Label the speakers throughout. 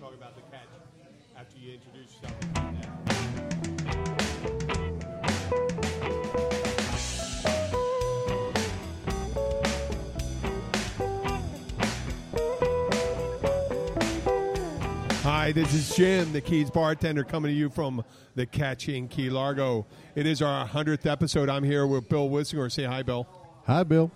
Speaker 1: talk about the catch after you introduce yourself. Hi, this is Jim, the Keys bartender, coming to you from the Catch in Key Largo. It is our 100th episode. I'm here with Bill Wissinger. Say hi, Bill.
Speaker 2: Hi, Bill.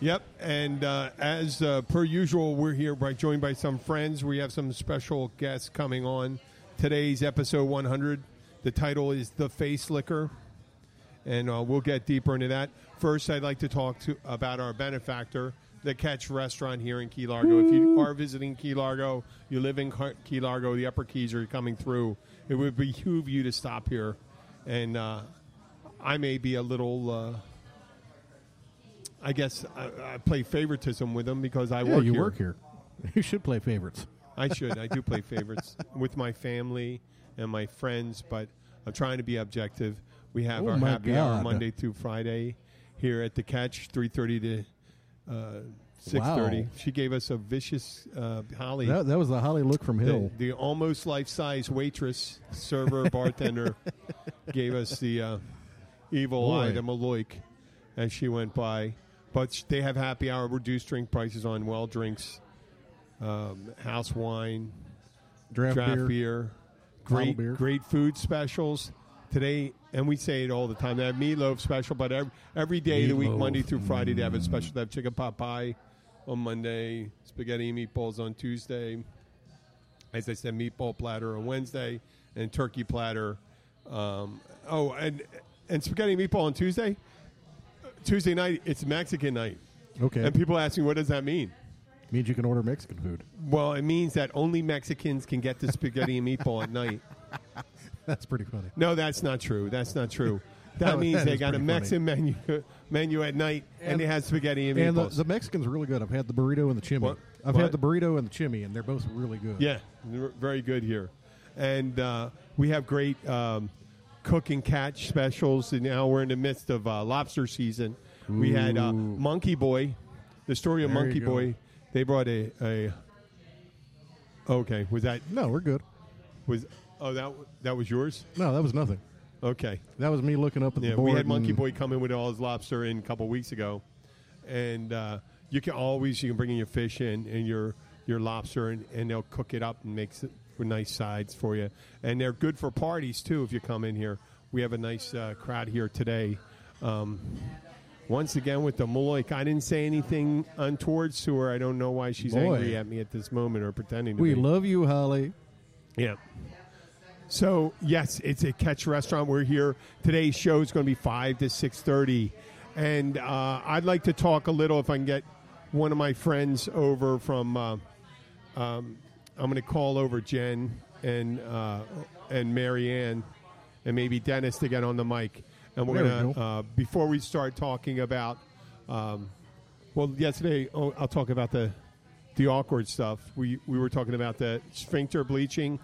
Speaker 1: Yep, and uh, as uh, per usual, we're here by, joined by some friends. We have some special guests coming on today's episode 100. The title is "The Face Licker," and uh, we'll get deeper into that. First, I'd like to talk to about our benefactor, the Catch Restaurant here in Key Largo. If
Speaker 2: Hmm.
Speaker 1: you are visiting Key Largo, you live in Car- Key Largo, the Upper Keys are coming through. It would behoove you to stop here, and uh, I may be a little. Uh, I guess I, I play favoritism with them because I
Speaker 2: Yeah,
Speaker 1: work
Speaker 2: you
Speaker 1: here.
Speaker 2: work here. You should play favorites.
Speaker 1: I should. I do play favorites with my family and my friends, but I'm trying to be objective. We have
Speaker 2: Oh
Speaker 1: our
Speaker 2: my
Speaker 1: happy hour
Speaker 2: God.
Speaker 1: Monday through Friday here at the Catch, 3:30 to uh, 6:30.
Speaker 2: Wow.
Speaker 1: She gave us a vicious uh, Holly.
Speaker 2: That, that was the Holly look from
Speaker 1: the,
Speaker 2: Hill.
Speaker 1: the almost life-size waitress, server, bartender gave us the uh, evil
Speaker 2: Boy.
Speaker 1: eye, the Maloik, as she went by. But sh- they have happy hour, reduced drink prices on well drinks, um, house wine,
Speaker 2: draft,
Speaker 1: draft
Speaker 2: beer.
Speaker 1: beer, great
Speaker 2: beer.
Speaker 1: great food specials today and we say it all the time they have meatloaf special but every, every day of the week
Speaker 2: Meatloaf.
Speaker 1: monday through friday they have a special they have chicken pot pie on monday spaghetti and meatballs on tuesday as i said meatball platter on wednesday and turkey platter um, oh and and spaghetti and meatball on tuesday tuesday night it's mexican night
Speaker 2: Okay.
Speaker 1: and people ask me what does that mean
Speaker 2: Means you can order Mexican food.
Speaker 1: well it means that only mexicans can get the spaghetti and meatball at night
Speaker 2: That's pretty funny.
Speaker 1: No, that's not true. That's not true. That
Speaker 2: Oh,
Speaker 1: means
Speaker 2: that
Speaker 1: they
Speaker 2: is
Speaker 1: got a
Speaker 2: pretty
Speaker 1: Mexican menu menu at night, and,
Speaker 2: And-
Speaker 1: they had spaghetti and
Speaker 2: And the,
Speaker 1: meatballs.
Speaker 2: the Mexican's really good. I've had the burrito and the chimney.
Speaker 1: What?
Speaker 2: I've
Speaker 1: What?
Speaker 2: had the burrito and the chimney, and they're both really good.
Speaker 1: yeah, they're very good here, and uh, we have great um, cook and catch specials. And now we're in the midst of uh, lobster season. We had uh, Monkey Boy, the story of
Speaker 2: There you
Speaker 1: Monkey
Speaker 2: go.
Speaker 1: Boy. They brought a, a. Okay, was that
Speaker 2: No, we're good.
Speaker 1: was oh that that was yours?
Speaker 2: No, that was nothing.
Speaker 1: Okay,
Speaker 2: That was me looking up at
Speaker 1: Yeah,
Speaker 2: the board.
Speaker 1: we had Monkey
Speaker 2: and-
Speaker 1: Boy come in with all his lobster in a couple weeks ago, and uh, you can always you can bring in your fish and, and your your lobster, and, and they'll cook it up and make it with nice sides for you. And they're good for parties too if you come in here. We have a nice uh, crowd here today. Um, once again with the Moloik, I didn't say anything untoward to her. I don't know why she's
Speaker 2: Boy.
Speaker 1: angry at me at this moment or pretending to
Speaker 2: We
Speaker 1: be.
Speaker 2: love you, Holly.
Speaker 1: Yeah. So yes, it's a catch restaurant. We're here today's show is going to be five to six thirty, and uh, I'd like to talk a little if I can get one of my friends over from. Uh, um, I'm going to call over Jen and uh, and Mary Ann and maybe Dennis to get on the mic, and we're
Speaker 2: There we
Speaker 1: going to
Speaker 2: go.
Speaker 1: uh, before we start talking about. Um, well, yesterday oh, I'll talk about the the awkward stuff. We we were talking about the sphincter bleaching.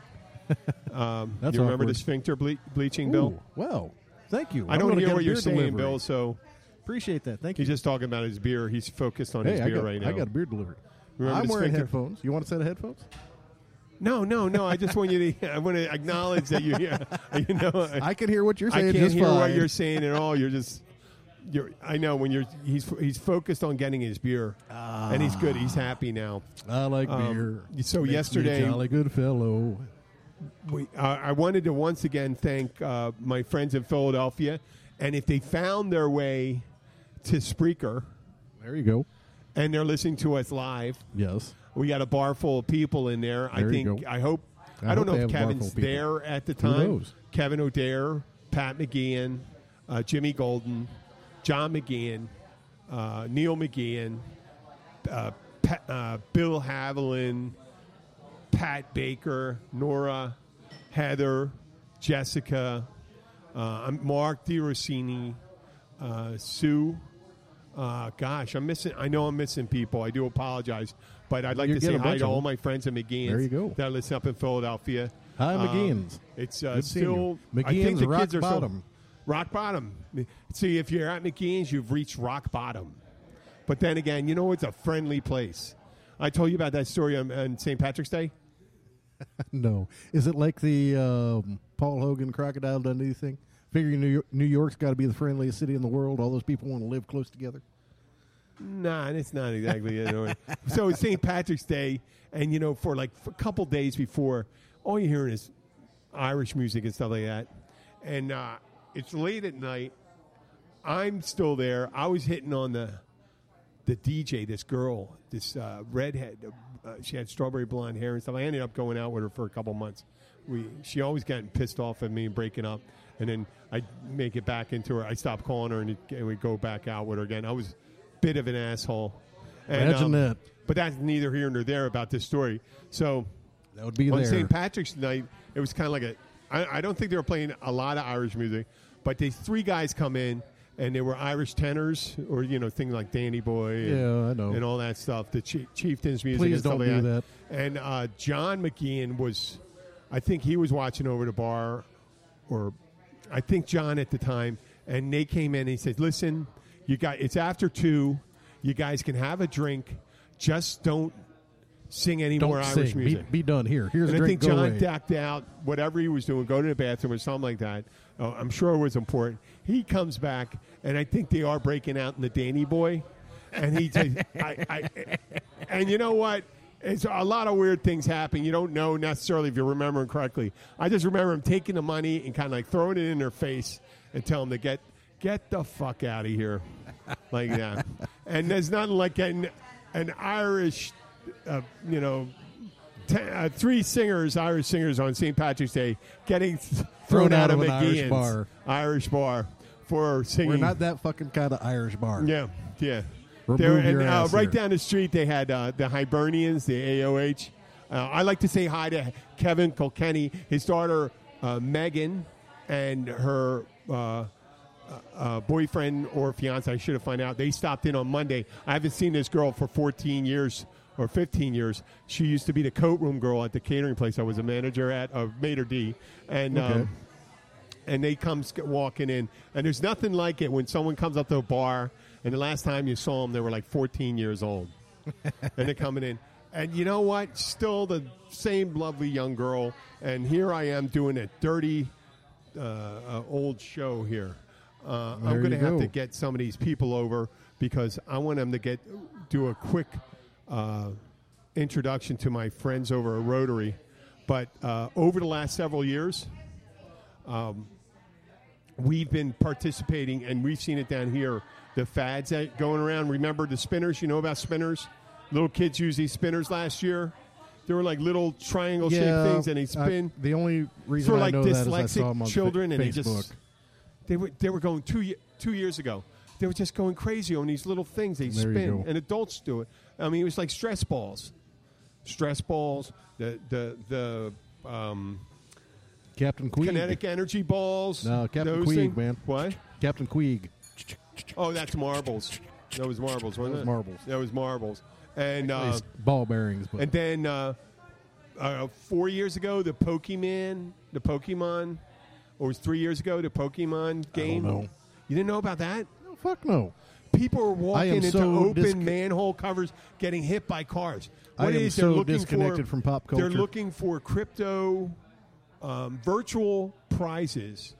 Speaker 1: Um,
Speaker 2: That's
Speaker 1: you remember the
Speaker 2: awkward.
Speaker 1: sphincter ble- bleaching, Bill?
Speaker 2: Ooh, wow. Thank you.
Speaker 1: I don't
Speaker 2: to
Speaker 1: hear
Speaker 2: get
Speaker 1: what
Speaker 2: a
Speaker 1: you're
Speaker 2: beer
Speaker 1: saying,
Speaker 2: delivery.
Speaker 1: Bill. So
Speaker 2: Appreciate that. Thank you.
Speaker 1: he's just talking about his beer. He's focused on
Speaker 2: hey,
Speaker 1: his
Speaker 2: I
Speaker 1: beer
Speaker 2: got,
Speaker 1: right now.
Speaker 2: I got a beer delivered.
Speaker 1: Remember
Speaker 2: I'm
Speaker 1: the
Speaker 2: wearing
Speaker 1: sphincter?
Speaker 2: headphones. You want a set of headphones?
Speaker 1: no, no, Oh, no. I just want you to. I want to acknowledge that you're here. You know, I,
Speaker 2: I can hear what you're
Speaker 1: I
Speaker 2: saying.
Speaker 1: can't
Speaker 2: just
Speaker 1: hear
Speaker 2: fine.
Speaker 1: what you're saying at all. You're just. You're, I know when you're. He's he's focused on getting his beer, and he's good. He's happy now.
Speaker 2: I like
Speaker 1: Um,
Speaker 2: beer.
Speaker 1: so
Speaker 2: Makes me a
Speaker 1: yesterday-
Speaker 2: jolly good fellow.
Speaker 1: We, uh, I wanted to once again thank uh, my friends in Philadelphia, and if they found their way to Spreaker
Speaker 2: There you go.
Speaker 1: and they're listening to us live,
Speaker 2: Yes.
Speaker 1: We got a bar full of people in there. I
Speaker 2: There you
Speaker 1: think.
Speaker 2: go.
Speaker 1: I hope. I,
Speaker 2: I
Speaker 1: don't
Speaker 2: hope
Speaker 1: know
Speaker 2: they
Speaker 1: if
Speaker 2: have a bar
Speaker 1: Kevin's
Speaker 2: full of people.
Speaker 1: there at the time.
Speaker 2: knows?
Speaker 1: Kevin O'Dare, Pat McGeehan, uh, Jimmy Golden, John McGeehan, uh, Neil McGeehan, uh, Pat, uh, Bill Haviland, Pat Baker, Nora, Heather, Jessica, uh, I'm- Mark DiRosini, uh, Sue. Uh, gosh, I'm missing. I know I'm missing people. I do apologize, but I'd like
Speaker 2: You
Speaker 1: to
Speaker 2: get
Speaker 1: say
Speaker 2: a
Speaker 1: hi
Speaker 2: bunch
Speaker 1: to
Speaker 2: of
Speaker 1: all
Speaker 2: them.
Speaker 1: my friends in McGee's
Speaker 2: There you go.
Speaker 1: that listen up in Philadelphia.
Speaker 2: Hi,
Speaker 1: Um,
Speaker 2: McGeehan's.
Speaker 1: it's uh,
Speaker 2: Good seeing
Speaker 1: still
Speaker 2: you.
Speaker 1: I think
Speaker 2: McGeehan's
Speaker 1: the
Speaker 2: rock
Speaker 1: kids are still-
Speaker 2: bottom.
Speaker 1: rock bottom. See, if you're at McGeehan's, you've reached rock bottom. But then again, you know it's a friendly place. I told you about that story on, on St. Patrick's Day.
Speaker 2: No. Is it like the um, Paul Hogan Crocodile Dundee thing? Figuring New, York, New York's got to be the friendliest city in the world. All those people want to live close together.
Speaker 1: Nah, it's not exactly it. Or- so it's St. Patrick's Day, and you know, for like a couple days before, all you're hearing is Irish music and stuff like that. And uh, it's late at night. I'm still there. I was hitting on the the DJ, this girl, this uh, redhead. Uh, she had strawberry blonde hair and stuff. I ended up going out with her for a couple months. We she always gotten pissed off at me and breaking up, and then I make it back into her. I stopped calling her and, it, and we go back out with her again. I was a bit of an asshole. And, um,
Speaker 2: Imagine that.
Speaker 1: But that's neither here nor there about this story. So
Speaker 2: That would be
Speaker 1: on
Speaker 2: there.
Speaker 1: St. Patrick's night, it was kind of like a. I, I don't think they were playing a lot of Irish music, but these three guys come in and they were Irish tenors or you know things like Danny Boy, and,
Speaker 2: Yeah, I know.
Speaker 1: and all that stuff. The chi- chieftains music.
Speaker 2: Please
Speaker 1: and stuff
Speaker 2: don't
Speaker 1: like
Speaker 2: do
Speaker 1: that. And uh, John McGeehan was, I think he was watching over the bar, or I think John at the time, and they came in and he said, "Listen, you got it's after two, you guys can have a drink, just don't." Sing any
Speaker 2: Don't
Speaker 1: more Irish
Speaker 2: sing. Be,
Speaker 1: music.
Speaker 2: be done here. Here's
Speaker 1: And
Speaker 2: a
Speaker 1: I
Speaker 2: drink.
Speaker 1: think
Speaker 2: Go
Speaker 1: John
Speaker 2: away.
Speaker 1: decked out whatever he was doing, go to the bathroom or something like that. Uh, I'm sure it was important. He comes back, and I think they are breaking out in the Danny Boy. And he just, I, I, and you know what? It's a lot of weird things happen. You don't know necessarily if you're remembering correctly. I just remember him taking the money and kind of like throwing it in their face and telling them to get get the fuck out of here, like that. And there's nothing like an an Irish, uh, you know, ten, uh, three singers, Irish singers on St. Patrick's Day getting th- thrown, out,
Speaker 2: out
Speaker 1: of,
Speaker 2: of an Irish
Speaker 1: McGeehan's
Speaker 2: bar.
Speaker 1: Irish bar for singing.
Speaker 2: We're not that fucking kind of Irish bar.
Speaker 1: Yeah, yeah.
Speaker 2: Remove
Speaker 1: There-
Speaker 2: your
Speaker 1: and, uh,
Speaker 2: ass
Speaker 1: right
Speaker 2: here.
Speaker 1: down the street, they had uh, the Hibernians, the AOH. Uh, I like to say hi to Kevin Kilkenny, his daughter uh, Megan, and her uh, uh, boyfriend or fiance. I should have found out. They stopped in on Monday. I haven't seen this girl for 14 years or 15 years. She used to be the coat room girl at the catering place I was a manager at, uh, Mater D, and.
Speaker 2: Okay.
Speaker 1: Um, and they come sk- walking in. And there's nothing like it when someone comes up to a bar, and the last time you saw them, they were like 14 years old, and they're coming in. And you know what? Still the same lovely young girl. And here I am doing a dirty uh, uh, old show here. Uh, I'm
Speaker 2: There
Speaker 1: going to
Speaker 2: you
Speaker 1: have
Speaker 2: go.
Speaker 1: to get some of these people over because I want them to get do a quick uh, introduction to my friends over at Rotary. But uh, over the last several years, Um, we've been participating and we've seen it down here the fads that going around remember the spinners you know about spinners little kids use these spinners last year they were like little triangle shaped
Speaker 2: Yeah,
Speaker 1: things and they
Speaker 2: I-
Speaker 1: spin
Speaker 2: the only reason
Speaker 1: for
Speaker 2: I
Speaker 1: like
Speaker 2: know that is I saw him
Speaker 1: dyslexic
Speaker 2: on
Speaker 1: children
Speaker 2: Fa-
Speaker 1: and they
Speaker 2: Facebook.
Speaker 1: just they were they were going two ye- two years ago they were just going crazy on these little things they
Speaker 2: There you
Speaker 1: spin
Speaker 2: go.
Speaker 1: and adults do it i mean it was like stress balls stress balls the the the um,
Speaker 2: Captain Queeg.
Speaker 1: kinetic energy balls
Speaker 2: No, Captain
Speaker 1: those
Speaker 2: Queeg,
Speaker 1: thing-
Speaker 2: man.
Speaker 1: what
Speaker 2: Captain Queeg.
Speaker 1: Oh, that's marbles. That was marbles, wasn't
Speaker 2: was
Speaker 1: it?
Speaker 2: marbles.
Speaker 1: That was marbles. And uh,
Speaker 2: Nice ball bearings, but
Speaker 1: and then uh, uh, four years ago, the Pokemon, the Pokemon, or it was three years ago, the Pokemon game.
Speaker 2: know.
Speaker 1: You didn't know about that?
Speaker 2: no, fuck no.
Speaker 1: People are
Speaker 2: I
Speaker 1: walking
Speaker 2: am
Speaker 1: into
Speaker 2: so
Speaker 1: open
Speaker 2: disc-
Speaker 1: manhole covers, getting hit by cars.
Speaker 2: I
Speaker 1: What it
Speaker 2: am
Speaker 1: is they're
Speaker 2: so
Speaker 1: looking
Speaker 2: disconnected
Speaker 1: for,
Speaker 2: from pop
Speaker 1: They're
Speaker 2: culture.
Speaker 1: looking for crypto, um, virtual prizes,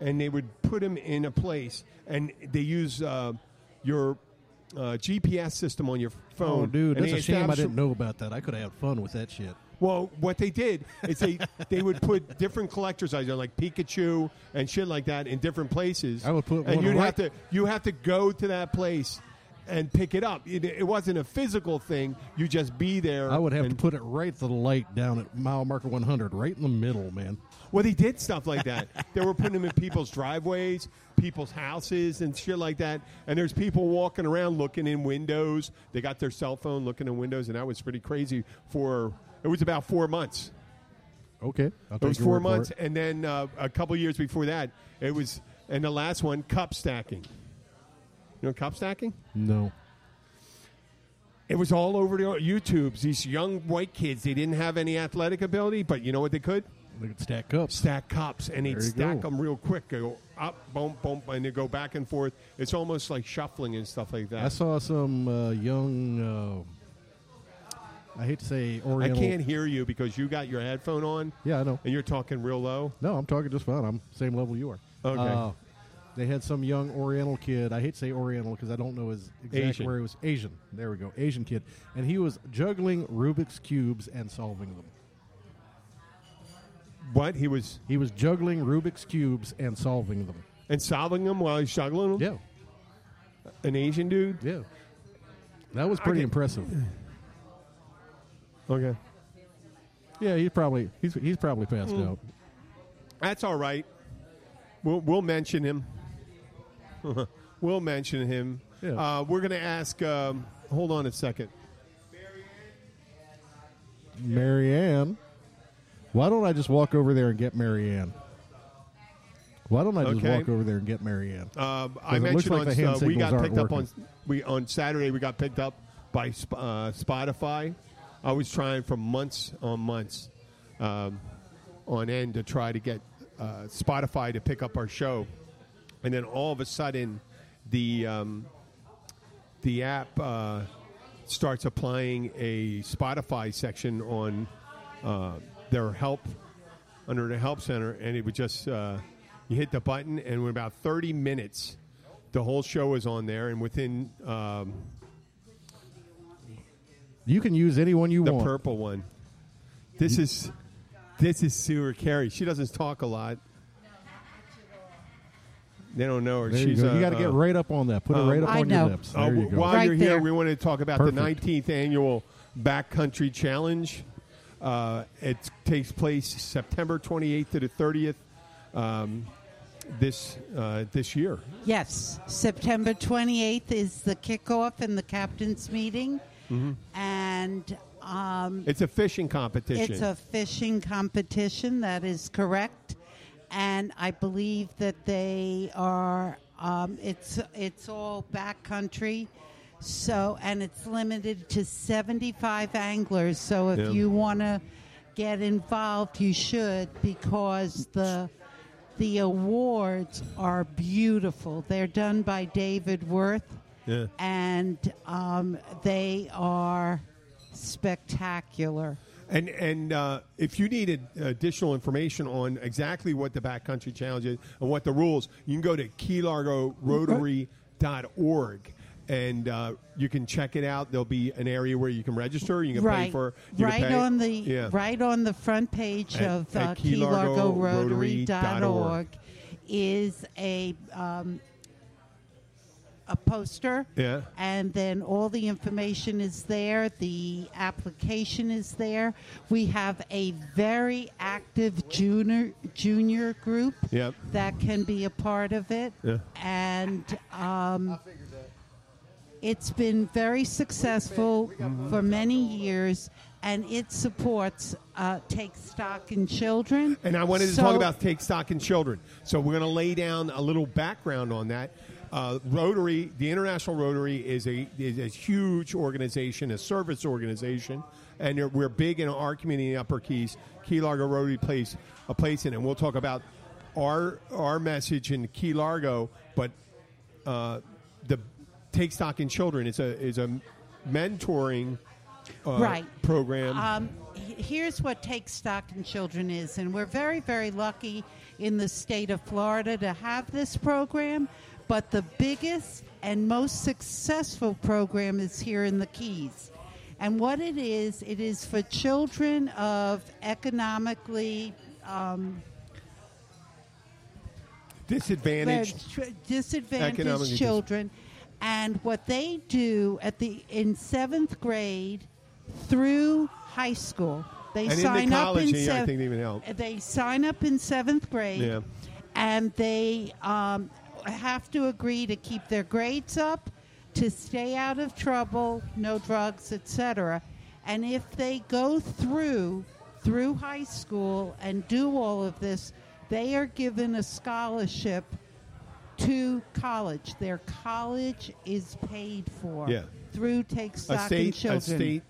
Speaker 1: and they would put them in a place, and they use uh, your uh, GPS system on your phone.
Speaker 2: Oh, dude,
Speaker 1: and
Speaker 2: that's
Speaker 1: they
Speaker 2: a shame I
Speaker 1: establish-
Speaker 2: didn't know about that. I could have had fun with that shit.
Speaker 1: well, what they did is they, they would put different collectors items like Pikachu and shit like that in different places.
Speaker 2: I would put
Speaker 1: and
Speaker 2: one
Speaker 1: you'd
Speaker 2: right-
Speaker 1: have to you have to go to that place and pick it up. It, it wasn't a physical thing. You just be there.
Speaker 2: I would have to
Speaker 1: and-
Speaker 2: put it right to the light down at mile marker 100, right in the middle, man.
Speaker 1: Well, they did stuff like that. they were putting them in people's driveways, people's houses, and shit like that. And there's people walking around looking in windows. They got their cell phone looking in windows, and that was pretty crazy for It was about four months.
Speaker 2: Okay. I'll
Speaker 1: It
Speaker 2: take
Speaker 1: was
Speaker 2: your
Speaker 1: four
Speaker 2: word for
Speaker 1: months,
Speaker 2: it.
Speaker 1: and then uh, a couple years before that, it was. And the last one, cup stacking. You know, cup stacking.
Speaker 2: No.
Speaker 1: It was all over the YouTube's. These young white kids, they didn't have any athletic ability, but you know what they could?
Speaker 2: They could stack cups.
Speaker 1: Stack cups, and they'd
Speaker 2: There you
Speaker 1: stack
Speaker 2: go.
Speaker 1: them real quick. They go up, bump, bump, and they go back and forth. It's almost like shuffling and stuff like
Speaker 2: I
Speaker 1: that.
Speaker 2: saw some uh, young. Uh, I hate to say
Speaker 1: I
Speaker 2: Oriental.
Speaker 1: can't hear you because you got your headphone on,
Speaker 2: Yeah, I know.
Speaker 1: and you're talking real low.
Speaker 2: No, I'm talking just fine. I'm same level you are.
Speaker 1: Okay.
Speaker 2: Uh, they had some young Oriental kid. I hate to say Oriental because I don't know his exact
Speaker 1: Asian.
Speaker 2: where it was. Asian. There we go. Asian kid, and he was juggling Rubik's cubes and solving them.
Speaker 1: What he was
Speaker 2: He was juggling Rubik's cubes and solving them.
Speaker 1: and solving them while he's juggling them.
Speaker 2: Yeah,
Speaker 1: An Asian dude.
Speaker 2: yeah. That was pretty
Speaker 1: Okay.
Speaker 2: impressive.
Speaker 1: Okay.
Speaker 2: Yeah, he's probably he's he's probably passed
Speaker 1: Hmm.
Speaker 2: out.
Speaker 1: That's all right. We'll, we'll mention him. we'll mention him.
Speaker 2: Yeah.
Speaker 1: Uh, we're going to ask. Um, hold on a second.
Speaker 2: Marianne. Why don't I just walk over there and get Marianne? Why don't I just
Speaker 1: Okay.
Speaker 2: walk over there and get Marianne?
Speaker 1: Um, I
Speaker 2: it looks
Speaker 1: mentioned
Speaker 2: like the hand
Speaker 1: on, uh, we
Speaker 2: signals
Speaker 1: got
Speaker 2: aren't
Speaker 1: picked up on we on Saturday. We got picked up by Sp- uh, Spotify. I was trying for months on months um, on end to try to get uh, Spotify to pick up our show, and then all of a sudden, the um, the app uh, starts applying a Spotify section on uh, their help under the help center, and it would just uh, you hit the button, and in about thirty minutes, the whole show is on there, and within um,
Speaker 2: you can use anyone you
Speaker 1: the
Speaker 2: want.
Speaker 1: purple one, this is this is Sue Carey. She doesn't talk a lot. They don't know her.
Speaker 2: There
Speaker 1: She's
Speaker 2: you go.
Speaker 1: uh,
Speaker 2: you got to get
Speaker 1: uh,
Speaker 2: right up on that. Put
Speaker 1: um,
Speaker 2: it right up
Speaker 3: I
Speaker 2: on
Speaker 3: know.
Speaker 2: your lips.
Speaker 1: Uh,
Speaker 2: There you
Speaker 1: w-
Speaker 2: go.
Speaker 1: while
Speaker 3: Right
Speaker 1: you're here,
Speaker 3: there.
Speaker 1: we want to talk about
Speaker 2: Perfect.
Speaker 1: the 19th annual Backcountry Challenge. Uh, it takes place September 28th to the 30th um, this uh, this year.
Speaker 3: Yes, September 28th is the kickoff and the captain's meeting.
Speaker 1: Mm-hmm.
Speaker 3: And um,
Speaker 1: It's a fishing competition.
Speaker 3: it's a fishing competition, that is correct. And I believe that they are, um, it's, it's all backcountry. So, and it's limited to 75 anglers. So if
Speaker 1: Yeah.
Speaker 3: you want to get involved, you should because the. The awards are beautiful. They're done by David Worth,
Speaker 1: Yeah.
Speaker 3: and um, they are spectacular.
Speaker 1: And and uh, if you need ad- additional information on exactly what the backcountry challenge is and what the rules, you can go to keylargorotary.org. And uh, you can check it out. There'll be an area where you can register. You can pay
Speaker 3: right,
Speaker 1: for you can
Speaker 3: right
Speaker 1: pay-
Speaker 3: on the
Speaker 1: yeah.
Speaker 3: right on the front page
Speaker 1: At-
Speaker 3: of
Speaker 1: at
Speaker 3: uh, KeyLargoRotary.org
Speaker 1: KeyLargoRotary.org
Speaker 3: is a um, a poster.
Speaker 1: Yeah.
Speaker 3: And then all the information is there. The application is there. We have a very active junior junior group
Speaker 1: Yep.
Speaker 3: that can be a part of it.
Speaker 1: Yeah.
Speaker 3: And um, it's been very successful for many years, and it supports uh, Take Stock in Children.
Speaker 1: And I wanted to
Speaker 3: So-
Speaker 1: talk about Take Stock in Children. So we're going to lay down a little background on that. Uh, Rotary, the International Rotary, is a is a huge organization, a service organization, and they're- we're big in our community in Upper Keys. Key Largo Rotary plays a place in, it. and we'll talk about our our message in Key Largo, but uh, the Take Stock in Children is a is a mentoring uh,
Speaker 3: right.
Speaker 1: program.
Speaker 3: Um, he- here's what Take Stock in Children is, and we're very, very lucky in the state of Florida to have this program. But the biggest and most successful program is here in the Keys. And what it is, it is for children of economically um,
Speaker 1: Disadvantaged
Speaker 3: they're tr- disadvantaged
Speaker 1: Economically dis-
Speaker 3: children. And what they do at the in seventh grade through high school, they
Speaker 1: And into
Speaker 3: sign up
Speaker 1: college,
Speaker 3: in
Speaker 1: yeah, I
Speaker 3: sev-
Speaker 1: think they even help.
Speaker 3: They sign up in seventh grade,
Speaker 1: Yeah.
Speaker 3: and they um, have to agree to keep their grades up, to stay out of trouble, no drugs, etc. And if they go through through high school and do all of this, they are given a scholarship to college. Their college is paid for
Speaker 1: Yeah.
Speaker 3: through Take
Speaker 1: a
Speaker 3: Stock and
Speaker 1: state,
Speaker 3: Children
Speaker 1: a state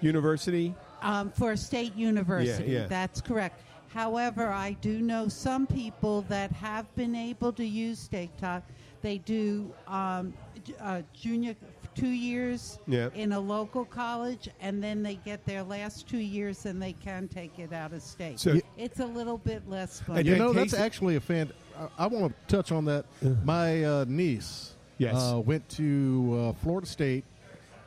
Speaker 1: university.
Speaker 3: um, for a state university.
Speaker 1: Yeah, yeah.
Speaker 3: That's correct. However, I do know some people that have been able to use State Talk. They do um, j- uh, junior two years
Speaker 1: Yeah.
Speaker 3: in a local college, and then they get their last two years, and they can take it out of state.
Speaker 1: So- Yeah.
Speaker 3: it's a little bit less
Speaker 1: And
Speaker 3: money.
Speaker 1: Yeah,
Speaker 2: you know, that's
Speaker 1: Casey-
Speaker 2: actually a fan. I, I want to touch on that. My uh, niece
Speaker 1: Yes.
Speaker 2: uh, went to uh, Florida State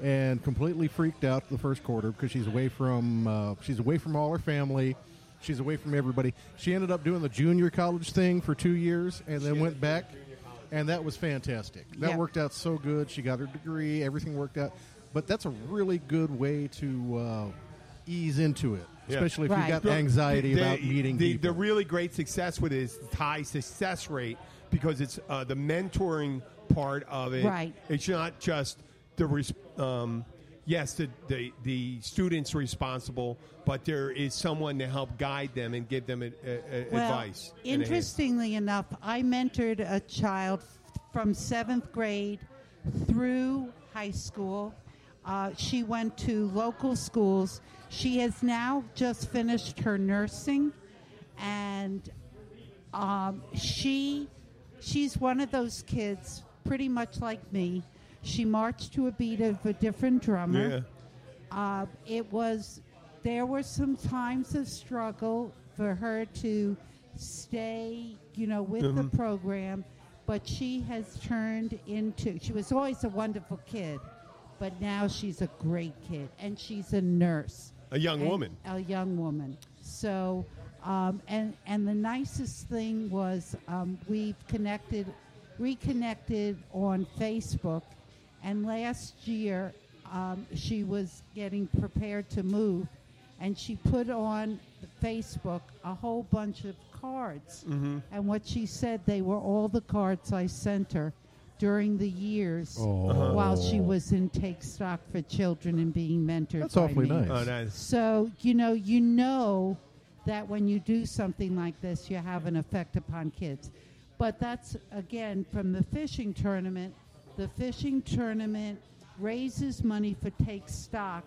Speaker 2: and completely freaked out the first quarter because she's away from uh, she's away from all her family. She's away from everybody. She ended up doing the junior college thing for two years and then went back, and that was fantastic. That
Speaker 3: Yeah.
Speaker 2: worked out so good. She got her degree. Everything worked out. But that's a really good way to uh, ease into it,
Speaker 1: Yeah.
Speaker 2: especially if
Speaker 3: Right.
Speaker 2: you've got anxiety
Speaker 1: The-
Speaker 2: about meeting
Speaker 1: the,
Speaker 2: people.
Speaker 1: The really great success with it is its high success rate because it's uh, the mentoring part of it.
Speaker 3: Right.
Speaker 1: It's not just the res- um, yes the, the the students responsible, but there is someone to help guide them and give them a, a, a- advice. and a hand.
Speaker 3: Interestingly enough, I mentored a child f- from seventh grade through high school. Uh, she went to local schools. She has now just finished her nursing, and um, she she's one of those kids, pretty much like me. She marched to a beat of a different drummer.
Speaker 1: Yeah.
Speaker 3: Uh, it was, there were some times of struggle for her to stay, you know, with
Speaker 1: Mm-hmm.
Speaker 3: the program, but she has turned into, she was always a wonderful kid, but now she's a great kid, and she's a nurse.
Speaker 1: A young
Speaker 3: And-
Speaker 1: woman.
Speaker 3: A young woman. So, um, and and the nicest thing was um, we've connected, reconnected on Facebook, and last year um, she was getting prepared to move, and she put on Facebook a whole bunch of cards, and what she said they were all the cards I sent her during the years
Speaker 2: Oh.
Speaker 3: while she was in Take Stock for Children and being mentored.
Speaker 2: That's
Speaker 3: by
Speaker 2: awfully
Speaker 3: me.
Speaker 2: nice.
Speaker 1: Oh, nice.
Speaker 3: So, you know, you know that when you do something like this, you have an effect upon kids. But that's, again, from the fishing tournament. The fishing tournament raises money for Take Stock,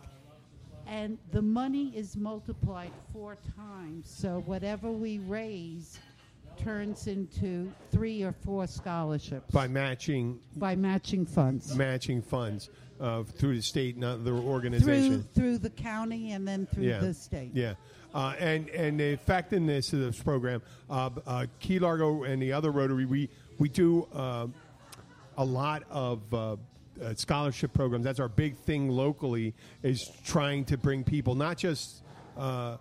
Speaker 3: and the money is multiplied four times. So, whatever we raise turns into three or four scholarships
Speaker 1: by matching
Speaker 3: by matching funds.
Speaker 1: matching funds uh, through the state and other organizations.
Speaker 3: through, through the county and then through the state.
Speaker 1: Yeah. Uh, and and the effectiveness of this program, uh, uh, Key Largo and the other Rotary, we we do uh, a lot of uh, uh, scholarship programs. That's our big thing locally is trying to bring people not just uh,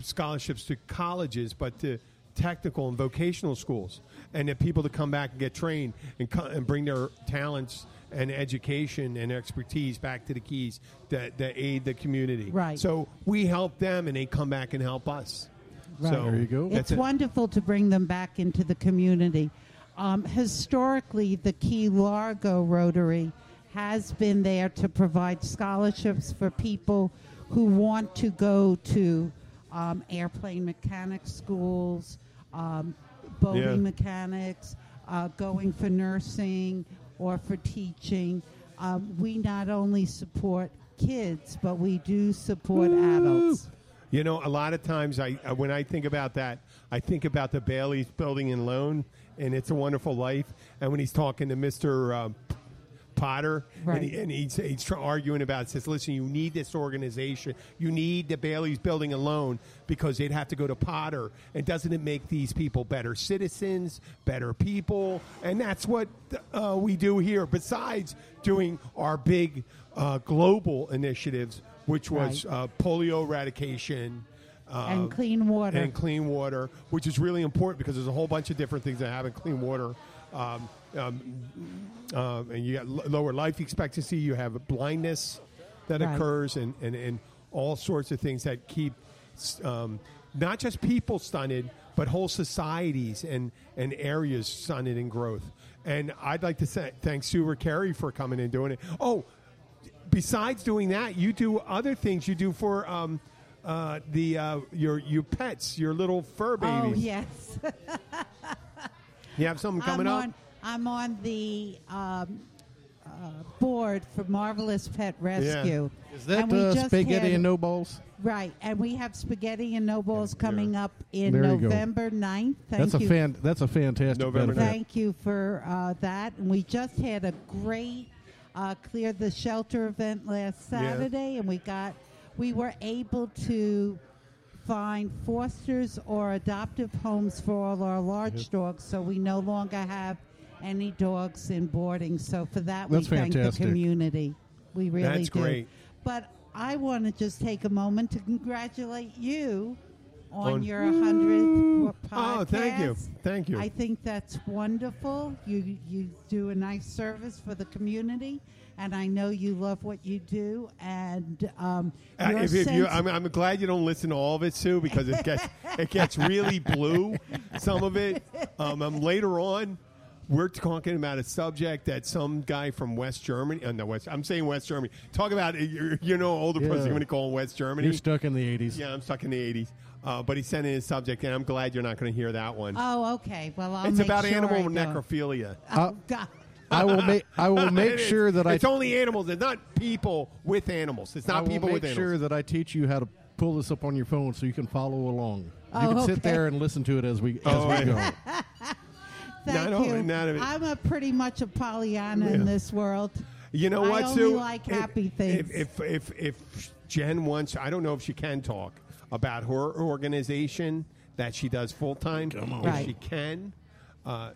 Speaker 1: scholarships to colleges, but to technical and vocational schools, and that people to come back and get trained and co- and bring their talents and education and expertise back to the keys that, that aid the community.
Speaker 3: Right.
Speaker 1: So we help them, and they come back and help us.
Speaker 3: Right.
Speaker 1: So
Speaker 2: There you go.
Speaker 3: It's
Speaker 1: that's it.
Speaker 3: wonderful to bring them back into the community. Um, historically, the Key Largo Rotary has been there to provide scholarships for people who want to go to um, airplane mechanic schools, um, boating
Speaker 1: Yeah.
Speaker 3: mechanics, uh, going for nursing or for teaching. Um, we not only support kids, but we do support adults.
Speaker 1: You know, a lot of times I, I when I think about that, I think about the Bailey's building and loan, and it's a wonderful life. And when he's talking to Mister um, Potter, and, he,
Speaker 3: Right.
Speaker 1: and he's, he's tr- arguing about, it, says, "Listen, you need this organization. You need the Bailey's building and loan because they'd have to go to Potter, and doesn't it make these people better citizens, better people? And that's what uh, we do here. Besides doing our big uh, global initiatives." Which was
Speaker 3: Right.
Speaker 1: uh, polio eradication uh,
Speaker 3: And clean water.
Speaker 1: and clean water, which is really important because there's a whole bunch of different things that happen. Clean water, um, um, um, and you got l- lower life expectancy. You have blindness that
Speaker 3: Right.
Speaker 1: occurs, and, and and all sorts of things that keep s- um, not just people stunted, but whole societies and and areas stunted in growth. And I'd like to say, thank Sue Carey for coming and doing it. Oh, besides doing that, you do other things. You do for um, uh, the uh, your your pets, your little fur babies.
Speaker 3: Oh yes,
Speaker 1: You have something coming
Speaker 3: I'm
Speaker 1: up.
Speaker 3: on. I'm on the um, uh, board for Marvelous Pet Rescue.
Speaker 2: Is that
Speaker 3: And we
Speaker 2: uh,
Speaker 3: just
Speaker 2: spaghetti
Speaker 3: had-
Speaker 2: and no balls?
Speaker 3: Right, and we have spaghetti and no balls coming up in
Speaker 2: There you go.
Speaker 3: November 9th. Thank
Speaker 2: That's a
Speaker 3: you.
Speaker 2: fan. That's a fantastic.
Speaker 1: November
Speaker 2: benefit.
Speaker 3: Thank you for uh, that. And we just had a great uh, clear the shelter event last
Speaker 1: Yeah.
Speaker 3: Saturday, and we got we were able to find fosters or adoptive homes for all our large dogs, so we no longer have any dogs in boarding. So for that,
Speaker 2: That's
Speaker 3: we thank the
Speaker 2: fantastic.
Speaker 3: community. We really
Speaker 1: That's
Speaker 3: do.
Speaker 1: great.
Speaker 3: But I want to just take a moment to congratulate you. On,
Speaker 1: On-
Speaker 3: your 100th podcast.
Speaker 1: Oh, thank you. Thank you.
Speaker 3: I think that's wonderful. You you do a nice service for the community, and I know you love what you do. And um,
Speaker 1: Uh,
Speaker 3: your
Speaker 1: if, if you,
Speaker 3: sense-
Speaker 1: I'm, I'm glad you don't listen to all of it, Sue, because it gets it gets really blue. Some of it. Um, um, later on, we're talking about a subject that some guy from West Germany. Uh, no, West. I'm saying West Germany. Talk about uh, you you know older person.
Speaker 2: Yeah.
Speaker 1: You're going to call him West Germany.
Speaker 2: You're stuck in the '80s.
Speaker 1: yeah, I'm stuck in the '80s. Uh, but he sent in his subject, and I'm glad you're not going to hear that one.
Speaker 3: oh, okay. Well, I'll
Speaker 1: it's
Speaker 3: make
Speaker 1: about
Speaker 3: sure I
Speaker 1: animal
Speaker 3: don't.
Speaker 1: necrophilia.
Speaker 3: Oh, God.
Speaker 2: I will make. I will make
Speaker 1: It is.
Speaker 2: sure that I.
Speaker 1: It's only animals. It's not people with animals. It's
Speaker 2: I
Speaker 1: not
Speaker 2: will
Speaker 1: people
Speaker 2: make
Speaker 1: with animals.
Speaker 2: sure that I teach you how to pull this up on your phone so you can follow along.
Speaker 3: Oh,
Speaker 2: you can sit
Speaker 3: okay.
Speaker 2: there and listen to it as we as
Speaker 1: Oh,
Speaker 2: we
Speaker 1: yeah.
Speaker 2: go.
Speaker 3: Thank
Speaker 1: no,
Speaker 3: you.
Speaker 1: none of it.
Speaker 3: I'm a pretty much a Pollyanna in this world.
Speaker 1: You know
Speaker 3: I
Speaker 1: what,
Speaker 3: only
Speaker 1: Sue?
Speaker 3: like
Speaker 1: If-
Speaker 3: happy things.
Speaker 1: If, if if if Jen wants, I don't know if she can talk about her organization that she does full time. Come on, if
Speaker 3: Right.
Speaker 1: she can, uh,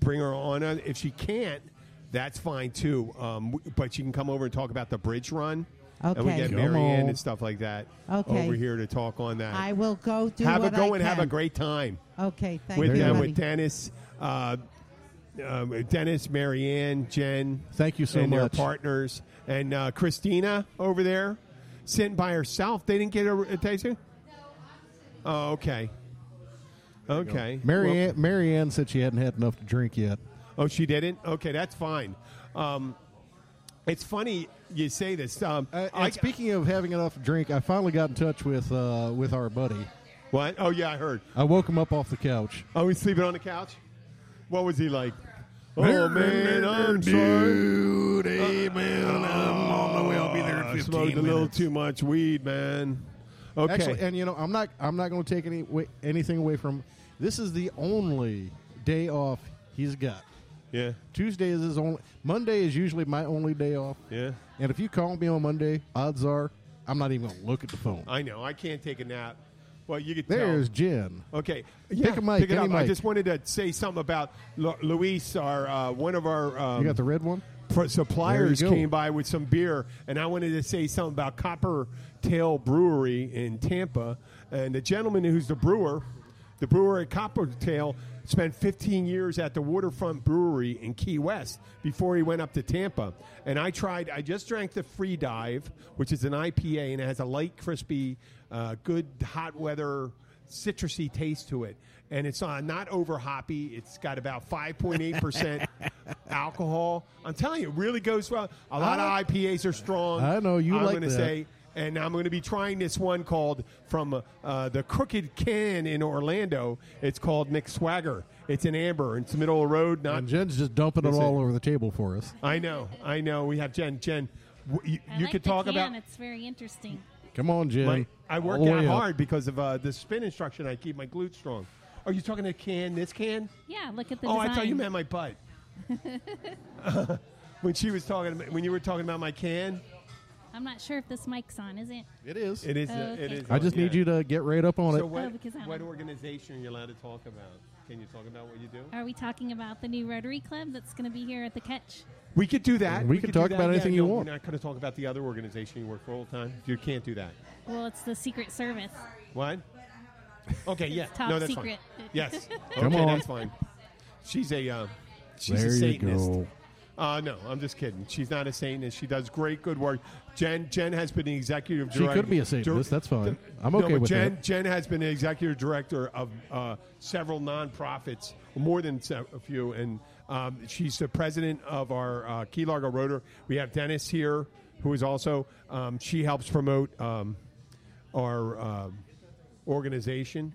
Speaker 1: bring her on. Uh, If she can't, that's fine too. Um, w- but she can come over and talk about the bridge run, and we
Speaker 3: Okay.
Speaker 1: get
Speaker 3: Come
Speaker 1: Marianne
Speaker 2: on.
Speaker 1: and stuff like that
Speaker 3: Okay.
Speaker 1: over here to talk on that.
Speaker 3: I will go do
Speaker 1: have
Speaker 3: what
Speaker 1: a go
Speaker 3: I
Speaker 1: and have a
Speaker 3: can.
Speaker 1: great time
Speaker 3: Okay, thank
Speaker 1: with
Speaker 3: you.
Speaker 1: them
Speaker 3: buddy.
Speaker 1: with Dennis. Uh, uh, Dennis, Marianne, Jen.
Speaker 2: Thank you so
Speaker 1: and
Speaker 2: much.
Speaker 1: their partners. And uh, Christina over there sitting by herself. They didn't get a a taste? Oh, okay. Okay.
Speaker 2: Mary Ann Mary Ann said she hadn't had enough to drink yet.
Speaker 1: Oh, she didn't? Okay, that's fine. Um, it's funny you say this. Um,
Speaker 2: Uh, and
Speaker 1: I-
Speaker 2: speaking of having enough to drink, I finally got in touch with uh, with our buddy.
Speaker 1: what? Oh, yeah, I heard.
Speaker 2: I woke him up off the couch.
Speaker 1: Oh, he's sleeping on the couch? What was he like? Oh, man, I'm sorry. Uh,
Speaker 4: Dude, hey, man, I'm on my way. I'll be there in
Speaker 1: I
Speaker 4: 15
Speaker 1: smoked a little
Speaker 4: minutes.
Speaker 1: too much weed, man. Okay.
Speaker 2: Actually, and you know, I'm not I'm not going to take any wa- anything away from. This is the only day off he's got.
Speaker 1: yeah.
Speaker 2: Tuesday is his only. Monday is usually my only day off.
Speaker 1: Yeah.
Speaker 2: And if you call me on Monday, odds are I'm not even going to look at the phone.
Speaker 1: I know. I can't take a nap. Well, you could tell.
Speaker 2: There's Jen.
Speaker 1: Okay,
Speaker 2: Pick a mic,
Speaker 1: Pick it
Speaker 2: any
Speaker 1: up. I
Speaker 2: mic.
Speaker 1: just wanted to say something about Lu- Luis, our uh, one of our um,
Speaker 2: You got the red one.
Speaker 1: pr- suppliers
Speaker 2: There you go.
Speaker 1: came by with some beer, and I wanted to say something about Copper Tail Brewery in Tampa, and the gentleman who's the brewer, the brewer at Copper Tail, spent 15 years at the Waterfront Brewery in Key West before he went up to Tampa, and I tried. I just drank the Free Dive, which is an IPA, and it has a light, crispy, uh, good hot weather citrusy taste to it. And it's uh, not over hoppy. It's got about 5.8% alcohol. I'm telling you, it really goes well. A lot
Speaker 2: I-
Speaker 1: of IPAs are strong.
Speaker 2: I know, you
Speaker 1: I'm
Speaker 2: like
Speaker 1: gonna
Speaker 2: that.
Speaker 1: say, and I'm going to be trying this one called from uh, the Crooked Can in Orlando. It's called McSwagger. It's an amber. It's middle of the road, not
Speaker 2: And Jen's just dumping it
Speaker 1: That's
Speaker 2: all
Speaker 1: it.
Speaker 2: over the table for us.
Speaker 1: I know, I know. We have Jen. Jen, w- you,
Speaker 5: I
Speaker 1: you
Speaker 5: like
Speaker 1: could
Speaker 5: the
Speaker 1: talk
Speaker 5: can.
Speaker 1: about.
Speaker 5: It's very interesting.
Speaker 2: Come on, Jen.
Speaker 1: My, I work
Speaker 2: All the
Speaker 1: out
Speaker 2: way up.
Speaker 1: hard because of uh, the spin instruction. I keep my glutes strong. Are you talking to can? This can?
Speaker 5: Yeah, look at the
Speaker 1: Oh,
Speaker 5: design.
Speaker 1: I thought you meant my butt. when she was talking, when you were talking about my can,
Speaker 5: I'm not sure if this mic's on, is it?
Speaker 2: It is.
Speaker 1: it is.
Speaker 5: Oh,
Speaker 1: It
Speaker 5: okay.
Speaker 1: is.
Speaker 2: I just need you to get right up on
Speaker 1: So
Speaker 2: it.
Speaker 1: what,
Speaker 5: Oh, because I don't-
Speaker 1: what organization are you allowed to talk about? Can you talk about what you do?
Speaker 5: Are we talking about the new Rotary Club that's going to be here at the Catch?
Speaker 1: We could do that.
Speaker 2: We could
Speaker 1: do
Speaker 2: talk
Speaker 1: that.
Speaker 2: about
Speaker 1: Yeah,
Speaker 2: anything
Speaker 1: no,
Speaker 2: you want.
Speaker 1: We're not going to talk about the other organization you work for all the time. You can't do that.
Speaker 5: Well, it's the Secret Service.
Speaker 1: What? Okay, yeah.
Speaker 5: top
Speaker 1: no, that's
Speaker 5: secret.
Speaker 1: fine. Yes.
Speaker 2: Come
Speaker 1: okay,
Speaker 2: on.
Speaker 1: that's fine. She's a uh, she's
Speaker 2: There
Speaker 1: a
Speaker 2: you
Speaker 1: Satanist.
Speaker 2: go.
Speaker 1: Uh, no, I'm just kidding. She's not a Satanist. She does great, good work. Jen Jen has been the executive
Speaker 2: She
Speaker 1: director.
Speaker 2: could be a Satanist. That's fine. I'm
Speaker 1: No,
Speaker 2: okay
Speaker 1: but
Speaker 2: with
Speaker 1: Jen,
Speaker 2: that.
Speaker 1: Jen has been the executive director of uh, several nonprofits, more than se- a few, and um, she's the president of our uh, Key Largo Rotor. We have Dennis here. who is also um, she helps promote um, our um, organization.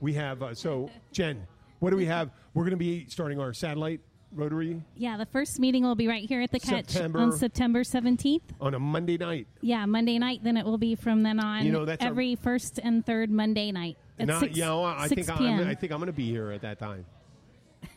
Speaker 1: We have uh, so Jen, what do we have? We're going to be starting our satellite rotary
Speaker 5: Yeah, the first meeting will be right here at the catch on
Speaker 1: September-
Speaker 5: September 17th.
Speaker 1: on a Monday night.
Speaker 5: Yeah, Monday night. Then it will be from then on.
Speaker 1: You know, that's a-
Speaker 5: every first and third Monday night at
Speaker 1: And I-
Speaker 5: six,
Speaker 1: you know, I I
Speaker 5: 6
Speaker 1: think I'm,
Speaker 5: p.m.
Speaker 1: I think I'm going to be here at that time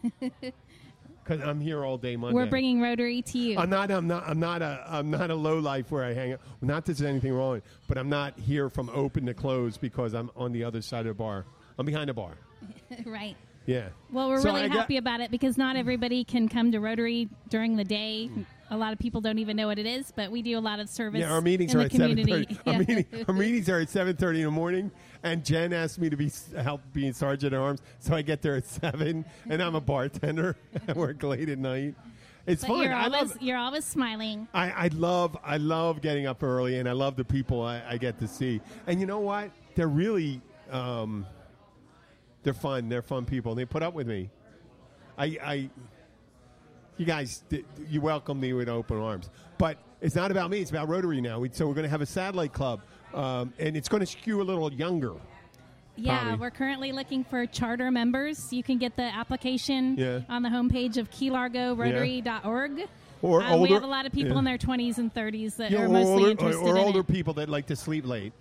Speaker 1: because I'm here all day Monday.
Speaker 5: We're bringing Rotary to you.
Speaker 1: I'm not. I'm not. I'm not a. I'm not a low life where I hang out. Not that there's anything wrong, but I'm not here from open to close because I'm on the other side of the bar. I'm behind the bar.
Speaker 5: right.
Speaker 1: Yeah.
Speaker 5: Well, we're
Speaker 1: So
Speaker 5: really
Speaker 1: I got-
Speaker 5: happy about it because not everybody can come to Rotary during the day. A lot of people don't even know what it is, but we do a lot of service.
Speaker 1: Hmm. Yeah, our meetings
Speaker 5: in
Speaker 1: are at
Speaker 5: the
Speaker 1: seven
Speaker 5: community.
Speaker 1: thirty. Our, meeting, our meetings are at seven thirty in the morning, and Jen asked me to be help being sergeant at arms, so I get there at seven, and I'm a bartender. I work late at night. It's
Speaker 5: But
Speaker 1: fun.
Speaker 5: you're
Speaker 1: I
Speaker 5: always
Speaker 1: love.
Speaker 5: you're always smiling.
Speaker 1: I, I love I love getting up early, and I love the people I, I get to see. And you know what? They're really um, they're fun. They're fun people, and they put up with me. I, I you guys, th- you welcome me with open arms. But it's not about me. It's about Rotary now. We, so we're going to have a satellite club, um, and it's going to skew a little younger.
Speaker 5: Yeah,
Speaker 1: Tommy.
Speaker 5: we're currently looking for charter members. You can get the application
Speaker 1: Yeah.
Speaker 5: on the homepage of keylargorotary.org.
Speaker 1: Or
Speaker 5: um, we
Speaker 1: older-
Speaker 5: have a lot of people
Speaker 1: yeah.
Speaker 5: in their 20s and 30s that
Speaker 1: Yeah,
Speaker 5: are
Speaker 1: or
Speaker 5: mostly
Speaker 1: older, or,
Speaker 5: interested
Speaker 1: or
Speaker 5: in
Speaker 1: older
Speaker 5: it.
Speaker 1: people that like to sleep late.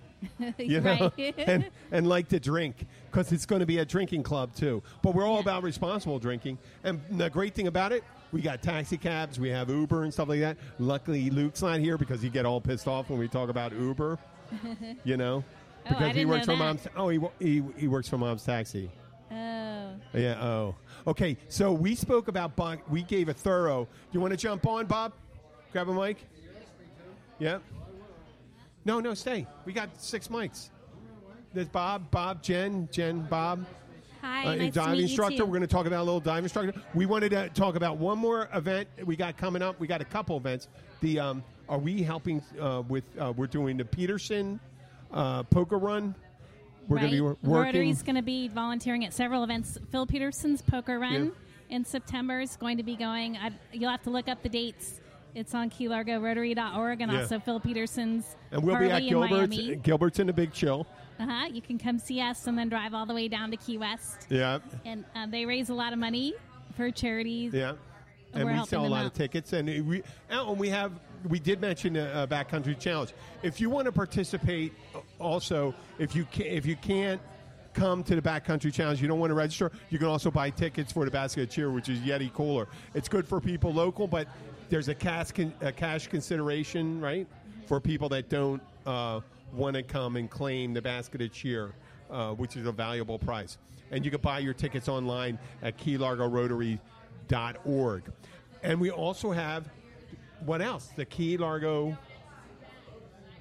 Speaker 1: you know,
Speaker 5: Right.
Speaker 1: and, and like to drink because it's going to be a drinking club too. But we're all about responsible drinking. And the great thing about it, we got taxi cabs, we have Uber and stuff like that. Luckily, Luke's not here because he get all pissed off when we talk about Uber. you know,
Speaker 5: Oh, I
Speaker 1: because he
Speaker 5: didn't
Speaker 1: works
Speaker 5: know
Speaker 1: for
Speaker 5: that.
Speaker 1: mom's. Oh, he, wo- he he works for mom's taxi.
Speaker 5: Oh.
Speaker 1: Yeah. Oh. Okay. So we spoke about Bob. We gave a thorough. You want to jump on, Bob? Grab a mic. Yeah. No, no, stay. We got six mics. There's Bob, Bob, Jen, Jen, Bob.
Speaker 5: Hi,
Speaker 1: Uh,
Speaker 5: nice
Speaker 1: dive
Speaker 5: to meet
Speaker 1: instructor.
Speaker 5: you too.
Speaker 1: We're going to talk about a little dive instructor. We wanted to talk about one more event we got coming up. We got a couple events. The um, are we helping uh, with? Uh, we're doing the Peterson uh, Poker Run. We're going to be wor- working.
Speaker 5: Rotary's going to be volunteering at several events. Phil Peterson's poker run in September is going to be going. I, you'll have to look up the dates. It's on keylargorotary.org and
Speaker 1: Yeah.
Speaker 5: also Phil Peterson's
Speaker 1: and we'll
Speaker 5: Harley
Speaker 1: be at
Speaker 5: in
Speaker 1: Gilbert's,
Speaker 5: Miami.
Speaker 1: Gilbert's in the Big Chill.
Speaker 5: Uh-huh. You can come see us and then drive all the way down to Key West.
Speaker 1: Yeah,
Speaker 5: And uh, they raise a lot of money for charities.
Speaker 1: yeah.
Speaker 5: We're
Speaker 1: And we
Speaker 5: helping
Speaker 1: sell a
Speaker 5: them
Speaker 1: lot of
Speaker 5: out.
Speaker 1: tickets, and we oh, and we have we did mention a, a backcountry challenge. If you want to participate, uh, also if you can, if you can't come to the backcountry challenge, you don't want to register. You can also buy tickets for the basket of cheer, which is Yeti cooler. It's good for people local, but there's a cash con, a cash consideration right for people that don't uh, want to come and claim the basket of cheer. Uh, which is a valuable prize. And you can buy your tickets online at keylargorotary.org. And we also have what else? The Key Largo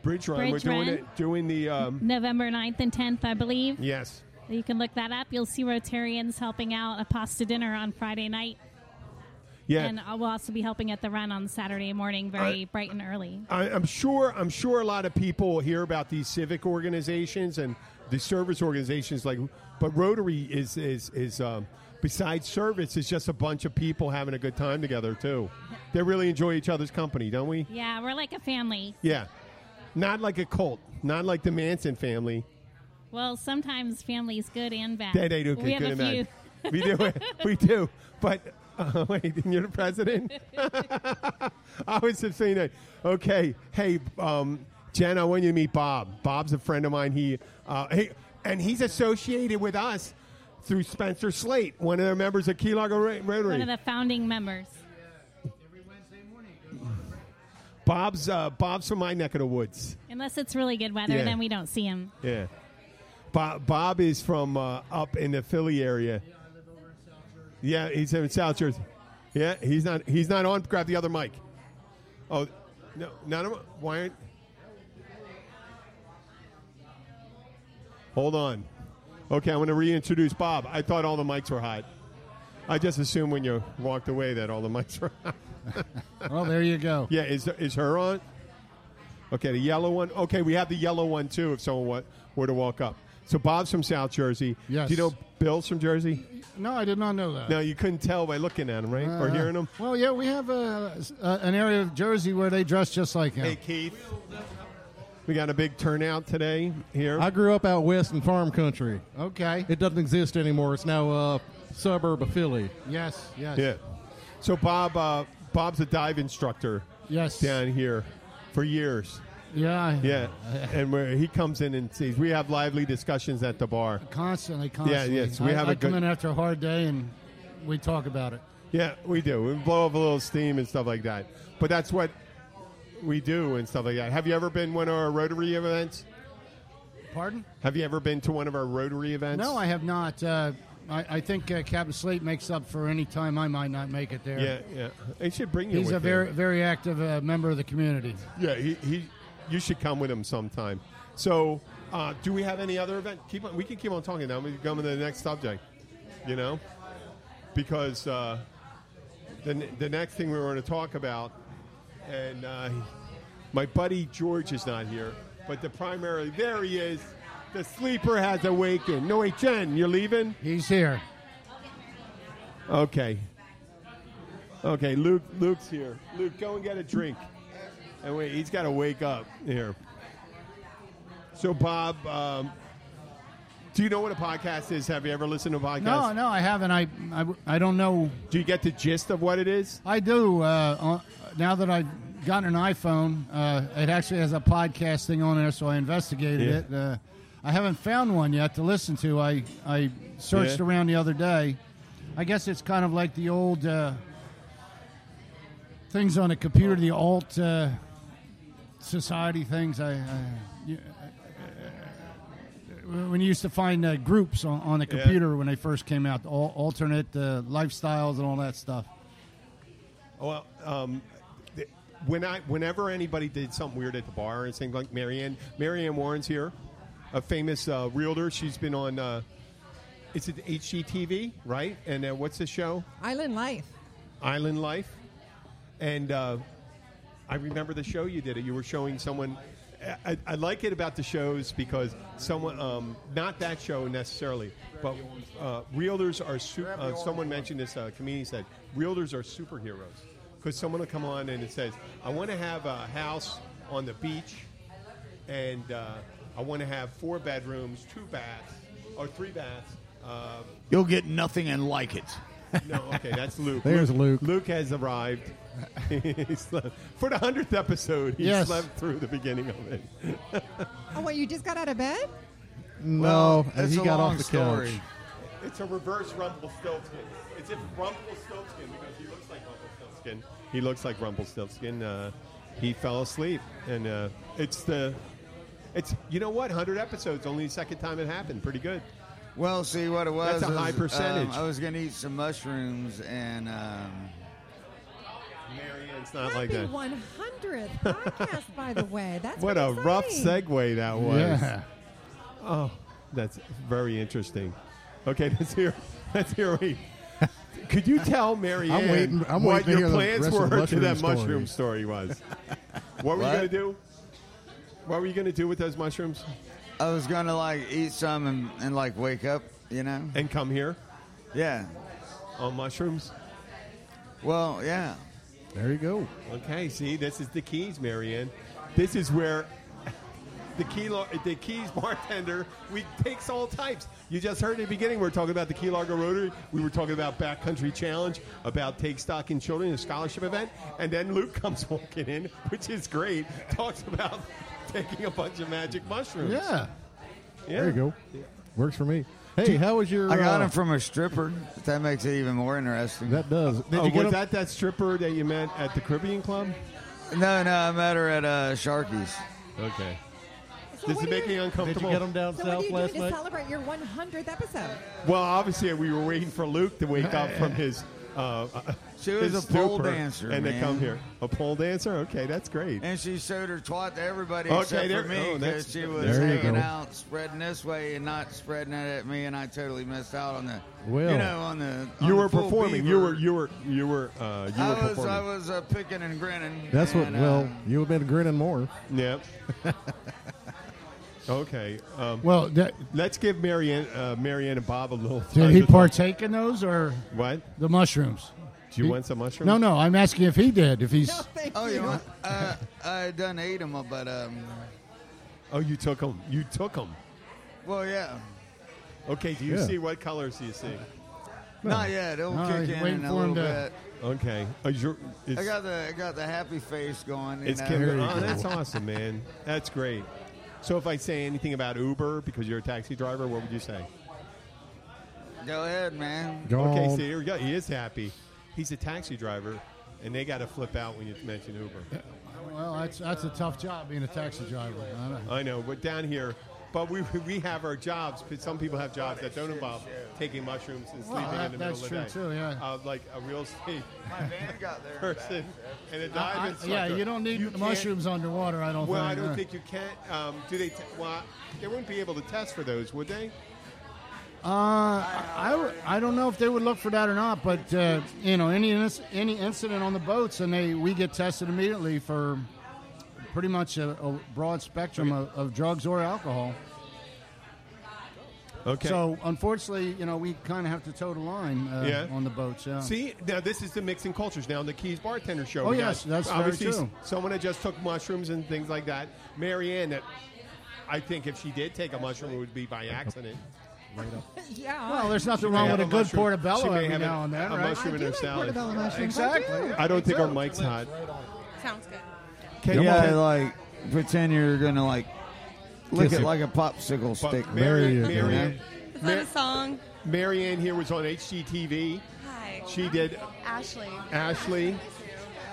Speaker 1: Bridge Run.
Speaker 5: Bridge
Speaker 1: We're doing
Speaker 5: Run.
Speaker 1: it, doing the um,
Speaker 5: November 9th and 10th, I believe.
Speaker 1: yes.
Speaker 5: You can look that up. You'll see Rotarians helping out a pasta dinner on Friday night.
Speaker 1: Yeah,
Speaker 5: And I will also be helping at the run on Saturday morning, very
Speaker 1: I-
Speaker 5: bright and early.
Speaker 1: I, I'm sure. I'm sure a lot of people hear about these civic organizations and the service organizations, like, but Rotary is is is um, besides service, it's just a bunch of people having a good time together too. They really enjoy each other's company, don't we?
Speaker 5: Yeah, we're like a family.
Speaker 1: Yeah, not like a cult, not like the Manson family.
Speaker 5: Well, sometimes family's good and bad.
Speaker 1: They, they do
Speaker 5: we have
Speaker 1: good
Speaker 5: a
Speaker 1: and
Speaker 5: few.
Speaker 1: bad. We do. we do. But uh, wait, and you're the president. I was just saying that. Okay. Hey, um, Jen, I want you to meet Bob. Bob's a friend of mine. He, uh, hey, and he's associated with us through Spencer Slate, one of the members of Key Largo Ro- Rotary.
Speaker 5: One of the founding members.
Speaker 1: Bob's uh, Bob's from my neck of the woods.
Speaker 5: Unless it's really good weather,
Speaker 1: Yeah.
Speaker 5: then we don't see him.
Speaker 1: Yeah. Bob, Bob is from uh, up in the Philly area. Yeah, he's in South Jersey. Yeah, he's not. He's not on. Grab the other mic. Oh, no, none of 'em- Why aren't? Hold on. Okay, I want to reintroduce Bob. I thought all the mics were hot. I just assumed when you walked away that all the mics were hot.
Speaker 6: Well, there you go.
Speaker 1: Yeah, is is her on? Okay, the yellow one. Okay, we have the yellow one too. If someone wa- were to walk up, So Bob's from South Jersey.
Speaker 6: Yes.
Speaker 1: Do you know Bill's from Jersey?
Speaker 6: No, I did not know that.
Speaker 1: No, you couldn't tell by looking at him, right? or
Speaker 6: Uh,
Speaker 1: hearing him.
Speaker 6: Well, yeah, we have uh, s- uh, an area of Jersey where they dress just like him.
Speaker 1: Hey, Keith. We got a big turnout today here.
Speaker 2: I grew up out west in farm country.
Speaker 6: Okay.
Speaker 2: It doesn't exist anymore. It's now a suburb of Philly.
Speaker 6: yes. Yes.
Speaker 1: yeah. So Bob, uh, Bob's a dive instructor
Speaker 6: Yes.
Speaker 1: down here for years.
Speaker 6: Yeah.
Speaker 1: Yeah, and where he comes in and sees, we have lively discussions at the bar.
Speaker 6: Constantly. Constantly.
Speaker 1: yes, we
Speaker 6: I-
Speaker 1: have
Speaker 6: I
Speaker 1: a
Speaker 6: come
Speaker 1: good-
Speaker 6: in after a hard day and we talk about it.
Speaker 1: Yeah, we do. We blow up a little steam and stuff like that. But that's what we do and stuff like that. Have you ever been one of our Rotary events?
Speaker 6: Pardon?
Speaker 1: Have you ever been to one of our Rotary events?
Speaker 6: No, I have not. Uh, I, I think uh, Captain Slate makes up for any time I might not make it there.
Speaker 1: Yeah, yeah. They should bring you.
Speaker 6: He's
Speaker 1: with
Speaker 6: a very,
Speaker 1: him.
Speaker 6: very active uh, member of the community.
Speaker 1: Yeah, he, he. You should come with him sometime. So, uh, do we have any other event? Keep on. We can keep on talking. Now we can come to the next subject. You know, because uh, the n- the next thing we were going to talk about, and uh, my buddy George is not here, but the primary there he is. The sleeper has awakened. No, wait, Jen, you're leaving.
Speaker 6: He's here.
Speaker 1: Okay. Okay, Luke. Luke's here. Luke, go and get a drink. And wait, he's got to wake up here. So, Bob, um, do you know what a podcast is? Have you ever listened to a podcast?
Speaker 6: No, no, I haven't. I, I, I don't know.
Speaker 1: Do you get the gist of what it is?
Speaker 6: I do. Uh, on- now that I've gotten an iPhone, uh, it actually has a podcast thing on there, so I investigated
Speaker 1: Yeah.
Speaker 6: it. Uh, I haven't found one yet to listen to. I, I searched
Speaker 1: Yeah.
Speaker 6: around the other day. I guess it's kind of like the old uh, things on a computer, the alt uh, society things. I. I you- uh, when you used to find uh, groups on, on the
Speaker 1: Yeah.
Speaker 6: computer when they first came out, all, alternate uh, lifestyles and all that stuff.
Speaker 1: Well, um, th- when I, whenever anybody did something weird at the bar and things like Marianne, Marianne Warren's here, a famous uh, realtor. She's been on. Uh, it's at HGTV, right? And uh, what's the show?
Speaker 7: Island life.
Speaker 1: Island Life, and uh, I remember the show you did it. You were showing someone. I, I like it about the shows because someone, um, not that show necessarily, but uh, realtors are. Su- uh, someone mentioned this. Uh, comedian said realtors are superheroes because someone will come on and it says, "I want to have a house on the beach." and uh, I want to have four bedrooms, two baths, or three baths. Uh,
Speaker 4: You'll get nothing and like it.
Speaker 1: no, okay, that's Luke.
Speaker 2: There's Luke.
Speaker 1: Luke has arrived. He slept- For the hundredth episode, he
Speaker 6: Yes.
Speaker 1: slept through the beginning of it.
Speaker 7: Oh, what, you just got out of bed?
Speaker 2: No,
Speaker 4: Well, that's
Speaker 2: he
Speaker 4: a
Speaker 2: got
Speaker 4: long
Speaker 2: off the
Speaker 4: story.
Speaker 2: couch.
Speaker 1: It's a reverse Rumpelstiltskin. It's if Rumpelstiltskin because he looks like Rumpelstiltskin. He looks like Rumpelstiltskin. Uh, he fell asleep, and uh, it's the. It's you know what, hundred episodes. Only the second time it happened. Pretty good.
Speaker 8: Well, see what it was.
Speaker 1: That's a high
Speaker 8: is,
Speaker 1: percentage.
Speaker 8: Um, I was gonna eat some mushrooms, and um,
Speaker 1: Marianne's not
Speaker 7: Happy
Speaker 1: like that.
Speaker 7: 100th podcast, by the way. That's
Speaker 1: What a
Speaker 7: pretty
Speaker 1: rough
Speaker 7: exciting.
Speaker 1: segue that was.
Speaker 6: Yeah.
Speaker 1: Oh, That's very interesting. Okay, let's hear. Let's hear. What he, could you tell Mary
Speaker 2: I'm
Speaker 1: Ann
Speaker 2: waiting- I'm
Speaker 1: what
Speaker 2: waiting
Speaker 1: your
Speaker 2: to hear the
Speaker 1: plans
Speaker 2: rest of
Speaker 1: were
Speaker 2: the
Speaker 1: to that
Speaker 2: mushroom
Speaker 1: mushroom story was? what were you
Speaker 8: What?
Speaker 1: going to do? What were you going to do with those mushrooms?
Speaker 8: I was gonna like eat some and, and like wake up, you know?
Speaker 1: And come here
Speaker 8: Yeah.
Speaker 1: on mushrooms?
Speaker 8: Well, yeah.
Speaker 2: There you go.
Speaker 1: Okay, see, this is the keys, Marianne. This is where the key lar- the keys bartender we takes all types. You just heard at the beginning we were talking about the Key Largo Rotary. We were talking about Backcountry Challenge, about Take Stock in Children, a scholarship event, and then Luke comes walking in, which is great. Talks about taking a bunch of magic mushrooms.
Speaker 6: Yeah.
Speaker 1: Yeah. Oh,
Speaker 2: There you go. Works for me. Hey, how was your?
Speaker 8: I got
Speaker 2: uh,
Speaker 8: them from a stripper. If that makes it even more interesting.
Speaker 2: That does. Did
Speaker 1: oh,
Speaker 2: you get
Speaker 1: was
Speaker 2: 'em-
Speaker 1: that that stripper that you met at the Caribbean Club?
Speaker 8: no, no, I met her at uh, Sharky's.
Speaker 1: Okay.
Speaker 7: So
Speaker 1: Does
Speaker 7: what
Speaker 1: it
Speaker 7: do
Speaker 1: make
Speaker 7: you,
Speaker 1: you
Speaker 2: Did
Speaker 1: uncomfortable?
Speaker 2: you get them down
Speaker 7: So what
Speaker 2: south
Speaker 7: do you
Speaker 2: last
Speaker 7: do to
Speaker 2: night?
Speaker 7: celebrate your 100th episode?
Speaker 1: Well, obviously, we were waiting for Luke to wake up from his. Uh, uh,
Speaker 8: She was
Speaker 1: his
Speaker 8: a pole
Speaker 1: stupor,
Speaker 8: dancer,
Speaker 1: and they
Speaker 8: man.
Speaker 1: come here. A pole dancer? Okay, that's great.
Speaker 8: And she showed her twat to everybody
Speaker 1: Okay,
Speaker 8: except
Speaker 1: there-
Speaker 8: for me
Speaker 1: oh, that's-
Speaker 8: because she was
Speaker 2: There you
Speaker 8: hanging
Speaker 2: go.
Speaker 8: out, spreading this way and not spreading it at me, and I totally missed out on the.
Speaker 2: Well.
Speaker 8: you know, on the. on
Speaker 1: you
Speaker 8: the
Speaker 1: were
Speaker 8: full
Speaker 1: performing. You
Speaker 8: beaver.
Speaker 1: were you were you were uh, you were
Speaker 8: I was,
Speaker 1: performing.
Speaker 8: I was uh, picking and um, grinning.
Speaker 1: uh,
Speaker 2: That's what.
Speaker 8: and,
Speaker 2: well,
Speaker 8: uh,
Speaker 2: you would have been grinning more.
Speaker 1: Yeah. Okay. Um,
Speaker 6: Well, that,
Speaker 1: let's give Marianne, uh, Marianne and Bob a little.
Speaker 6: did
Speaker 1: time
Speaker 6: he
Speaker 1: to talk.
Speaker 6: partake in those or
Speaker 1: What?
Speaker 6: the mushrooms?
Speaker 1: Do you
Speaker 6: He-
Speaker 1: want some mushrooms?
Speaker 6: No, no. I'm asking if he did. If he's
Speaker 7: No, thank
Speaker 8: Oh, you
Speaker 7: you.
Speaker 8: want? Uh, I done ate them, but um,
Speaker 1: Oh, you took them. You took them.
Speaker 8: well, yeah,
Speaker 1: Okay. Do you
Speaker 2: Yeah.
Speaker 1: see what colors do you see?
Speaker 8: not yet. It'll
Speaker 6: No,
Speaker 8: kick
Speaker 6: he's
Speaker 8: in
Speaker 6: waiting
Speaker 8: in a
Speaker 6: for him
Speaker 8: little
Speaker 6: to-
Speaker 8: bit.
Speaker 1: Okay. Uh, you're- it's,
Speaker 8: I got the I got the happy face going. you
Speaker 1: it's
Speaker 8: know.
Speaker 1: Kim-
Speaker 6: Very
Speaker 1: oh,
Speaker 6: good.
Speaker 1: that's awesome, man. That's great. So if I say anything about Uber because you're a taxi driver, what would you say?
Speaker 8: Go ahead, man.
Speaker 2: Gone.
Speaker 1: Okay, see, here we go. He is happy. He's a taxi driver, and they got to flip out when you mention Uber.
Speaker 6: well, that's that's a tough job being a taxi driver. I don't-
Speaker 1: I know, but down here, but we, we have our jobs, but some people have jobs that don't involve taking mushrooms and
Speaker 6: Well,
Speaker 1: sleeping in the
Speaker 6: that-
Speaker 1: middle
Speaker 6: that's
Speaker 1: of the
Speaker 6: true
Speaker 1: day.
Speaker 6: too, yeah.
Speaker 1: Uh, like a real estate
Speaker 8: My van got there. and back.
Speaker 1: person and a dive
Speaker 6: I- I-
Speaker 1: instructor.
Speaker 6: yeah, you don't need
Speaker 1: can't-
Speaker 6: mushrooms underwater. I don't.
Speaker 1: Well, I
Speaker 6: think.
Speaker 1: don't
Speaker 6: uh,
Speaker 1: think you can. Um, do they? T- well, they wouldn't be able to test for those, would they?
Speaker 6: Uh, I, w- I don't know if they would look for that or not, but uh, you know, any inc- any incident on the boats, and they we get tested immediately for pretty much a, a broad spectrum of, of drugs or alcohol.
Speaker 1: Okay.
Speaker 6: So unfortunately, you know, we kind of have to toe the line uh,
Speaker 1: Yeah.
Speaker 6: on the boats. Yeah.
Speaker 1: See, now this is the mixing cultures. Now the Keys Bartender Show.
Speaker 6: Oh,
Speaker 1: we got
Speaker 6: yes, that's very
Speaker 1: obviously
Speaker 6: true.
Speaker 1: s- someone that just took mushrooms and things like that. Marianne, that I think if she did take a mushroom, it would be by accident.
Speaker 7: yeah.
Speaker 6: well, there's nothing
Speaker 1: may
Speaker 6: wrong
Speaker 1: have
Speaker 6: with a
Speaker 1: a
Speaker 6: good
Speaker 1: mushroom. She
Speaker 6: portobello
Speaker 1: may
Speaker 6: every
Speaker 1: have a-
Speaker 6: now and then,
Speaker 1: a
Speaker 6: right?
Speaker 7: I
Speaker 1: mushroom
Speaker 7: do
Speaker 1: in her
Speaker 7: like
Speaker 1: salad.
Speaker 7: portobello mushrooms. I
Speaker 6: Exactly.
Speaker 7: do.
Speaker 1: I don't think our mic's hot.
Speaker 9: Sounds good.
Speaker 1: Can
Speaker 8: Yeah,
Speaker 1: can-
Speaker 8: like pretend you're gonna like lick
Speaker 2: Kiss
Speaker 8: it
Speaker 2: it.
Speaker 8: like a popsicle
Speaker 1: but
Speaker 8: stick.
Speaker 1: Mary,
Speaker 2: There you go.
Speaker 1: Marianne,
Speaker 9: Is
Speaker 1: Mar-
Speaker 9: that a song?
Speaker 1: Marianne here was on HGTV.
Speaker 9: Hi.
Speaker 1: She did
Speaker 9: Ashley.
Speaker 1: Ashley.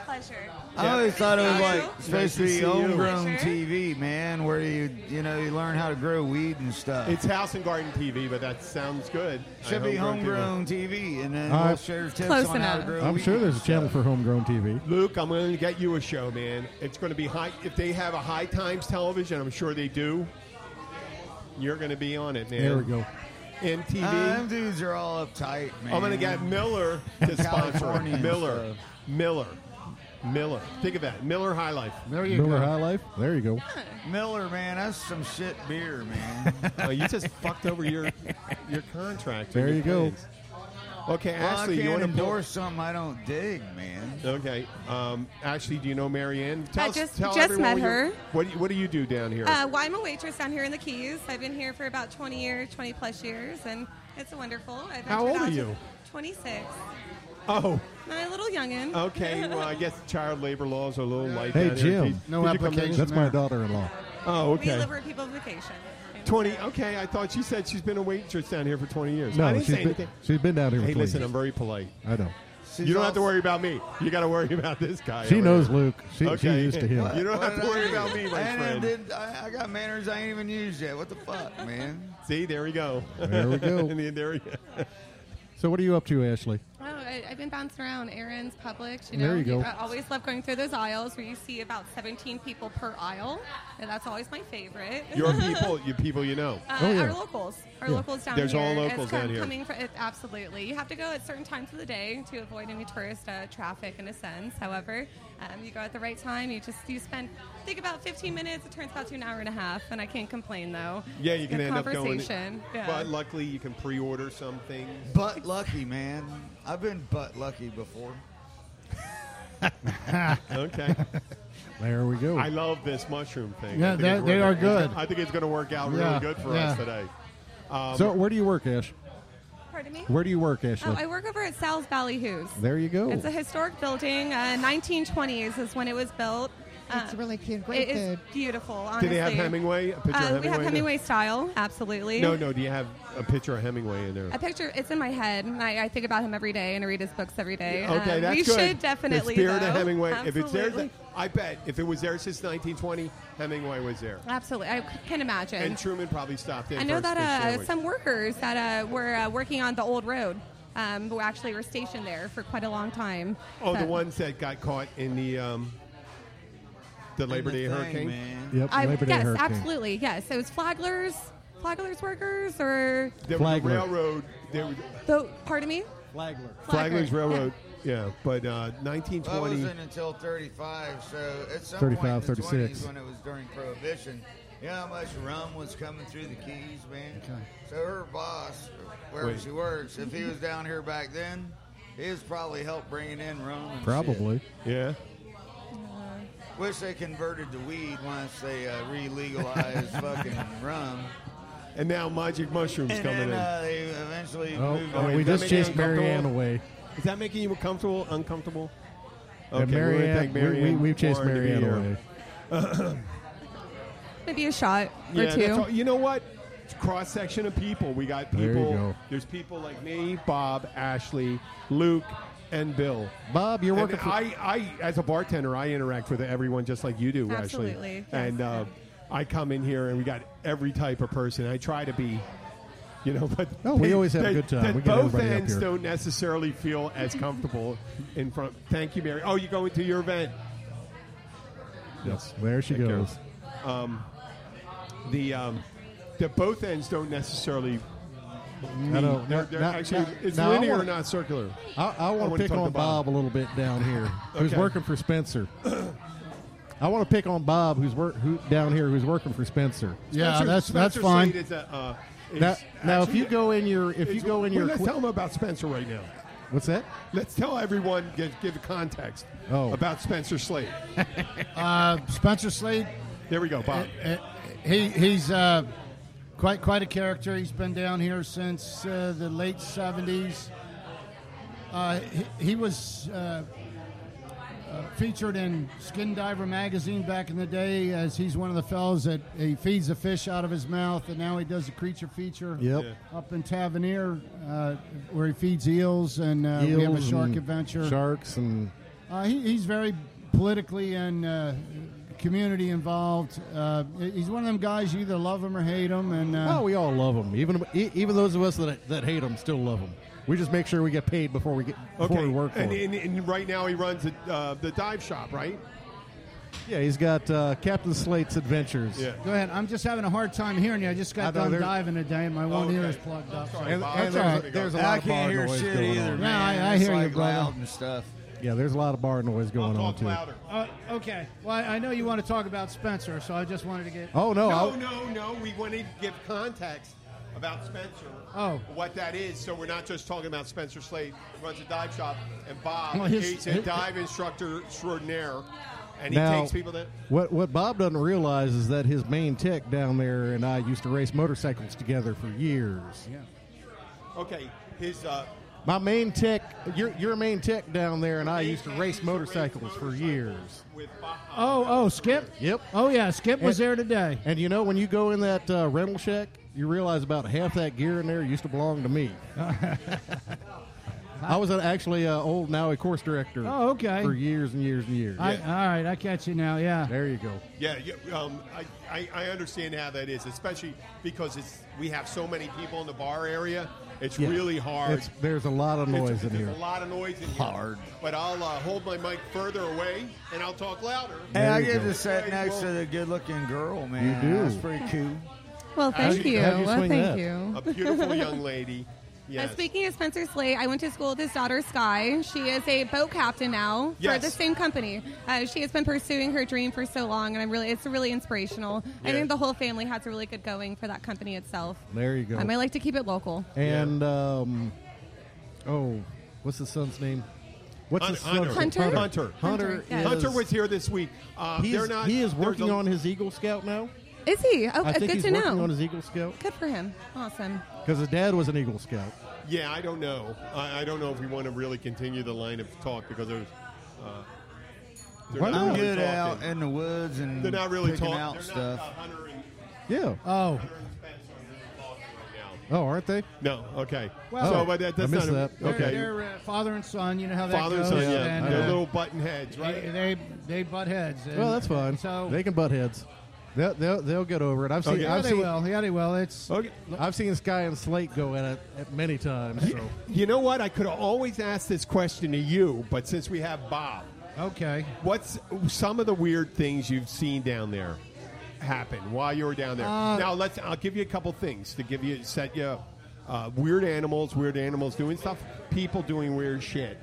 Speaker 9: Pleasure.
Speaker 8: I always thought it was
Speaker 9: Nice to
Speaker 8: like
Speaker 9: see
Speaker 8: supposed to
Speaker 1: you.
Speaker 8: be homegrown
Speaker 9: Sure.
Speaker 8: TV, man, where you you know you learn how to grow weed and stuff.
Speaker 1: It's House and Garden TV, but that sounds good.
Speaker 8: should
Speaker 1: I
Speaker 8: be
Speaker 1: hope we're doing-
Speaker 8: homegrown TV, and then
Speaker 2: All
Speaker 8: we'll
Speaker 2: right.
Speaker 8: share tips
Speaker 9: Close
Speaker 8: on how to
Speaker 9: enough.
Speaker 8: grow.
Speaker 2: I'm
Speaker 8: weed
Speaker 2: sure
Speaker 8: and
Speaker 2: there's a channel
Speaker 8: stuff.
Speaker 2: for homegrown TV.
Speaker 1: Luke, I'm going to get you a show, man. It's going to be high. If they have a High Times television, I'm sure they do. You're going to be on it, man.
Speaker 2: There we go.
Speaker 1: MTV.
Speaker 8: Uh, them dudes are all uptight, man.
Speaker 1: I'm going to get Miller to sponsor
Speaker 8: California
Speaker 1: it.
Speaker 8: and
Speaker 1: Miller. Miller. Miller. Think of that. Miller High Life.
Speaker 6: There you
Speaker 2: Miller
Speaker 6: go.
Speaker 2: High Life. There you go.
Speaker 8: Miller, man. That's some shit beer, man.
Speaker 1: Oh, you just fucked over your your contract.
Speaker 2: There you go.
Speaker 1: Please. Okay,
Speaker 8: well,
Speaker 1: Ashley,
Speaker 8: I
Speaker 1: you
Speaker 8: can't
Speaker 1: want to
Speaker 8: endorse something I don't dig, man.
Speaker 1: Okay, um, Ashley, do you know Marianne? Tell
Speaker 9: I
Speaker 1: us-
Speaker 9: just-
Speaker 1: tell
Speaker 9: just
Speaker 1: everyone
Speaker 9: met
Speaker 1: what you-
Speaker 9: her.
Speaker 1: What do you, what do you do down here?
Speaker 9: Uh, well, I'm a waitress down here in the Keys. I've been here for about 20 years, 20 plus years, and it's wonderful. I've
Speaker 1: How
Speaker 9: entered
Speaker 1: old are
Speaker 9: out to
Speaker 1: you?
Speaker 9: 26.
Speaker 1: oh,
Speaker 9: My little youngin.
Speaker 1: okay. Well, I guess child labor laws are a little light.
Speaker 2: Hey,
Speaker 1: down here.
Speaker 2: Jim.
Speaker 1: Did-
Speaker 6: No
Speaker 1: did you come in?
Speaker 6: application.
Speaker 2: That's my daughter-in-law.
Speaker 1: Oh,
Speaker 9: We
Speaker 1: okay.
Speaker 9: live where people vacation.
Speaker 1: 20. Okay, I thought she said she's been a waitress down here for 20 years. I
Speaker 2: No,
Speaker 1: didn't
Speaker 2: she's
Speaker 1: say
Speaker 2: been,
Speaker 1: anything.
Speaker 2: she's been down here.
Speaker 1: Hey,
Speaker 2: for
Speaker 1: listen,
Speaker 2: 20
Speaker 1: I'm
Speaker 2: years.
Speaker 1: very polite.
Speaker 2: I know.
Speaker 8: She's
Speaker 1: you don't
Speaker 8: all-
Speaker 1: have to worry about me. You got to worry about this guy.
Speaker 2: She
Speaker 1: over
Speaker 2: knows
Speaker 1: here.
Speaker 2: Luke. She,
Speaker 1: Okay.
Speaker 2: She's used to him.
Speaker 1: You don't
Speaker 8: What
Speaker 1: have to
Speaker 8: did I
Speaker 1: worry
Speaker 8: do?
Speaker 1: about me, my
Speaker 8: I
Speaker 1: friend.
Speaker 8: Did, I, I got manners I ain't even used yet. What the fuck, man?
Speaker 1: See, there we go.
Speaker 2: There we go.
Speaker 1: And then there we go.
Speaker 2: So, what are you up to, Ashley?
Speaker 9: Oh, I, I've been bouncing around errands, Publix. You know,
Speaker 2: There you go.
Speaker 9: I always love going through those aisles where you see about 17 people per aisle, and that's always my favorite.
Speaker 1: Your people, your people you know.
Speaker 9: Uh,
Speaker 2: Oh, yeah.
Speaker 9: Our locals, our
Speaker 2: Yeah.
Speaker 9: locals down
Speaker 1: There's
Speaker 9: here.
Speaker 1: all locals
Speaker 9: it's com-
Speaker 1: down here.
Speaker 9: Coming for, it, absolutely, you have to go at certain times of the day to avoid any tourist uh, traffic, in a sense. However, um, you go at the right time. You just you spend think about 15 minutes. It turns out to an hour and a half, and I can't complain though.
Speaker 1: Yeah, you can
Speaker 9: Good
Speaker 1: end up going.
Speaker 9: conversation. Yeah.
Speaker 1: But luckily, you can pre-order some things.
Speaker 8: Butt lucky, man. I've been butt lucky before.
Speaker 1: Okay.
Speaker 2: There we go.
Speaker 1: I love this mushroom thing.
Speaker 6: Yeah,
Speaker 1: I think
Speaker 6: they-
Speaker 1: it's
Speaker 6: they
Speaker 1: working.
Speaker 6: are good.
Speaker 1: I think it's going to work out really
Speaker 6: Yeah,
Speaker 1: good for
Speaker 6: yeah.
Speaker 1: us today. Um,
Speaker 2: so, where do you work, Ash?
Speaker 9: Pardon me.
Speaker 2: Where do you work, Ashley?
Speaker 9: Oh, I work over at Sal's Valley Hoos.
Speaker 2: there you go.
Speaker 9: It's a historic building. Uh, 1920s is when it was built.
Speaker 7: It's
Speaker 9: Uh,
Speaker 7: really cute. Great
Speaker 9: It is
Speaker 7: food.
Speaker 9: beautiful.
Speaker 1: Do
Speaker 9: Honestly,
Speaker 1: they have Hemingway? A picture of
Speaker 9: Uh,
Speaker 1: Hemingway?
Speaker 9: we have
Speaker 1: in there?
Speaker 9: Hemingway style, absolutely.
Speaker 1: No, no. Do you have a picture of Hemingway in there?
Speaker 9: A picture, it's in my head. and I, I think about him every day and I read his books every day.
Speaker 1: Okay,
Speaker 9: Um,
Speaker 1: that's
Speaker 9: We
Speaker 1: good.
Speaker 9: should definitely.
Speaker 1: The spirit
Speaker 9: though.
Speaker 1: of Hemingway.
Speaker 9: Absolutely.
Speaker 1: If it's there, th- I bet if it was there since 1920, Hemingway was there.
Speaker 9: Absolutely. I c- can imagine.
Speaker 1: And Truman probably stopped in.
Speaker 9: I know
Speaker 1: for a
Speaker 9: that uh,
Speaker 1: sandwich.
Speaker 9: some workers that uh, were uh, working on the old road um, who actually were stationed there for quite a long time.
Speaker 1: Oh, the
Speaker 9: So-
Speaker 1: ones that got caught in the um, the Labor
Speaker 8: The
Speaker 1: Day
Speaker 8: thing,
Speaker 1: hurricane.
Speaker 8: man.
Speaker 2: yep.
Speaker 9: I,
Speaker 2: Labor Day
Speaker 9: yes,
Speaker 2: hurricane.
Speaker 9: absolutely. Yes. It was Flagler's, Flagler's workers or
Speaker 1: There was a
Speaker 2: Flagler.
Speaker 1: railroad. There was
Speaker 9: the, pardon me?
Speaker 2: Flagler.
Speaker 1: Flagler's
Speaker 9: Flagler, yeah.
Speaker 1: Railroad. Yeah, but uh,
Speaker 8: I
Speaker 1: 1920.
Speaker 8: wasn't until 35, so at some
Speaker 2: 35,
Speaker 8: point in the
Speaker 2: 36.
Speaker 8: 20s when it was during Prohibition, You know how much rum was coming through the keys, man? So her boss, wherever
Speaker 2: Wait.
Speaker 8: she works, if he was down here back then, he was probably helped bringing in rum. and
Speaker 2: Probably.
Speaker 1: Yeah.
Speaker 8: shit. Wish they converted to weed once they uh, re-legalized fucking rum.
Speaker 1: And now magic mushrooms
Speaker 8: And
Speaker 1: coming
Speaker 8: then
Speaker 1: in.
Speaker 8: uh, they eventually
Speaker 2: Oh,
Speaker 8: moved
Speaker 2: oh,
Speaker 8: on.
Speaker 2: we
Speaker 1: Is that
Speaker 2: just
Speaker 1: making you
Speaker 2: chased Mary Ann
Speaker 1: uncomfortable?
Speaker 2: away.
Speaker 1: Is that making you comfortable, uncomfortable?
Speaker 2: And Mary
Speaker 1: we're gonna
Speaker 2: Ann-
Speaker 1: thank
Speaker 2: we- we- we've chased
Speaker 1: Warren to
Speaker 2: Mary
Speaker 1: be
Speaker 2: Ann
Speaker 1: here.
Speaker 9: Maybe a shot or
Speaker 1: yeah,
Speaker 9: two.
Speaker 1: that's all- you know what? Cross section of people. We got people.
Speaker 2: There you go.
Speaker 1: There's people like me, Bob, Ashley, Luke, and Bill.
Speaker 2: Bob, you're
Speaker 1: And
Speaker 2: working for-
Speaker 1: I, I, as a bartender, I interact with everyone just like you do,
Speaker 9: Absolutely,
Speaker 1: Ashley.
Speaker 9: yes.
Speaker 1: And uh, I come in here, and we got every type of person. I try to be. You know, but
Speaker 2: Oh, we always have a
Speaker 1: that-
Speaker 2: good time.
Speaker 1: that
Speaker 2: We get
Speaker 1: both
Speaker 2: everybody up
Speaker 1: ends
Speaker 2: here.
Speaker 1: don't necessarily feel as comfortable in front. Thank you, Mary. Oh, you going to your event?
Speaker 2: Yes, there she goes.
Speaker 1: um, the um, the both ends don't necessarily.
Speaker 2: I
Speaker 1: meet.
Speaker 2: know.
Speaker 1: They're-
Speaker 2: Now-
Speaker 1: they're
Speaker 2: now-
Speaker 1: actually,
Speaker 2: now-
Speaker 1: it's
Speaker 2: now I
Speaker 1: linear,
Speaker 2: wanna-
Speaker 1: not circular.
Speaker 2: I, I want
Speaker 1: wanna
Speaker 2: to pick
Speaker 1: talk
Speaker 2: on Bob. a little bit down here, who's
Speaker 1: Okay.
Speaker 2: working for Spencer. I want to pick on Bob, who's work who, down here, who's working for Spencer.
Speaker 6: Yeah,
Speaker 1: Spencer-
Speaker 6: that's that's
Speaker 1: Spencer
Speaker 6: fine.
Speaker 1: Slade is a, uh, is
Speaker 2: Now- now, if
Speaker 1: actually-
Speaker 2: you go in your if you
Speaker 1: is-
Speaker 2: go
Speaker 1: well,
Speaker 2: in your
Speaker 1: let's
Speaker 2: qui-
Speaker 1: tell them about Spencer right now.
Speaker 2: What's that?
Speaker 1: Let's tell everyone give, give context
Speaker 2: Oh.
Speaker 1: about Spencer Slade.
Speaker 6: Uh, Spencer Slade.
Speaker 1: There we go, Bob.
Speaker 6: Eh, He he's uh, quite quite a character. He's been down here since uh, the late seventies. Uh, he, he was uh, uh, featured in Skin Diver magazine back in the day, as he's one of the fellows that he feeds the fish out of his mouth, and now he does a creature feature
Speaker 2: Yep. Yeah.
Speaker 6: up in Tavernier, uh, where he feeds eels, and uh, we have a
Speaker 2: Eels
Speaker 6: shark
Speaker 2: and
Speaker 6: adventure.
Speaker 2: Sharks and
Speaker 6: Uh, he, he's very politically and uh, community involved. Uh, he's one of them guys you either love him or hate him, and uh,
Speaker 2: oh, we all love them. Even e- even those of us that that hate them still love them. We just make sure we get paid before we get before
Speaker 1: Okay,
Speaker 2: we work for
Speaker 1: and,
Speaker 2: 'em.
Speaker 1: and, and right now he runs a, uh, the dive shop, right?
Speaker 2: Yeah, he's got uh, Captain Slate's Adventures.
Speaker 1: Yeah.
Speaker 6: go ahead. I'm just having a hard time hearing you. I just
Speaker 2: I
Speaker 6: got
Speaker 2: know,
Speaker 6: done
Speaker 2: there-
Speaker 6: diving today, and my one
Speaker 1: Okay.
Speaker 6: ear is plugged up.
Speaker 1: sorry,
Speaker 2: And-
Speaker 1: Bob.
Speaker 2: and
Speaker 1: That's
Speaker 2: there's,
Speaker 1: all
Speaker 2: a,
Speaker 1: right.
Speaker 2: there's a lot
Speaker 8: I
Speaker 2: of bar
Speaker 8: can't hear
Speaker 2: noise
Speaker 8: shit
Speaker 2: going
Speaker 8: either,
Speaker 2: on.
Speaker 6: No, I-
Speaker 8: man.
Speaker 6: I
Speaker 8: It's
Speaker 6: hear you,
Speaker 8: like
Speaker 6: brother.
Speaker 8: loud and stuff.
Speaker 2: Yeah, there's a lot of bar noise going on
Speaker 1: Talk
Speaker 2: too.
Speaker 1: louder.
Speaker 6: Uh, okay. Well, I I know you want to talk about Spencer, so I just wanted to get.
Speaker 2: Oh no,
Speaker 1: No,
Speaker 2: I-
Speaker 1: no, no. We want to give context about Spencer.
Speaker 6: Oh.
Speaker 1: What that is. So we're not just talking about Spencer Slade, who runs a dive shop, and Bob,
Speaker 6: Well, his-
Speaker 1: he's a
Speaker 6: his-
Speaker 1: dive instructor extraordinaire, and he
Speaker 2: now,
Speaker 1: takes people that.
Speaker 2: what what Bob doesn't realize is that his main tech down there and I used to race motorcycles together for years.
Speaker 6: Yeah.
Speaker 1: Okay, his. Uh,
Speaker 2: My main tech, your your main tech down there, and I
Speaker 1: he-
Speaker 2: used to
Speaker 1: he
Speaker 2: race motorcycles for
Speaker 1: motorcycles
Speaker 2: years.
Speaker 1: With Bob.
Speaker 6: Oh, oh, Skip.
Speaker 2: Yep.
Speaker 6: Oh yeah, Skip was
Speaker 2: And-
Speaker 6: there today.
Speaker 2: And you know when you go in that uh, rental shack, you realize about half that gear in there used to belong to me. I was an, actually an old now a course director.
Speaker 6: Oh, okay.
Speaker 2: For years and years and years.
Speaker 6: I, all right, I catch you now. Yeah.
Speaker 2: there you go.
Speaker 1: Yeah, yeah um, I, I, I understand how that is, especially because it's we have so many people in the bar area. It's
Speaker 2: Yeah.
Speaker 1: really hard.
Speaker 2: It's, there's a lot of noise
Speaker 1: It's-
Speaker 2: in
Speaker 1: there's
Speaker 2: here.
Speaker 1: a lot of noise in here.
Speaker 8: Hard.
Speaker 1: But I'll uh, hold my mic further away and I'll talk louder.
Speaker 8: Hey,
Speaker 2: There
Speaker 8: I
Speaker 2: you
Speaker 8: get
Speaker 2: go.
Speaker 8: to sit
Speaker 1: Hey,
Speaker 8: next
Speaker 1: well-
Speaker 8: to the good-looking girl, man.
Speaker 2: do.
Speaker 8: That's pretty cool.
Speaker 9: Well, thank
Speaker 2: How'd you-
Speaker 9: you.
Speaker 2: how'd you
Speaker 9: well,
Speaker 2: swing
Speaker 9: thank
Speaker 2: that?
Speaker 9: you.
Speaker 1: A beautiful young lady.
Speaker 9: Uh,
Speaker 1: Yes.
Speaker 9: speaking of Spencer Slade, I went to school with his daughter Sky. She is a boat captain now
Speaker 1: Yes.
Speaker 9: for the same company. Uh, she has been pursuing her dream for so long, and I'm really it's really inspirational.
Speaker 1: Yeah.
Speaker 9: I think the whole family has a really good going for that company itself.
Speaker 2: There you go.
Speaker 9: Um, I like to keep it local.
Speaker 2: and um, oh, what's the son's name? What's
Speaker 1: Hun-
Speaker 2: his son's
Speaker 9: Hunter.
Speaker 2: name?
Speaker 1: Hunter.
Speaker 2: Hunter.
Speaker 9: Hunter, yeah.
Speaker 1: Hunter
Speaker 2: is-
Speaker 1: was here this week. Uh,
Speaker 2: He
Speaker 1: they're
Speaker 2: is,
Speaker 1: not.
Speaker 2: he is
Speaker 1: there's
Speaker 2: working
Speaker 1: a-
Speaker 2: on his Eagle Scout now.
Speaker 9: Is he? Oh,
Speaker 2: I
Speaker 9: good
Speaker 2: think he's
Speaker 9: to
Speaker 2: working
Speaker 9: know.
Speaker 2: on his e- Eagle Scout
Speaker 9: good for him. Awesome.
Speaker 2: because his dad was an Eagle Scout.
Speaker 1: Yeah, I don't know. I, I don't know if we want to really continue the line of talk because there's. Uh, they're
Speaker 2: Why
Speaker 1: not
Speaker 8: I'm
Speaker 2: not?
Speaker 1: really
Speaker 8: good
Speaker 1: talking.
Speaker 8: out in the woods and
Speaker 1: They're not really
Speaker 8: picking
Speaker 1: talking.
Speaker 8: out
Speaker 1: they're
Speaker 8: stuff.
Speaker 1: Not, uh, Hunter and,
Speaker 2: Yeah.
Speaker 6: Oh,
Speaker 1: Hunter and Spencer are really talking right
Speaker 2: Oh, aren't they?
Speaker 1: now. No, okay.
Speaker 6: Well-
Speaker 1: so, but that,
Speaker 2: I
Speaker 1: that's
Speaker 2: missed
Speaker 1: not.
Speaker 2: that.
Speaker 1: A,
Speaker 6: They're-
Speaker 1: okay.
Speaker 6: They're, uh, father and son. You know how that
Speaker 1: Father and
Speaker 6: goes.
Speaker 1: son, yeah.
Speaker 6: and,
Speaker 1: They're
Speaker 6: uh,
Speaker 1: little button heads, right?
Speaker 6: They, they they butt heads. and-
Speaker 2: Well, that's fine.
Speaker 6: So
Speaker 2: they can butt heads. They'll, they'll, they'll get over it. I've seen
Speaker 1: Okay.
Speaker 6: yeah,
Speaker 2: I've
Speaker 6: they
Speaker 2: seen
Speaker 6: will. Yeah, they will. It's
Speaker 1: Okay.
Speaker 2: I've seen Sky and Slate go at it at many times. So.
Speaker 1: You know what? I could always ask this question to you, but since we have Bob,
Speaker 6: okay.
Speaker 1: what's some of the weird things you've seen down there happen while you were down there?
Speaker 2: Uh,
Speaker 1: now let's. I'll give you a couple things to give you set you up. Uh, weird animals, weird animals doing stuff, people doing weird shit,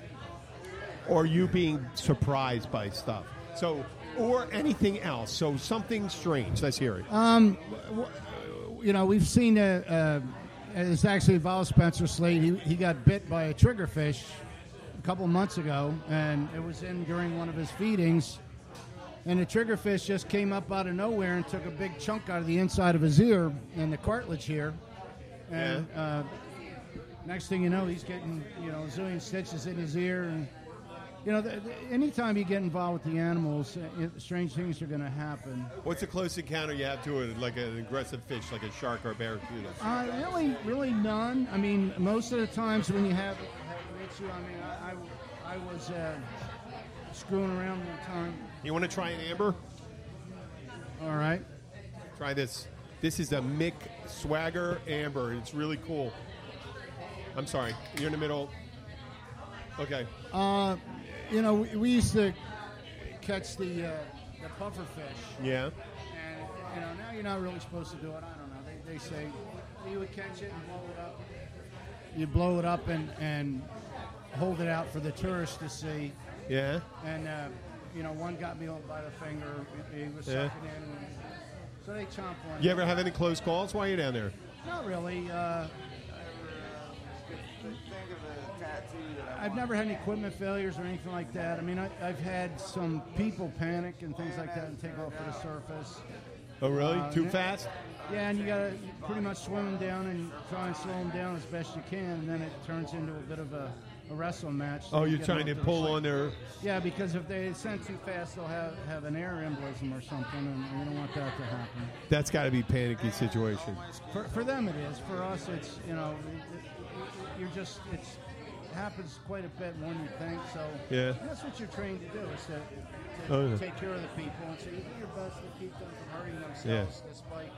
Speaker 1: or you being surprised by stuff. So or anything else. So something strange. Let's hear it.
Speaker 6: Um, you know, we've seen a, uh it's actually Val Spencer Slade. He, he got bit by a triggerfish a couple months ago, and it was in during one of his feedings. And the triggerfish just came up out of nowhere and took a big chunk out of the inside of his ear and the cartilage here. And uh, next thing you know, he's getting you know a zillion stitches in his ear. And you know, th- th- anytime you get involved with the animals, uh, it- strange things are going to happen.
Speaker 1: What's the close encounter you have to it, like an aggressive fish, like a shark or a barracuda?
Speaker 6: Uh, really, really none. I mean, most of the times when you have, have an issue, I mean, I, I, I was uh, screwing around one time.
Speaker 1: You want to try an amber?
Speaker 6: All right.
Speaker 1: Try this. This is a Mick Swagger amber. It's really cool. I'm sorry. You're in the middle. Okay.
Speaker 6: Uh, you know, we, we used to catch the uh, the puffer fish.
Speaker 1: Yeah.
Speaker 6: And you know, now you're not really supposed to do it. I don't know. They, they say you would catch it and blow it up. You blow it up and and hold it out for the tourists to see.
Speaker 1: Yeah.
Speaker 6: And uh, you know, one got me by the finger. He he was
Speaker 1: Yeah.
Speaker 6: sucking in. and- so they chomp one.
Speaker 1: You ever have any close calls while you're down there?
Speaker 6: Not really. Uh, I've never had any equipment failures or anything like that. I mean, I, I've had some people panic and things like that and take off for the surface.
Speaker 1: Oh, really?
Speaker 6: Uh,
Speaker 1: Too
Speaker 6: and-
Speaker 1: fast?
Speaker 6: Yeah, and you got to pretty much swim them down and try and slow them down as best you can, and then it turns into a bit of a, a wrestling match.
Speaker 1: Oh,
Speaker 6: You
Speaker 1: you're
Speaker 6: get
Speaker 1: trying
Speaker 6: them
Speaker 1: to
Speaker 6: up the
Speaker 1: pull
Speaker 6: side.
Speaker 1: on their.
Speaker 6: Yeah, because if they send too fast, they'll have, have an air embolism or something, and we don't want that to happen.
Speaker 1: That's got to be panicky situation.
Speaker 6: For, for them, it is. For us, it's you know, it- it- you're just it's happens quite a bit more than you think. So
Speaker 1: Yeah.
Speaker 6: that's what you're trained to do is to, to
Speaker 1: Oh, yeah.
Speaker 6: take care of the people, and so you do your best to keep them from hurting themselves,
Speaker 1: Yeah.
Speaker 6: despite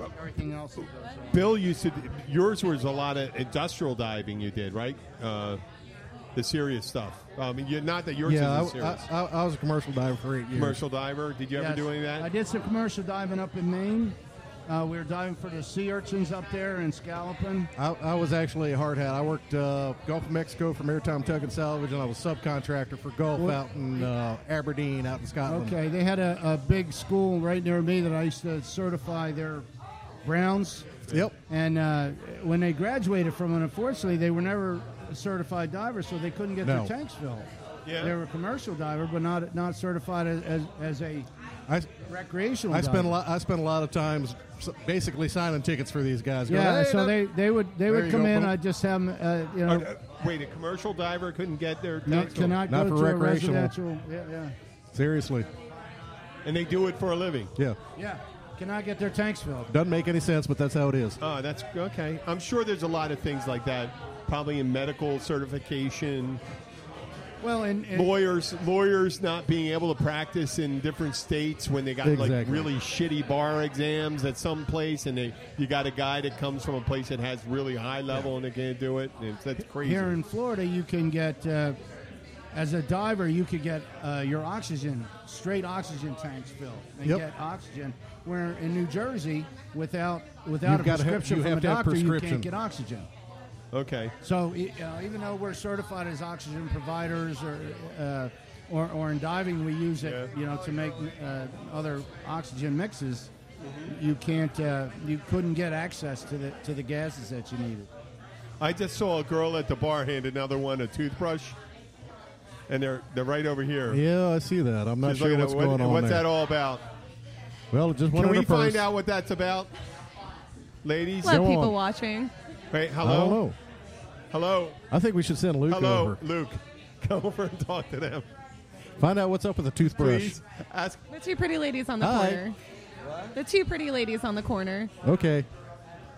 Speaker 6: uh, everything else that goes on.
Speaker 1: Bill used to. Yours was a lot of industrial diving. You did right. Uh, the serious stuff. I mean, you not that yours
Speaker 2: yeah,
Speaker 1: isn't
Speaker 2: I,
Speaker 1: serious.
Speaker 2: I, I, I was a commercial diver for eight years.
Speaker 1: Commercial diver. Did you ever
Speaker 6: Yes.
Speaker 1: do any of that?
Speaker 6: I did some commercial diving up in Maine. Uh, we were diving for the sea urchins up there and scalloping.
Speaker 2: I, I was actually a hard hat. I worked uh, Gulf of Mexico for Maritime Tug and Salvage, and I was subcontractor for Gulf
Speaker 6: What-
Speaker 2: out in uh, Aberdeen, out in Scotland.
Speaker 6: Okay, they had a, a big school right near me that I used to certify their browns.
Speaker 2: Yep.
Speaker 6: And uh, when they graduated from it, unfortunately, they were never certified divers, so they couldn't get
Speaker 2: No.
Speaker 6: their tanks filled.
Speaker 1: Yeah.
Speaker 6: They were a commercial diver, but not not certified as, as, as a
Speaker 2: I,
Speaker 6: recreational.
Speaker 2: I spent
Speaker 6: diver.
Speaker 2: a lot. I spent a lot of times s- basically signing tickets for these guys. going,
Speaker 6: Yeah,
Speaker 2: "Hey,
Speaker 6: so
Speaker 2: no-"
Speaker 6: they, they would they
Speaker 2: There
Speaker 6: would
Speaker 2: you
Speaker 6: come
Speaker 2: go,
Speaker 6: in.
Speaker 2: boom.
Speaker 6: I just have 'em, uh, you know
Speaker 1: Uh, Wait, a commercial diver couldn't get their.
Speaker 6: no-
Speaker 1: tax-
Speaker 6: cannot
Speaker 2: Not
Speaker 6: go
Speaker 2: for
Speaker 6: to
Speaker 2: recreational.
Speaker 6: a residential. Yeah, yeah.
Speaker 2: seriously.
Speaker 1: and they do it for a living.
Speaker 2: Yeah,
Speaker 6: Yeah. Can I get their tanks filled?
Speaker 2: doesn't make any sense, but that's how it is.
Speaker 1: Oh, that's okay. I'm sure there's a lot of things like that. Probably in medical certification,
Speaker 6: Well, and, and
Speaker 1: lawyers lawyers not being able to practice in different states when they got like
Speaker 2: Exactly.
Speaker 1: really shitty bar exams at some place, and they you got a guy that comes from a place that has really high level and they can't do it. And it's- that's crazy.
Speaker 6: here in Florida, you can get uh, as a diver, you could get uh, your oxygen straight oxygen tanks filled and
Speaker 2: Yep.
Speaker 6: get oxygen. Where in New Jersey, without without
Speaker 2: You've
Speaker 6: a
Speaker 2: gotta have-
Speaker 6: prescription
Speaker 2: you
Speaker 6: from
Speaker 2: have
Speaker 6: a
Speaker 2: to have
Speaker 6: doctor, you
Speaker 2: prescription.
Speaker 6: can't get oxygen.
Speaker 1: okay,
Speaker 6: So e- you know, even though we're certified as oxygen providers or uh, or, or in diving, we use it you know to make uh, other oxygen mixes. You can't. Uh, you couldn't get access to the to the gases that you needed.
Speaker 1: I just saw a girl at the bar hand another one a toothbrush, and they're they're right over here.
Speaker 2: Yeah, I see that. I'm not
Speaker 1: She's
Speaker 2: sure
Speaker 1: looking at
Speaker 2: what's
Speaker 1: what-
Speaker 2: going on.
Speaker 1: What's
Speaker 2: there.
Speaker 1: that all about?
Speaker 2: Well, just one
Speaker 1: Can
Speaker 2: in
Speaker 1: we
Speaker 2: a purse.
Speaker 1: find out what that's about, ladies?
Speaker 9: Love
Speaker 2: Go
Speaker 9: people
Speaker 2: on.
Speaker 9: watching.
Speaker 1: Wait,
Speaker 2: I don't
Speaker 1: hello,
Speaker 2: know.
Speaker 1: hello,
Speaker 2: I think we should send Luke
Speaker 1: hello,
Speaker 2: over.
Speaker 1: Luke. Come over and talk to them,
Speaker 2: Find out what's up with the toothbrush.
Speaker 1: please. Ask
Speaker 9: The two pretty ladies on the
Speaker 2: Hi.
Speaker 9: corner. The two pretty ladies on the corner.
Speaker 2: Okay.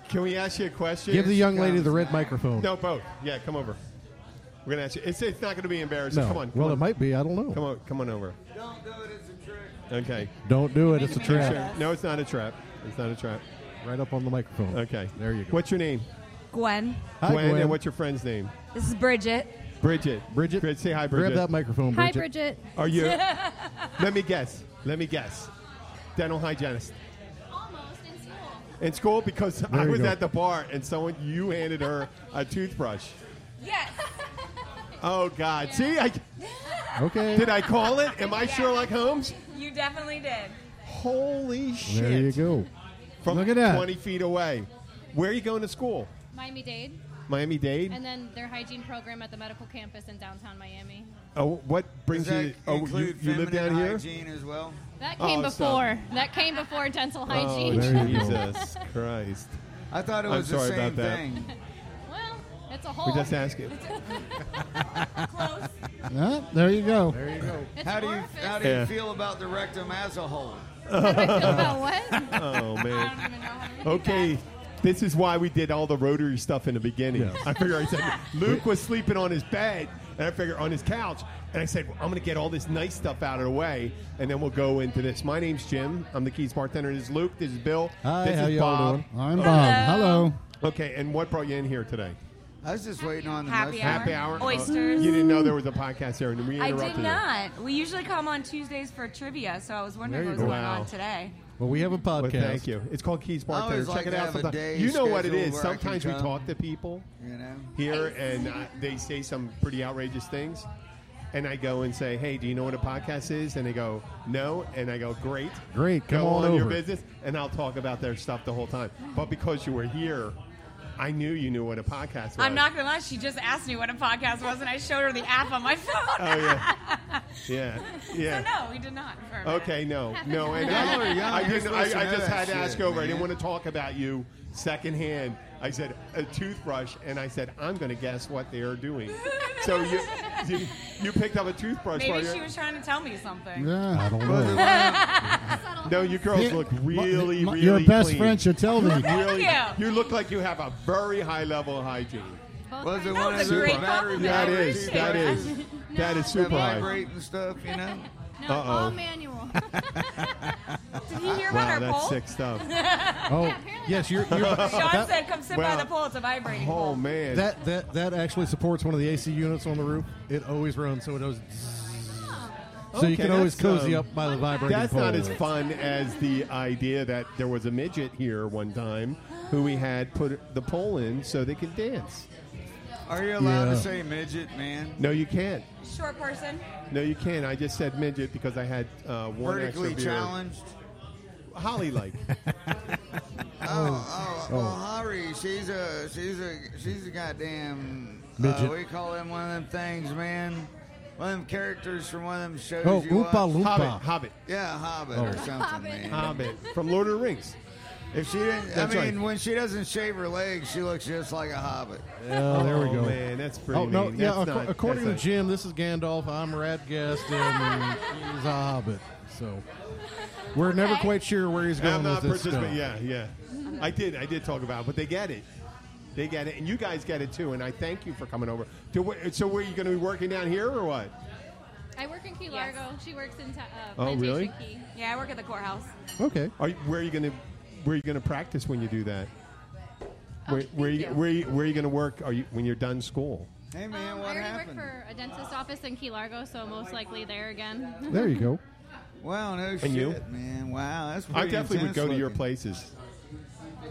Speaker 1: Can we ask you a question?
Speaker 2: Give the young lady the red microphone.
Speaker 1: No, both. Yeah, come over. We're gonna ask you. It's, it's not going to be embarrassing.
Speaker 2: No.
Speaker 1: Come on. Come
Speaker 2: well,
Speaker 1: on.
Speaker 2: it might be. I don't know.
Speaker 1: Come on. Come on over.
Speaker 8: Don't do it. It's a trick.
Speaker 1: Okay.
Speaker 2: Don't do it. It's a trap.
Speaker 1: No, it's not a trap. It's not a trap.
Speaker 2: Right up on the microphone.
Speaker 1: Okay.
Speaker 2: There you go.
Speaker 1: What's your name?
Speaker 10: Gwen.
Speaker 2: Hi,
Speaker 1: Gwen,
Speaker 2: Gwen.
Speaker 1: And what's your friend's name?
Speaker 10: This is Bridget.
Speaker 1: Bridget.
Speaker 2: Bridget,
Speaker 1: Bridget, say hi,
Speaker 2: grab
Speaker 1: Bridget.
Speaker 2: that microphone,
Speaker 10: Hi,
Speaker 2: Bridget.
Speaker 10: Bridget.
Speaker 1: Are you? let me guess. Let me guess. Dental hygienist.
Speaker 5: Almost in school.
Speaker 1: In school, because I
Speaker 2: you
Speaker 1: was
Speaker 2: go.
Speaker 1: at the bar and someone you handed her a toothbrush.
Speaker 10: Yes.
Speaker 1: Oh God! See, I,
Speaker 2: Okay.
Speaker 1: did I call it? Am I Sherlock Holmes?
Speaker 10: You definitely did.
Speaker 1: Holy shit!
Speaker 2: There you go.
Speaker 1: From
Speaker 2: at that.
Speaker 1: 20 feet away. Where are you going to school?
Speaker 11: Miami Dade.
Speaker 1: Miami Dade.
Speaker 11: And then their hygiene program at the medical campus in downtown Miami.
Speaker 1: Oh, what brings
Speaker 8: Does that
Speaker 1: you? Oh, you,
Speaker 8: include
Speaker 1: you live
Speaker 8: feminine
Speaker 1: down here.
Speaker 8: hygiene as well?
Speaker 11: That came
Speaker 1: Oh, so-
Speaker 11: before. That came before dental hygiene.
Speaker 1: Oh, Jesus Christ!
Speaker 8: I thought it was
Speaker 1: I'm sorry
Speaker 8: the same
Speaker 1: about that.
Speaker 8: thing.
Speaker 11: well, it's a whole.
Speaker 1: We just ask it.
Speaker 11: Close.
Speaker 6: Yeah, there you go.
Speaker 8: There you go.
Speaker 11: It's
Speaker 8: Oh. how do you
Speaker 11: orifice.
Speaker 8: how do you
Speaker 1: Yeah.
Speaker 8: feel about the rectum as a whole?
Speaker 11: about what?
Speaker 1: Oh
Speaker 8: I don't even know
Speaker 1: man.
Speaker 8: how to do
Speaker 1: Okay. This is why we did all the rotary stuff in the beginning. I figured I said Luke was sleeping on his bed, and I figured on his couch, and I said well, I'm going to get all this nice stuff out of the way, and then we'll go into this. My name's Jim. I'm the Keys bartender. This is Luke. This is Bill.
Speaker 6: Hi,
Speaker 1: this
Speaker 6: how
Speaker 1: is
Speaker 6: y'all
Speaker 1: Bob. Uh,
Speaker 6: doing? I'm Bob. Hello.
Speaker 1: Okay, and what brought you in here today?
Speaker 8: I was just waiting on the
Speaker 10: Happy
Speaker 8: mushroom.
Speaker 10: hour.
Speaker 1: Happy hour.
Speaker 10: Oysters.
Speaker 1: You didn't know there was a podcast there, and we
Speaker 10: I
Speaker 1: interrupted
Speaker 10: did
Speaker 1: you.
Speaker 10: not. We usually come on Tuesdays for trivia, so I was wondering
Speaker 1: There
Speaker 10: what
Speaker 1: you
Speaker 10: was
Speaker 1: go.
Speaker 10: going
Speaker 1: Wow.
Speaker 10: on today.
Speaker 2: Well, we have a podcast.
Speaker 1: thank you. It's called Keys
Speaker 8: I
Speaker 1: Bartender.
Speaker 8: always
Speaker 1: Check
Speaker 8: like
Speaker 1: it
Speaker 8: to
Speaker 1: out.
Speaker 8: have a
Speaker 1: sometime.
Speaker 8: day
Speaker 1: You know what it
Speaker 8: scheduled
Speaker 1: is.
Speaker 8: where I can
Speaker 1: Sometimes we
Speaker 8: come.
Speaker 1: talk to people
Speaker 8: You know?
Speaker 1: here, and I, they say some pretty outrageous things. And I go and say, "Hey, do you know what a podcast is?" And they go, "No." And I go, "Great,
Speaker 2: Great, come
Speaker 1: go
Speaker 2: on
Speaker 1: on, your
Speaker 2: over."
Speaker 1: business." And I'll talk about their stuff the whole time. But because you were here, I knew you knew what a podcast was.
Speaker 10: I'm not gonna lie. She just asked me what a podcast was, and I showed her the app on my phone.
Speaker 1: Oh yeah, yeah, yeah.
Speaker 10: so no, we did not. For a minute.
Speaker 1: Okay, no, no, and
Speaker 10: Y'all are young.
Speaker 1: I, I,
Speaker 10: You're
Speaker 1: didn't, I,
Speaker 10: supposed to
Speaker 1: I
Speaker 10: know
Speaker 1: just
Speaker 10: that
Speaker 1: had to
Speaker 10: shit,
Speaker 1: ask over. I
Speaker 10: man.
Speaker 1: didn't want to talk about you secondhand. I said a toothbrush, and I said I'm going to guess what they are doing. so you, you you picked up a toothbrush. while
Speaker 10: Maybe
Speaker 1: you're-
Speaker 10: she was trying to tell me something.
Speaker 6: Yeah, I don't
Speaker 1: no, you girls look really,
Speaker 6: my-
Speaker 1: really.
Speaker 6: your best
Speaker 1: clean.
Speaker 6: friend should tell me.
Speaker 1: You
Speaker 6: Thank
Speaker 1: really-
Speaker 10: you.
Speaker 1: you look like you have a very high level of hygiene.
Speaker 8: Was it one of
Speaker 10: was
Speaker 8: those
Speaker 10: a great
Speaker 8: battery
Speaker 10: compliment.
Speaker 1: That
Speaker 8: powered
Speaker 1: is, that is,
Speaker 8: toothbrushes
Speaker 1: that is super
Speaker 8: that
Speaker 1: high.
Speaker 8: vibrate and stuff? You know.
Speaker 11: No,
Speaker 1: Uh-oh.
Speaker 11: all manual.
Speaker 10: Did you hear about
Speaker 1: Wow,
Speaker 10: our
Speaker 1: that's
Speaker 10: poll?
Speaker 1: sick stuff.
Speaker 2: Oh, yes, you're. you're
Speaker 10: Sean
Speaker 2: that,
Speaker 10: said, "Come sit
Speaker 2: Wow.
Speaker 10: by the pool. It's a vibrating
Speaker 1: Oh
Speaker 10: pool."
Speaker 1: man,
Speaker 2: that that that actually supports one of the AC units on the roof. It always runs, so it always. So you
Speaker 1: Okay,
Speaker 2: can always
Speaker 1: that's,
Speaker 2: cozy
Speaker 1: um,
Speaker 2: up by the vibrating
Speaker 1: That's
Speaker 2: pole.
Speaker 1: not as fun as the idea that there was a midget here one time who we had put the pole in so they could dance.
Speaker 8: Are you allowed
Speaker 1: Yeah.
Speaker 8: to say midget, man?
Speaker 1: No, you can't.
Speaker 10: Short person.
Speaker 1: No, you can't. I just said midget because I had uh, one
Speaker 8: Vertically
Speaker 1: extra beer.
Speaker 8: challenged.
Speaker 1: Holly like.
Speaker 8: Oh, oh,
Speaker 1: Oh.
Speaker 8: well, Hari, she's a she's a she's a goddamn. Uh,
Speaker 2: Midget.
Speaker 8: we call them one of them things, man. One of them characters from one of them shows.
Speaker 2: Oh,
Speaker 8: you
Speaker 2: Oompa
Speaker 8: watch.
Speaker 2: Loompa. Hobbit,
Speaker 1: Hobbit.
Speaker 8: Yeah, Hobbit
Speaker 2: Oh.
Speaker 8: or something, man.
Speaker 1: Hobbit from Lord of the Rings.
Speaker 8: If she didn't,
Speaker 1: That's
Speaker 8: I
Speaker 1: right.
Speaker 8: mean, when she doesn't shave her legs, she looks just like a hobbit.
Speaker 2: Yeah, there we
Speaker 1: Oh,
Speaker 2: go.
Speaker 1: man, that's pretty
Speaker 2: Oh no,
Speaker 1: mean.
Speaker 2: yeah.
Speaker 1: That's
Speaker 2: acco-
Speaker 1: not-
Speaker 2: according
Speaker 1: that's
Speaker 2: to Jim, this is Gandalf. I'm Radgast, and he's a hobbit. So we're never quite sure where he's going
Speaker 1: I'm not
Speaker 2: with this stuff.
Speaker 1: participating. Yeah, yeah. I did. I did talk about it, but they get it. They get it, and you guys get it too. And I thank you for coming over. To wh- so, were you going to be working down here or what?
Speaker 11: I work in Key Largo. She works in. Ta- uh,
Speaker 1: Oh, really?
Speaker 11: Plantation Key.
Speaker 10: Yeah, I work at the courthouse.
Speaker 1: Okay. Are you, where are you going to where are you going to practice when you do that?
Speaker 11: Oh,
Speaker 1: Where, where, you, where, you, where are you going to work? Are you when you're done school?
Speaker 8: Hey man,
Speaker 11: Um, I
Speaker 8: what
Speaker 11: already
Speaker 8: happened?
Speaker 11: work for a dentist office in Key Largo, so most likely there again.
Speaker 2: There you go.
Speaker 8: Wow, no shit,
Speaker 1: you?
Speaker 8: man. Wow, that's
Speaker 1: I
Speaker 8: pretty
Speaker 1: definitely would
Speaker 8: intense
Speaker 1: go to your
Speaker 8: looking.
Speaker 1: places.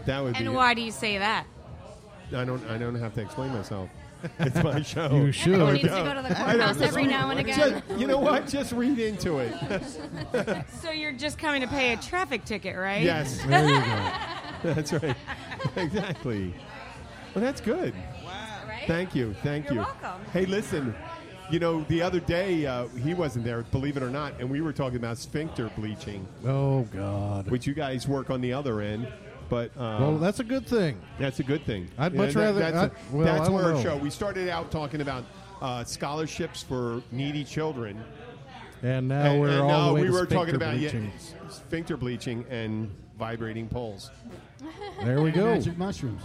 Speaker 1: That would be.
Speaker 10: And why do you say that?
Speaker 1: I don't. I don't have to explain myself. It's my show.
Speaker 2: You should.
Speaker 1: I would
Speaker 2: Needs to
Speaker 11: go to the
Speaker 1: I don't-
Speaker 11: courthouse every
Speaker 1: just-
Speaker 11: now and again.
Speaker 1: just- you know what? Just read into it.
Speaker 10: So you're just coming to pay a traffic ticket, right?
Speaker 1: Yes. There you go. That's right. Exactly. Well, that's good.
Speaker 10: Right?
Speaker 1: Thank you. Thank
Speaker 10: You're
Speaker 1: you.
Speaker 10: welcome.
Speaker 1: Hey, listen. You know, the other day uh, he wasn't there, believe it or not, and we were talking about sphincter bleaching,
Speaker 2: Oh God.
Speaker 1: which you guys work on the other end. But uh,
Speaker 2: Well, that's a good thing.
Speaker 1: that's a good thing.
Speaker 2: I'd
Speaker 1: Yeah,
Speaker 2: much
Speaker 1: that-
Speaker 2: rather-
Speaker 1: That's,
Speaker 2: I'd- well, I
Speaker 1: that's
Speaker 2: don't
Speaker 1: where our
Speaker 2: know.
Speaker 1: show. We started out talking about uh, scholarships for needy children,
Speaker 2: And now we're
Speaker 1: and
Speaker 2: all
Speaker 1: uh,
Speaker 2: the way
Speaker 1: we
Speaker 2: to
Speaker 1: were talking
Speaker 2: sphincter
Speaker 1: about yeah,
Speaker 2: bleaching.
Speaker 1: sphincter bleaching and vibrating poles.
Speaker 2: There we go.
Speaker 6: Magic mushrooms.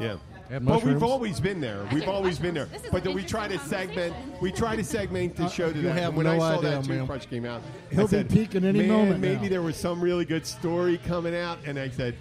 Speaker 1: Yeah.
Speaker 2: And
Speaker 1: But we've
Speaker 2: mushrooms.
Speaker 1: always been there. We've always been there.
Speaker 11: This is
Speaker 1: But
Speaker 11: an
Speaker 1: we try to
Speaker 11: interesting
Speaker 1: segment. We try to segment the show
Speaker 2: Uh, you
Speaker 1: today.
Speaker 2: have
Speaker 1: when I
Speaker 2: no
Speaker 1: saw
Speaker 2: idea,
Speaker 1: that
Speaker 2: ma'am.
Speaker 1: toothbrush came out, I
Speaker 6: He'll be
Speaker 1: said,
Speaker 6: peeking any
Speaker 1: "Man,
Speaker 6: moment
Speaker 1: Maybe
Speaker 6: now."
Speaker 1: there was some really good story coming out, and I said,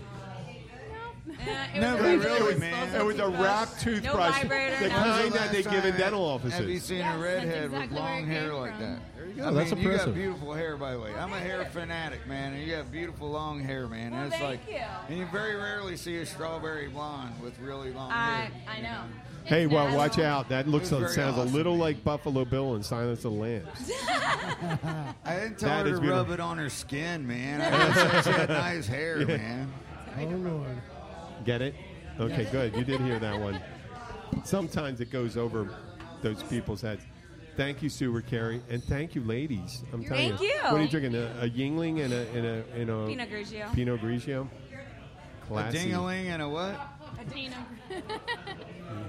Speaker 10: Yeah, it
Speaker 1: No,
Speaker 10: was
Speaker 1: but
Speaker 10: a
Speaker 1: really,
Speaker 10: really
Speaker 1: man,
Speaker 10: explosive
Speaker 1: it was a
Speaker 10: toothbrush.
Speaker 1: wrapped toothbrush.
Speaker 10: No vibrator,
Speaker 1: The
Speaker 10: no
Speaker 1: kind
Speaker 10: nothing.
Speaker 1: that they give in dental offices.
Speaker 8: Have you seen
Speaker 10: Yes,
Speaker 8: a
Speaker 10: that's
Speaker 8: redhead
Speaker 10: exactly
Speaker 8: with
Speaker 10: where
Speaker 8: long
Speaker 10: it
Speaker 8: hair
Speaker 10: came
Speaker 8: like
Speaker 10: from.
Speaker 8: that?
Speaker 10: There
Speaker 2: you go.
Speaker 8: I
Speaker 2: That's
Speaker 8: mean, You
Speaker 2: impressive.
Speaker 8: got beautiful hair, by the way. I'm a hair fanatic, man, and you got beautiful long hair, man.
Speaker 10: Well,
Speaker 8: and it's
Speaker 10: thank
Speaker 8: like,
Speaker 10: you.
Speaker 8: and you very rarely see a strawberry blonde with really long
Speaker 10: I,
Speaker 8: hair.
Speaker 10: I know.
Speaker 1: Hey, well, watch out. That looks
Speaker 8: It was
Speaker 1: uh,
Speaker 8: very
Speaker 1: sounds
Speaker 8: awesome,
Speaker 1: a little like Buffalo Bill in Silence of the Lambs.
Speaker 8: I didn't tell
Speaker 1: That
Speaker 8: her
Speaker 1: is
Speaker 8: to rub
Speaker 1: beautiful.
Speaker 8: it on her skin, man. I just said she had nice hair,
Speaker 1: Yeah.
Speaker 8: man.
Speaker 6: Oh, Lord.
Speaker 1: Get it? Okay,
Speaker 8: Yeah.
Speaker 1: good. You did hear that one. Sometimes it goes over those people's heads. Thank you, Sue or Carrie, and thank you, ladies. I'm
Speaker 10: You're
Speaker 1: telling
Speaker 10: welcome.
Speaker 1: you.
Speaker 10: Thank you.
Speaker 1: What are you drinking? A, a Yingling and a and a and a
Speaker 10: Pinot Grigio.
Speaker 1: Pinot Grigio. Classy.
Speaker 8: A dingaling and a what?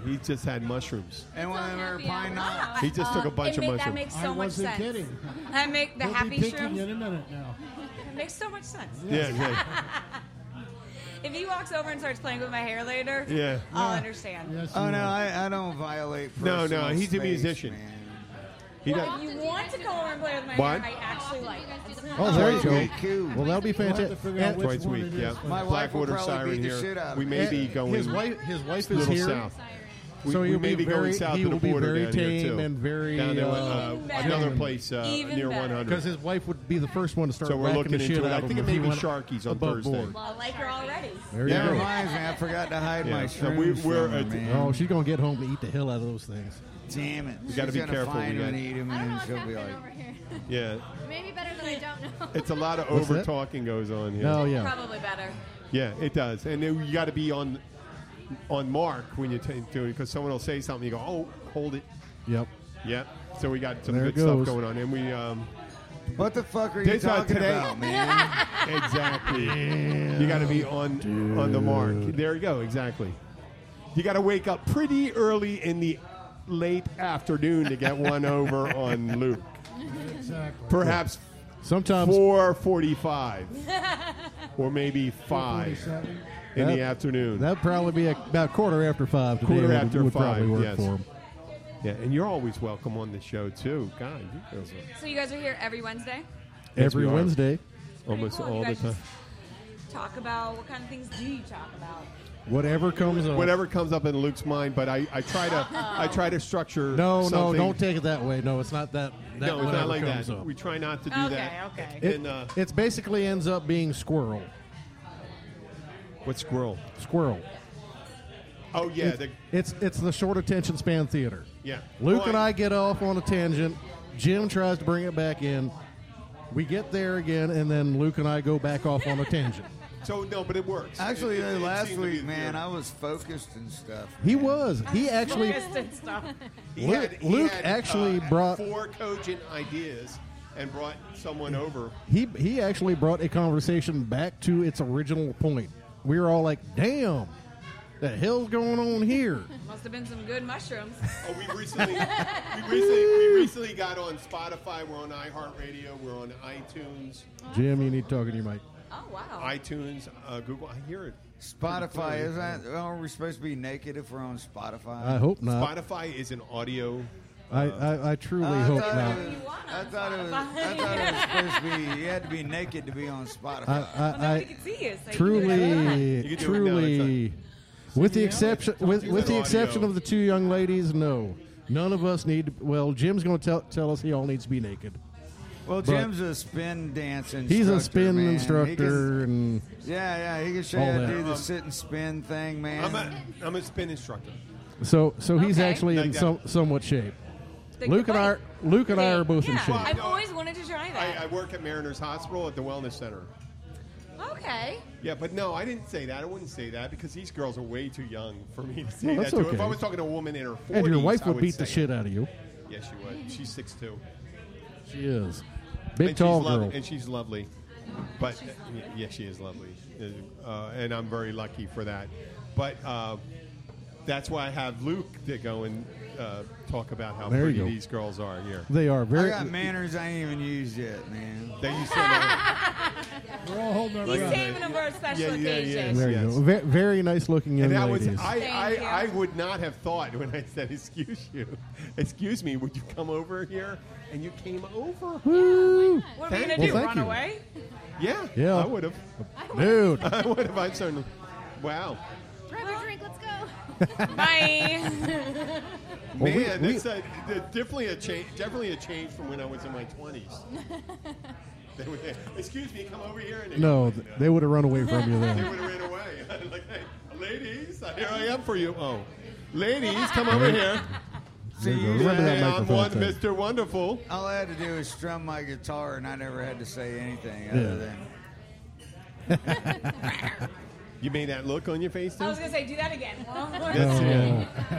Speaker 1: He just had mushrooms.
Speaker 8: And one of them are pine knots.
Speaker 1: He just took a bunch
Speaker 10: it
Speaker 1: of
Speaker 10: ma-
Speaker 1: mushrooms.
Speaker 10: That makes
Speaker 6: I
Speaker 10: so much
Speaker 6: wasn't
Speaker 10: sense.
Speaker 6: kidding.
Speaker 10: That make the
Speaker 6: We'll be
Speaker 10: happy
Speaker 6: picking
Speaker 10: shrooms.
Speaker 6: in a minute now.
Speaker 10: It makes so much sense.
Speaker 1: Yeah, yeah.
Speaker 10: if he walks over and starts playing with my hair later,
Speaker 1: Yeah.
Speaker 10: I'll
Speaker 1: Yeah.
Speaker 10: understand.
Speaker 8: Oh no, I, I don't violate.
Speaker 1: No, no,
Speaker 8: personal
Speaker 1: he's a
Speaker 8: space,
Speaker 1: musician.
Speaker 8: man.
Speaker 1: He
Speaker 10: well,
Speaker 1: does-
Speaker 10: if you want to come over and play with my
Speaker 1: What?
Speaker 10: hair, I actually like. it.
Speaker 2: Oh, there you
Speaker 1: Twice
Speaker 2: go. Well, that'll be fantastic. And-
Speaker 1: Twice a week, yeah.
Speaker 8: My wife
Speaker 1: Blackwater
Speaker 8: will probably
Speaker 1: Siren
Speaker 8: beat the
Speaker 1: here.
Speaker 8: shit out of
Speaker 1: we
Speaker 8: me.
Speaker 1: may be
Speaker 8: Yeah.
Speaker 1: going.
Speaker 2: His wife- his wife is
Speaker 1: little
Speaker 2: here.
Speaker 1: South. We,
Speaker 2: So
Speaker 1: we
Speaker 2: he'll
Speaker 1: may
Speaker 2: be
Speaker 1: be
Speaker 2: very-
Speaker 1: going south
Speaker 2: he
Speaker 1: to the
Speaker 2: will be
Speaker 1: border
Speaker 2: very
Speaker 1: down here
Speaker 2: tame
Speaker 1: too,
Speaker 2: and very,
Speaker 1: down there,
Speaker 2: uh,
Speaker 1: uh,
Speaker 2: Even better.
Speaker 1: another place uh,
Speaker 2: Even
Speaker 1: near
Speaker 2: better.
Speaker 1: 100.
Speaker 2: Because his wife would be the first one to start.
Speaker 1: So we're
Speaker 2: whacking
Speaker 1: looking
Speaker 2: the shit
Speaker 1: into it.
Speaker 2: out
Speaker 1: I
Speaker 2: of
Speaker 1: think
Speaker 2: him
Speaker 1: it may
Speaker 2: if
Speaker 1: be
Speaker 2: he wanted-
Speaker 1: Sharky's on
Speaker 2: above
Speaker 1: Thursday.
Speaker 2: board.
Speaker 10: I like her already.
Speaker 2: There
Speaker 8: That
Speaker 2: you go.
Speaker 8: reminds me, I forgot to hide
Speaker 1: Yeah,
Speaker 8: my
Speaker 1: so
Speaker 8: shrooms
Speaker 1: we- we're
Speaker 8: from her,
Speaker 1: a-
Speaker 8: man.
Speaker 2: Oh, she's gonna get home to eat the hell out of those things.
Speaker 8: Damn it!
Speaker 1: We gotta
Speaker 8: She's
Speaker 1: be
Speaker 8: gonna
Speaker 1: careful, we
Speaker 8: Find
Speaker 1: got-
Speaker 8: and eat 'em
Speaker 11: I don't know
Speaker 8: and
Speaker 11: what's
Speaker 8: she'll be
Speaker 11: happening
Speaker 8: like,
Speaker 11: over here.
Speaker 1: Yeah,
Speaker 11: Maybe better that I don't know.
Speaker 1: it's a lot of
Speaker 2: What's
Speaker 1: over
Speaker 2: that?
Speaker 1: talking goes on here.
Speaker 2: Oh, yeah.
Speaker 11: Probably better.
Speaker 1: Yeah, it does, and then you got to be on on mark when you're t- doing it because someone will say something. You go, oh, hold it.
Speaker 2: Yep.
Speaker 1: Yep. So we got some
Speaker 2: There
Speaker 1: good
Speaker 2: it
Speaker 1: stuff
Speaker 2: goes.
Speaker 1: going on, and we um,
Speaker 8: "What the fuck are you
Speaker 1: This, uh,
Speaker 8: talking
Speaker 1: today-
Speaker 8: about, man?"
Speaker 1: exactly. You got to be on on the mark. There you go. Exactly. You got to wake up pretty early in the late afternoon to get one over on Luke.
Speaker 6: Exactly.
Speaker 1: Perhaps
Speaker 2: Sometimes
Speaker 1: four forty-five, or maybe five in
Speaker 2: That-
Speaker 1: the afternoon.
Speaker 2: that'd probably be about quarter after five. Today
Speaker 1: Quarter
Speaker 2: would,
Speaker 1: after
Speaker 2: would
Speaker 1: five.
Speaker 2: probably work
Speaker 1: yes.
Speaker 2: for him.
Speaker 1: Yeah, and you're always welcome on the show too. God, you guys are-
Speaker 10: So you guys are here every Wednesday.
Speaker 1: Yes,
Speaker 2: Every
Speaker 1: we are.
Speaker 2: Wednesday.
Speaker 1: almost
Speaker 10: cool. You
Speaker 1: all the
Speaker 10: guys
Speaker 1: time.
Speaker 10: Talk about what kind of things do you talk about?
Speaker 2: Whatever comes up.
Speaker 1: whatever comes up in Luke's mind, but I, I try to I try to structure.
Speaker 2: No, no,
Speaker 1: something-
Speaker 2: don't take it that way. No, it's not that. that
Speaker 1: no, it's
Speaker 2: whatever
Speaker 1: not like
Speaker 2: comes
Speaker 1: that.
Speaker 2: Up.
Speaker 1: We try not to do
Speaker 10: Okay,
Speaker 1: that.
Speaker 10: okay.
Speaker 2: It,
Speaker 1: And, uh,
Speaker 2: it's basically ends up being squirrel.
Speaker 1: what squirrel?
Speaker 2: Squirrel.
Speaker 1: Oh yeah,
Speaker 2: it's,
Speaker 1: the,
Speaker 2: it's it's the short attention span theater.
Speaker 1: yeah.
Speaker 2: Luke
Speaker 1: Well,
Speaker 2: and I get off on a tangent. Jim tries to bring it back in. We get there again, and then Luke and I go back off on a tangent.
Speaker 1: So no, but it works.
Speaker 8: Actually, uh,
Speaker 1: It- it- it
Speaker 8: last
Speaker 1: seemed to
Speaker 8: week,
Speaker 1: be-
Speaker 8: man,
Speaker 1: yeah.
Speaker 8: I was focused and stuff.
Speaker 2: He was. He actually.
Speaker 1: He
Speaker 2: Luke-
Speaker 1: had- he
Speaker 2: Luke
Speaker 1: had,
Speaker 2: actually
Speaker 1: uh,
Speaker 2: brought-
Speaker 1: four cogent ideas and brought someone over.
Speaker 2: He he actually brought a conversation back to its original point. We were all like, "Damn, the hell's going on here?"
Speaker 10: Must have been some good mushrooms.
Speaker 1: Oh, we recently, we recently, we recently got on Spotify. We're on iHeartRadio. We're on iTunes.
Speaker 2: Jim, you need talking to your mic.
Speaker 10: Oh wow.
Speaker 1: iTunes, uh, Google. I hear it.
Speaker 8: Spotify is that? Oh, are we supposed to be naked if we're on Spotify?
Speaker 2: I hope not.
Speaker 1: Spotify is an audio.
Speaker 2: I, I, I truly
Speaker 10: Uh,
Speaker 8: I
Speaker 2: hope
Speaker 8: thought
Speaker 2: not.
Speaker 8: it was- I thought it was. I thought it was supposed to be. You had to be naked to be on Spotify.
Speaker 2: I, I,
Speaker 10: Well, now we
Speaker 2: I
Speaker 10: can see you, so you can do
Speaker 2: truly,
Speaker 1: You can do it now,
Speaker 2: truly, with the exception with,
Speaker 1: do
Speaker 2: with
Speaker 1: that.
Speaker 2: the exception
Speaker 1: Audio.
Speaker 2: of the two young ladies, no, none of us need. Well, Jim's going to tell tell us he all needs to be naked.
Speaker 8: well,
Speaker 2: but-
Speaker 8: Jim's a spin dance instructor.
Speaker 2: He's a spin
Speaker 8: man. He
Speaker 2: instructor, and
Speaker 8: can- yeah, yeah, he can show
Speaker 2: All
Speaker 8: you how to
Speaker 2: that.
Speaker 8: do the
Speaker 1: Um,
Speaker 8: sit and spin thing, man.
Speaker 1: I'm a, I'm a spin instructor.
Speaker 2: so so he's
Speaker 10: Okay.
Speaker 2: actually in
Speaker 1: Like that.
Speaker 2: some somewhat shape.
Speaker 10: Think
Speaker 2: Luke and I,
Speaker 10: about
Speaker 2: are, Luke and I are both in
Speaker 10: yeah,
Speaker 2: shape.
Speaker 10: I've always wanted to try
Speaker 1: I, I
Speaker 10: that.
Speaker 1: work at Mariners Hospital at the Wellness Center.
Speaker 10: okay.
Speaker 1: Yeah, but no, I didn't say that. I wouldn't say that because these girls are way too young for me to say
Speaker 2: Well,
Speaker 1: that
Speaker 2: that's
Speaker 1: to. If
Speaker 2: okay.
Speaker 1: I was talking to a woman in her 40s,
Speaker 2: and your wife
Speaker 1: I
Speaker 2: would beat
Speaker 1: say
Speaker 2: the shit out of you.
Speaker 1: it. Yeah, she would. She's six two.
Speaker 2: She is big,
Speaker 1: and
Speaker 2: tall
Speaker 1: she's lovely-
Speaker 2: girl.
Speaker 1: and she's lovely. But yeah, she is lovely, uh, and I'm very lucky for that. But uh, that's why I have Luke to go and uh, talk about how
Speaker 2: There you
Speaker 1: pretty
Speaker 2: go.
Speaker 1: these girls are here.
Speaker 2: They are
Speaker 8: I
Speaker 2: very.
Speaker 8: got manners I ain't even used yet, man.
Speaker 1: They used to
Speaker 6: We're all holding our
Speaker 10: He's
Speaker 6: breath.
Speaker 10: saving them for a
Speaker 1: Yeah,
Speaker 10: special
Speaker 1: yeah, yeah.
Speaker 10: occasion.
Speaker 2: There
Speaker 1: Yes.
Speaker 2: you go. Ve- very nice looking young
Speaker 1: And that was
Speaker 2: ladies.
Speaker 1: I,
Speaker 10: Thank you.
Speaker 1: I, I would not have thought when I said excuse you, excuse me, would you come over here? And you came over.
Speaker 2: Woo!
Speaker 10: What are we
Speaker 1: Thank-
Speaker 10: gonna
Speaker 1: well,
Speaker 10: do?
Speaker 2: thank
Speaker 10: Run
Speaker 2: you.
Speaker 10: away?
Speaker 1: Yeah,
Speaker 2: Yeah.
Speaker 1: I would have.
Speaker 2: Dude,
Speaker 1: I would have. I certainly. Wow.
Speaker 10: Bye.
Speaker 2: Well, we-
Speaker 1: Man,
Speaker 2: we-
Speaker 1: that's a, d- definitely a change. Definitely a change from when I was in my twenties. They would- Excuse me, come over here. And they-
Speaker 2: No, th- they would have run away from you
Speaker 1: They
Speaker 2: then.
Speaker 1: would have ran away. like, hey, ladies, here I am for you. Oh, ladies, come over
Speaker 2: Right.
Speaker 1: here.
Speaker 2: There you go.
Speaker 1: See,
Speaker 2: Remember that
Speaker 1: hey, I'm
Speaker 2: microphone
Speaker 1: one
Speaker 2: thing.
Speaker 1: Mr. Wonderful.
Speaker 8: All I had to do is strum my guitar, and I never had to say anything
Speaker 1: Yeah.
Speaker 8: other than.
Speaker 1: You made that look on your face,
Speaker 10: I
Speaker 1: too?
Speaker 10: was gonna say, do that again.
Speaker 1: That's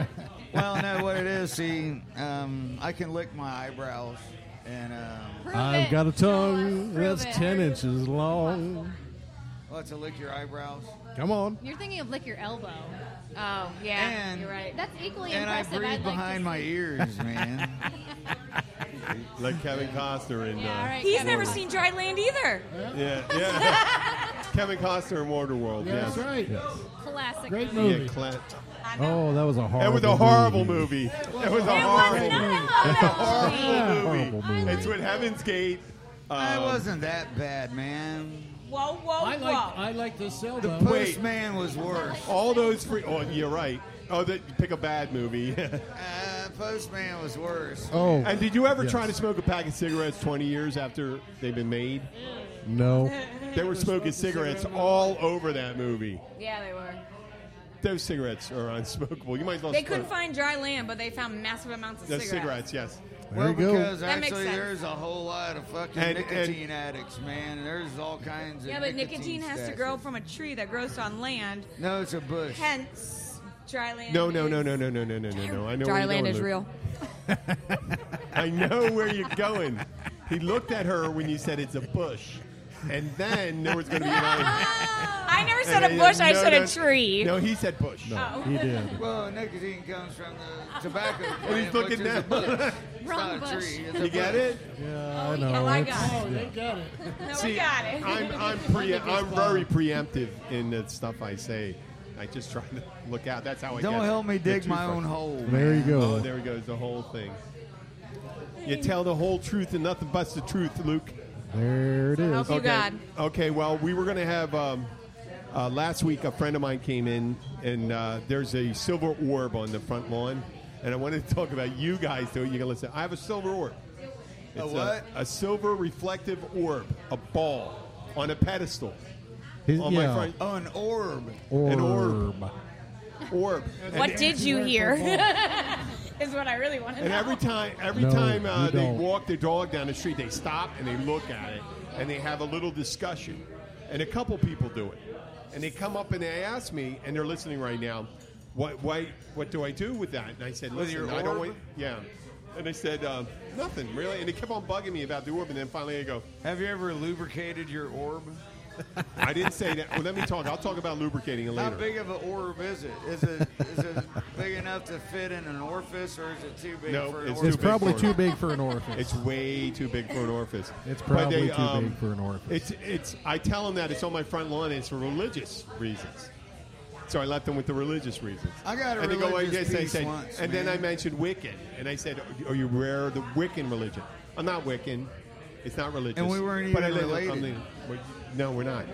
Speaker 1: it.
Speaker 8: well, no, what it is, see, um, I can lick my eyebrows, and um,
Speaker 2: I've got a tongue that's ten inches long.
Speaker 8: well, to lick your eyebrows.
Speaker 2: Come on.
Speaker 11: You're thinking of lick your elbow.
Speaker 10: Oh
Speaker 11: yeah,
Speaker 8: And-
Speaker 11: you're right. That's equally
Speaker 8: and I
Speaker 11: impressive.
Speaker 8: breathe
Speaker 11: I'd like to
Speaker 8: behind my ears, man.
Speaker 1: like Kevin Costner in. uh,
Speaker 10: He's never seen dry land either.
Speaker 1: Yeah, yeah. Kevin Costner in Waterworld.
Speaker 10: Yeah,
Speaker 1: yeah.
Speaker 10: that's right.
Speaker 2: Yes.
Speaker 10: Classic.
Speaker 2: Great
Speaker 1: movie. Yeah,
Speaker 2: Oh, that was a horrible.
Speaker 1: That was a horrible movie. That was a
Speaker 10: It
Speaker 1: horrible
Speaker 10: was
Speaker 1: movie.
Speaker 10: not
Speaker 1: It's a
Speaker 10: a horrible
Speaker 1: horrible
Speaker 10: movie.
Speaker 1: movie.
Speaker 2: Horrible movie.
Speaker 1: It's with Heaven's Gate.
Speaker 8: I
Speaker 1: um,
Speaker 8: wasn't that bad, man.
Speaker 10: Whoa, whoa,
Speaker 12: I
Speaker 10: whoa.
Speaker 12: like I like the cell
Speaker 8: The
Speaker 12: phone.
Speaker 8: postman was worse.
Speaker 1: All those free. Oh, you're right. Oh, that you pick a bad movie.
Speaker 8: Uh, postman was worse.
Speaker 1: and did you ever try to
Speaker 8: Oh. yes.
Speaker 1: smoke a pack of cigarettes 20 years after they've been made?
Speaker 2: No.
Speaker 1: They were smoking cigarettes all over that movie.
Speaker 10: Yeah, they were.
Speaker 1: Those cigarettes are unsmokable. You might as well.
Speaker 10: They
Speaker 1: smoke.
Speaker 10: couldn't find dry land, but they found massive amounts of
Speaker 1: The
Speaker 10: cigarettes.
Speaker 1: cigarettes. Yes.
Speaker 8: Well, because
Speaker 10: That makes
Speaker 8: actually,
Speaker 10: sense.
Speaker 8: there's a whole lot of fucking
Speaker 1: And- and-
Speaker 8: nicotine addicts, man. There's all kinds of
Speaker 10: Yeah, but nicotine has to
Speaker 8: stashes.
Speaker 10: grow from a tree that grows on land,
Speaker 8: No, it's a bush.
Speaker 10: hence dry land.
Speaker 1: No, no, no, no, no, no, no, no, no, no. I know where
Speaker 10: Dry
Speaker 1: you're
Speaker 10: land
Speaker 1: going,
Speaker 10: is
Speaker 1: Luke.
Speaker 10: real.
Speaker 1: I know where you're going. He looked at her when you said it's a bush, and then there was going to be an eye.
Speaker 10: I never said
Speaker 1: And
Speaker 10: a
Speaker 1: he
Speaker 10: bush. I
Speaker 1: no,
Speaker 10: said
Speaker 1: no.
Speaker 10: a tree. Oh.
Speaker 1: No, he said bush.
Speaker 10: No,
Speaker 2: he did.
Speaker 8: Well, nicotine comes from the tobacco.
Speaker 1: And he's
Speaker 8: plant,
Speaker 1: looking
Speaker 8: which is a
Speaker 1: down.
Speaker 8: bush. It's
Speaker 10: Wrong
Speaker 8: not a tree,
Speaker 10: bush.
Speaker 8: it's a
Speaker 1: You get
Speaker 8: bush.
Speaker 1: it?
Speaker 2: Yeah, I
Speaker 10: Oh,
Speaker 2: know.
Speaker 10: I
Speaker 2: It's-
Speaker 10: got it.
Speaker 2: yeah.
Speaker 12: got it.
Speaker 10: No,
Speaker 1: See,
Speaker 10: we got it.
Speaker 1: I'm I'm pre I'm very preemptive in the stuff I say. I just try to look out. That's how I
Speaker 8: Don't
Speaker 1: get-
Speaker 8: help me
Speaker 1: get
Speaker 8: dig
Speaker 1: too
Speaker 8: my own
Speaker 1: frustrated.
Speaker 8: hole.
Speaker 2: There you go.
Speaker 1: Oh, there he goes. The whole thing. You tell the whole truth and nothing but the truth, Luke.
Speaker 2: There it is.
Speaker 1: okay. Okay, well, we were going to have. Um, uh, last week, a friend of mine came in, and uh, there's a silver orb on the front lawn. And I wanted to talk about you guys doing You can listen. I have a silver orb.
Speaker 8: A what?
Speaker 1: A, silver reflective orb, a ball on a pedestal.
Speaker 2: His-
Speaker 1: on
Speaker 2: yeah.
Speaker 1: my front.
Speaker 8: Oh, an orb.
Speaker 1: An
Speaker 2: Orb.
Speaker 1: Orb.
Speaker 10: What
Speaker 1: And-
Speaker 10: did you hear? is what I really want to
Speaker 1: And
Speaker 10: know.
Speaker 1: every time, every
Speaker 2: No,
Speaker 1: time uh,
Speaker 2: you
Speaker 1: they
Speaker 2: don't.
Speaker 1: walk their dog down the street, they stop and they look at it and they have a little discussion. And a couple people do it, and they come up and they ask me, and they're listening right now. What, why, what do I do with that? And I said,
Speaker 8: With
Speaker 1: listen,
Speaker 8: your
Speaker 1: I don't
Speaker 8: orb?
Speaker 1: want, yeah. And I said, uh, nothing really. And they kept on bugging me about the orb, and then finally I go,
Speaker 8: Have you ever lubricated your orb?
Speaker 1: I didn't say that. Well, let me talk. I'll talk about lubricating it
Speaker 8: How
Speaker 1: later.
Speaker 8: big of an orb is it? Is it is it big enough to fit in an orifice, or is it too big
Speaker 1: No,
Speaker 8: for an
Speaker 1: it's
Speaker 8: orifice?
Speaker 2: It's
Speaker 1: Too big
Speaker 2: probably
Speaker 1: for-
Speaker 2: too big for an orifice.
Speaker 1: It's way too big for an orifice.
Speaker 2: It's
Speaker 1: But
Speaker 2: probably
Speaker 1: they, um,
Speaker 2: too big for an orifice.
Speaker 1: It's it's. I tell them that it's on my front lawn. and It's for religious reasons. So I left them with the religious reasons.
Speaker 8: I got a
Speaker 1: and they go, "Well,
Speaker 8: religious
Speaker 1: yes, I
Speaker 8: piece
Speaker 1: said,
Speaker 8: once,
Speaker 1: and then
Speaker 8: man.
Speaker 1: I mentioned Wiccan, and I said, "Are you aware of the Wiccan religion?" I'm not Wiccan. It's not religious.
Speaker 8: And we weren't
Speaker 1: But I
Speaker 8: even
Speaker 1: let them-
Speaker 8: related.
Speaker 1: I'm leaving. Well, no, we're not.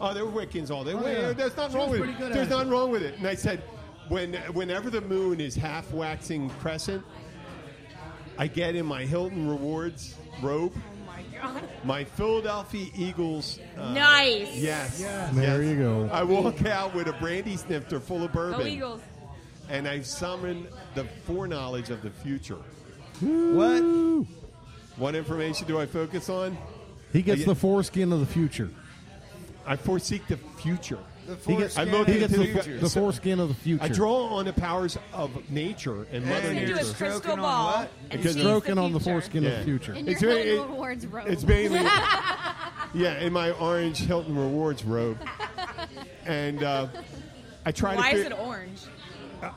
Speaker 1: Oh, they're Wiccans all day.
Speaker 12: Oh,
Speaker 1: Wait,
Speaker 12: yeah.
Speaker 1: There's nothing
Speaker 12: She
Speaker 1: wrong
Speaker 12: was
Speaker 1: with
Speaker 12: pretty
Speaker 1: it.
Speaker 12: good
Speaker 1: There's
Speaker 12: at it.
Speaker 1: nothing wrong with it. And I said, when whenever the moon is half waxing crescent, I get in my Hilton Rewards robe,
Speaker 10: Oh my god.
Speaker 1: my Philadelphia Eagles. uh,
Speaker 10: Nice.
Speaker 1: Yes.
Speaker 10: Yes.
Speaker 2: There you go.
Speaker 1: I walk out with a brandy snifter full of
Speaker 10: Go
Speaker 1: bourbon,
Speaker 10: Eagles.
Speaker 1: and I summon the foreknowledge of the future.
Speaker 8: What?
Speaker 1: What information do I focus on?
Speaker 2: He gets
Speaker 1: I-
Speaker 2: the foreskin of the future.
Speaker 1: I foresee the future.
Speaker 8: The
Speaker 2: He gets,
Speaker 1: I look
Speaker 2: he gets
Speaker 1: into
Speaker 2: the,
Speaker 1: the future.
Speaker 2: the foreskin of the future.
Speaker 1: I draw on the powers of nature and
Speaker 8: And
Speaker 1: Mother
Speaker 8: you do a
Speaker 1: Nature.
Speaker 8: crystal Stroking on ball what? and
Speaker 1: Because
Speaker 2: sees Stroking the on the future. foreskin of the future.
Speaker 11: In your
Speaker 1: very-
Speaker 11: Hilton Rewards robe.
Speaker 1: It's mainly, yeah, in my orange Hilton Rewards robe, and uh, I try
Speaker 10: Why
Speaker 1: to.
Speaker 10: is
Speaker 1: fi-
Speaker 10: it orange?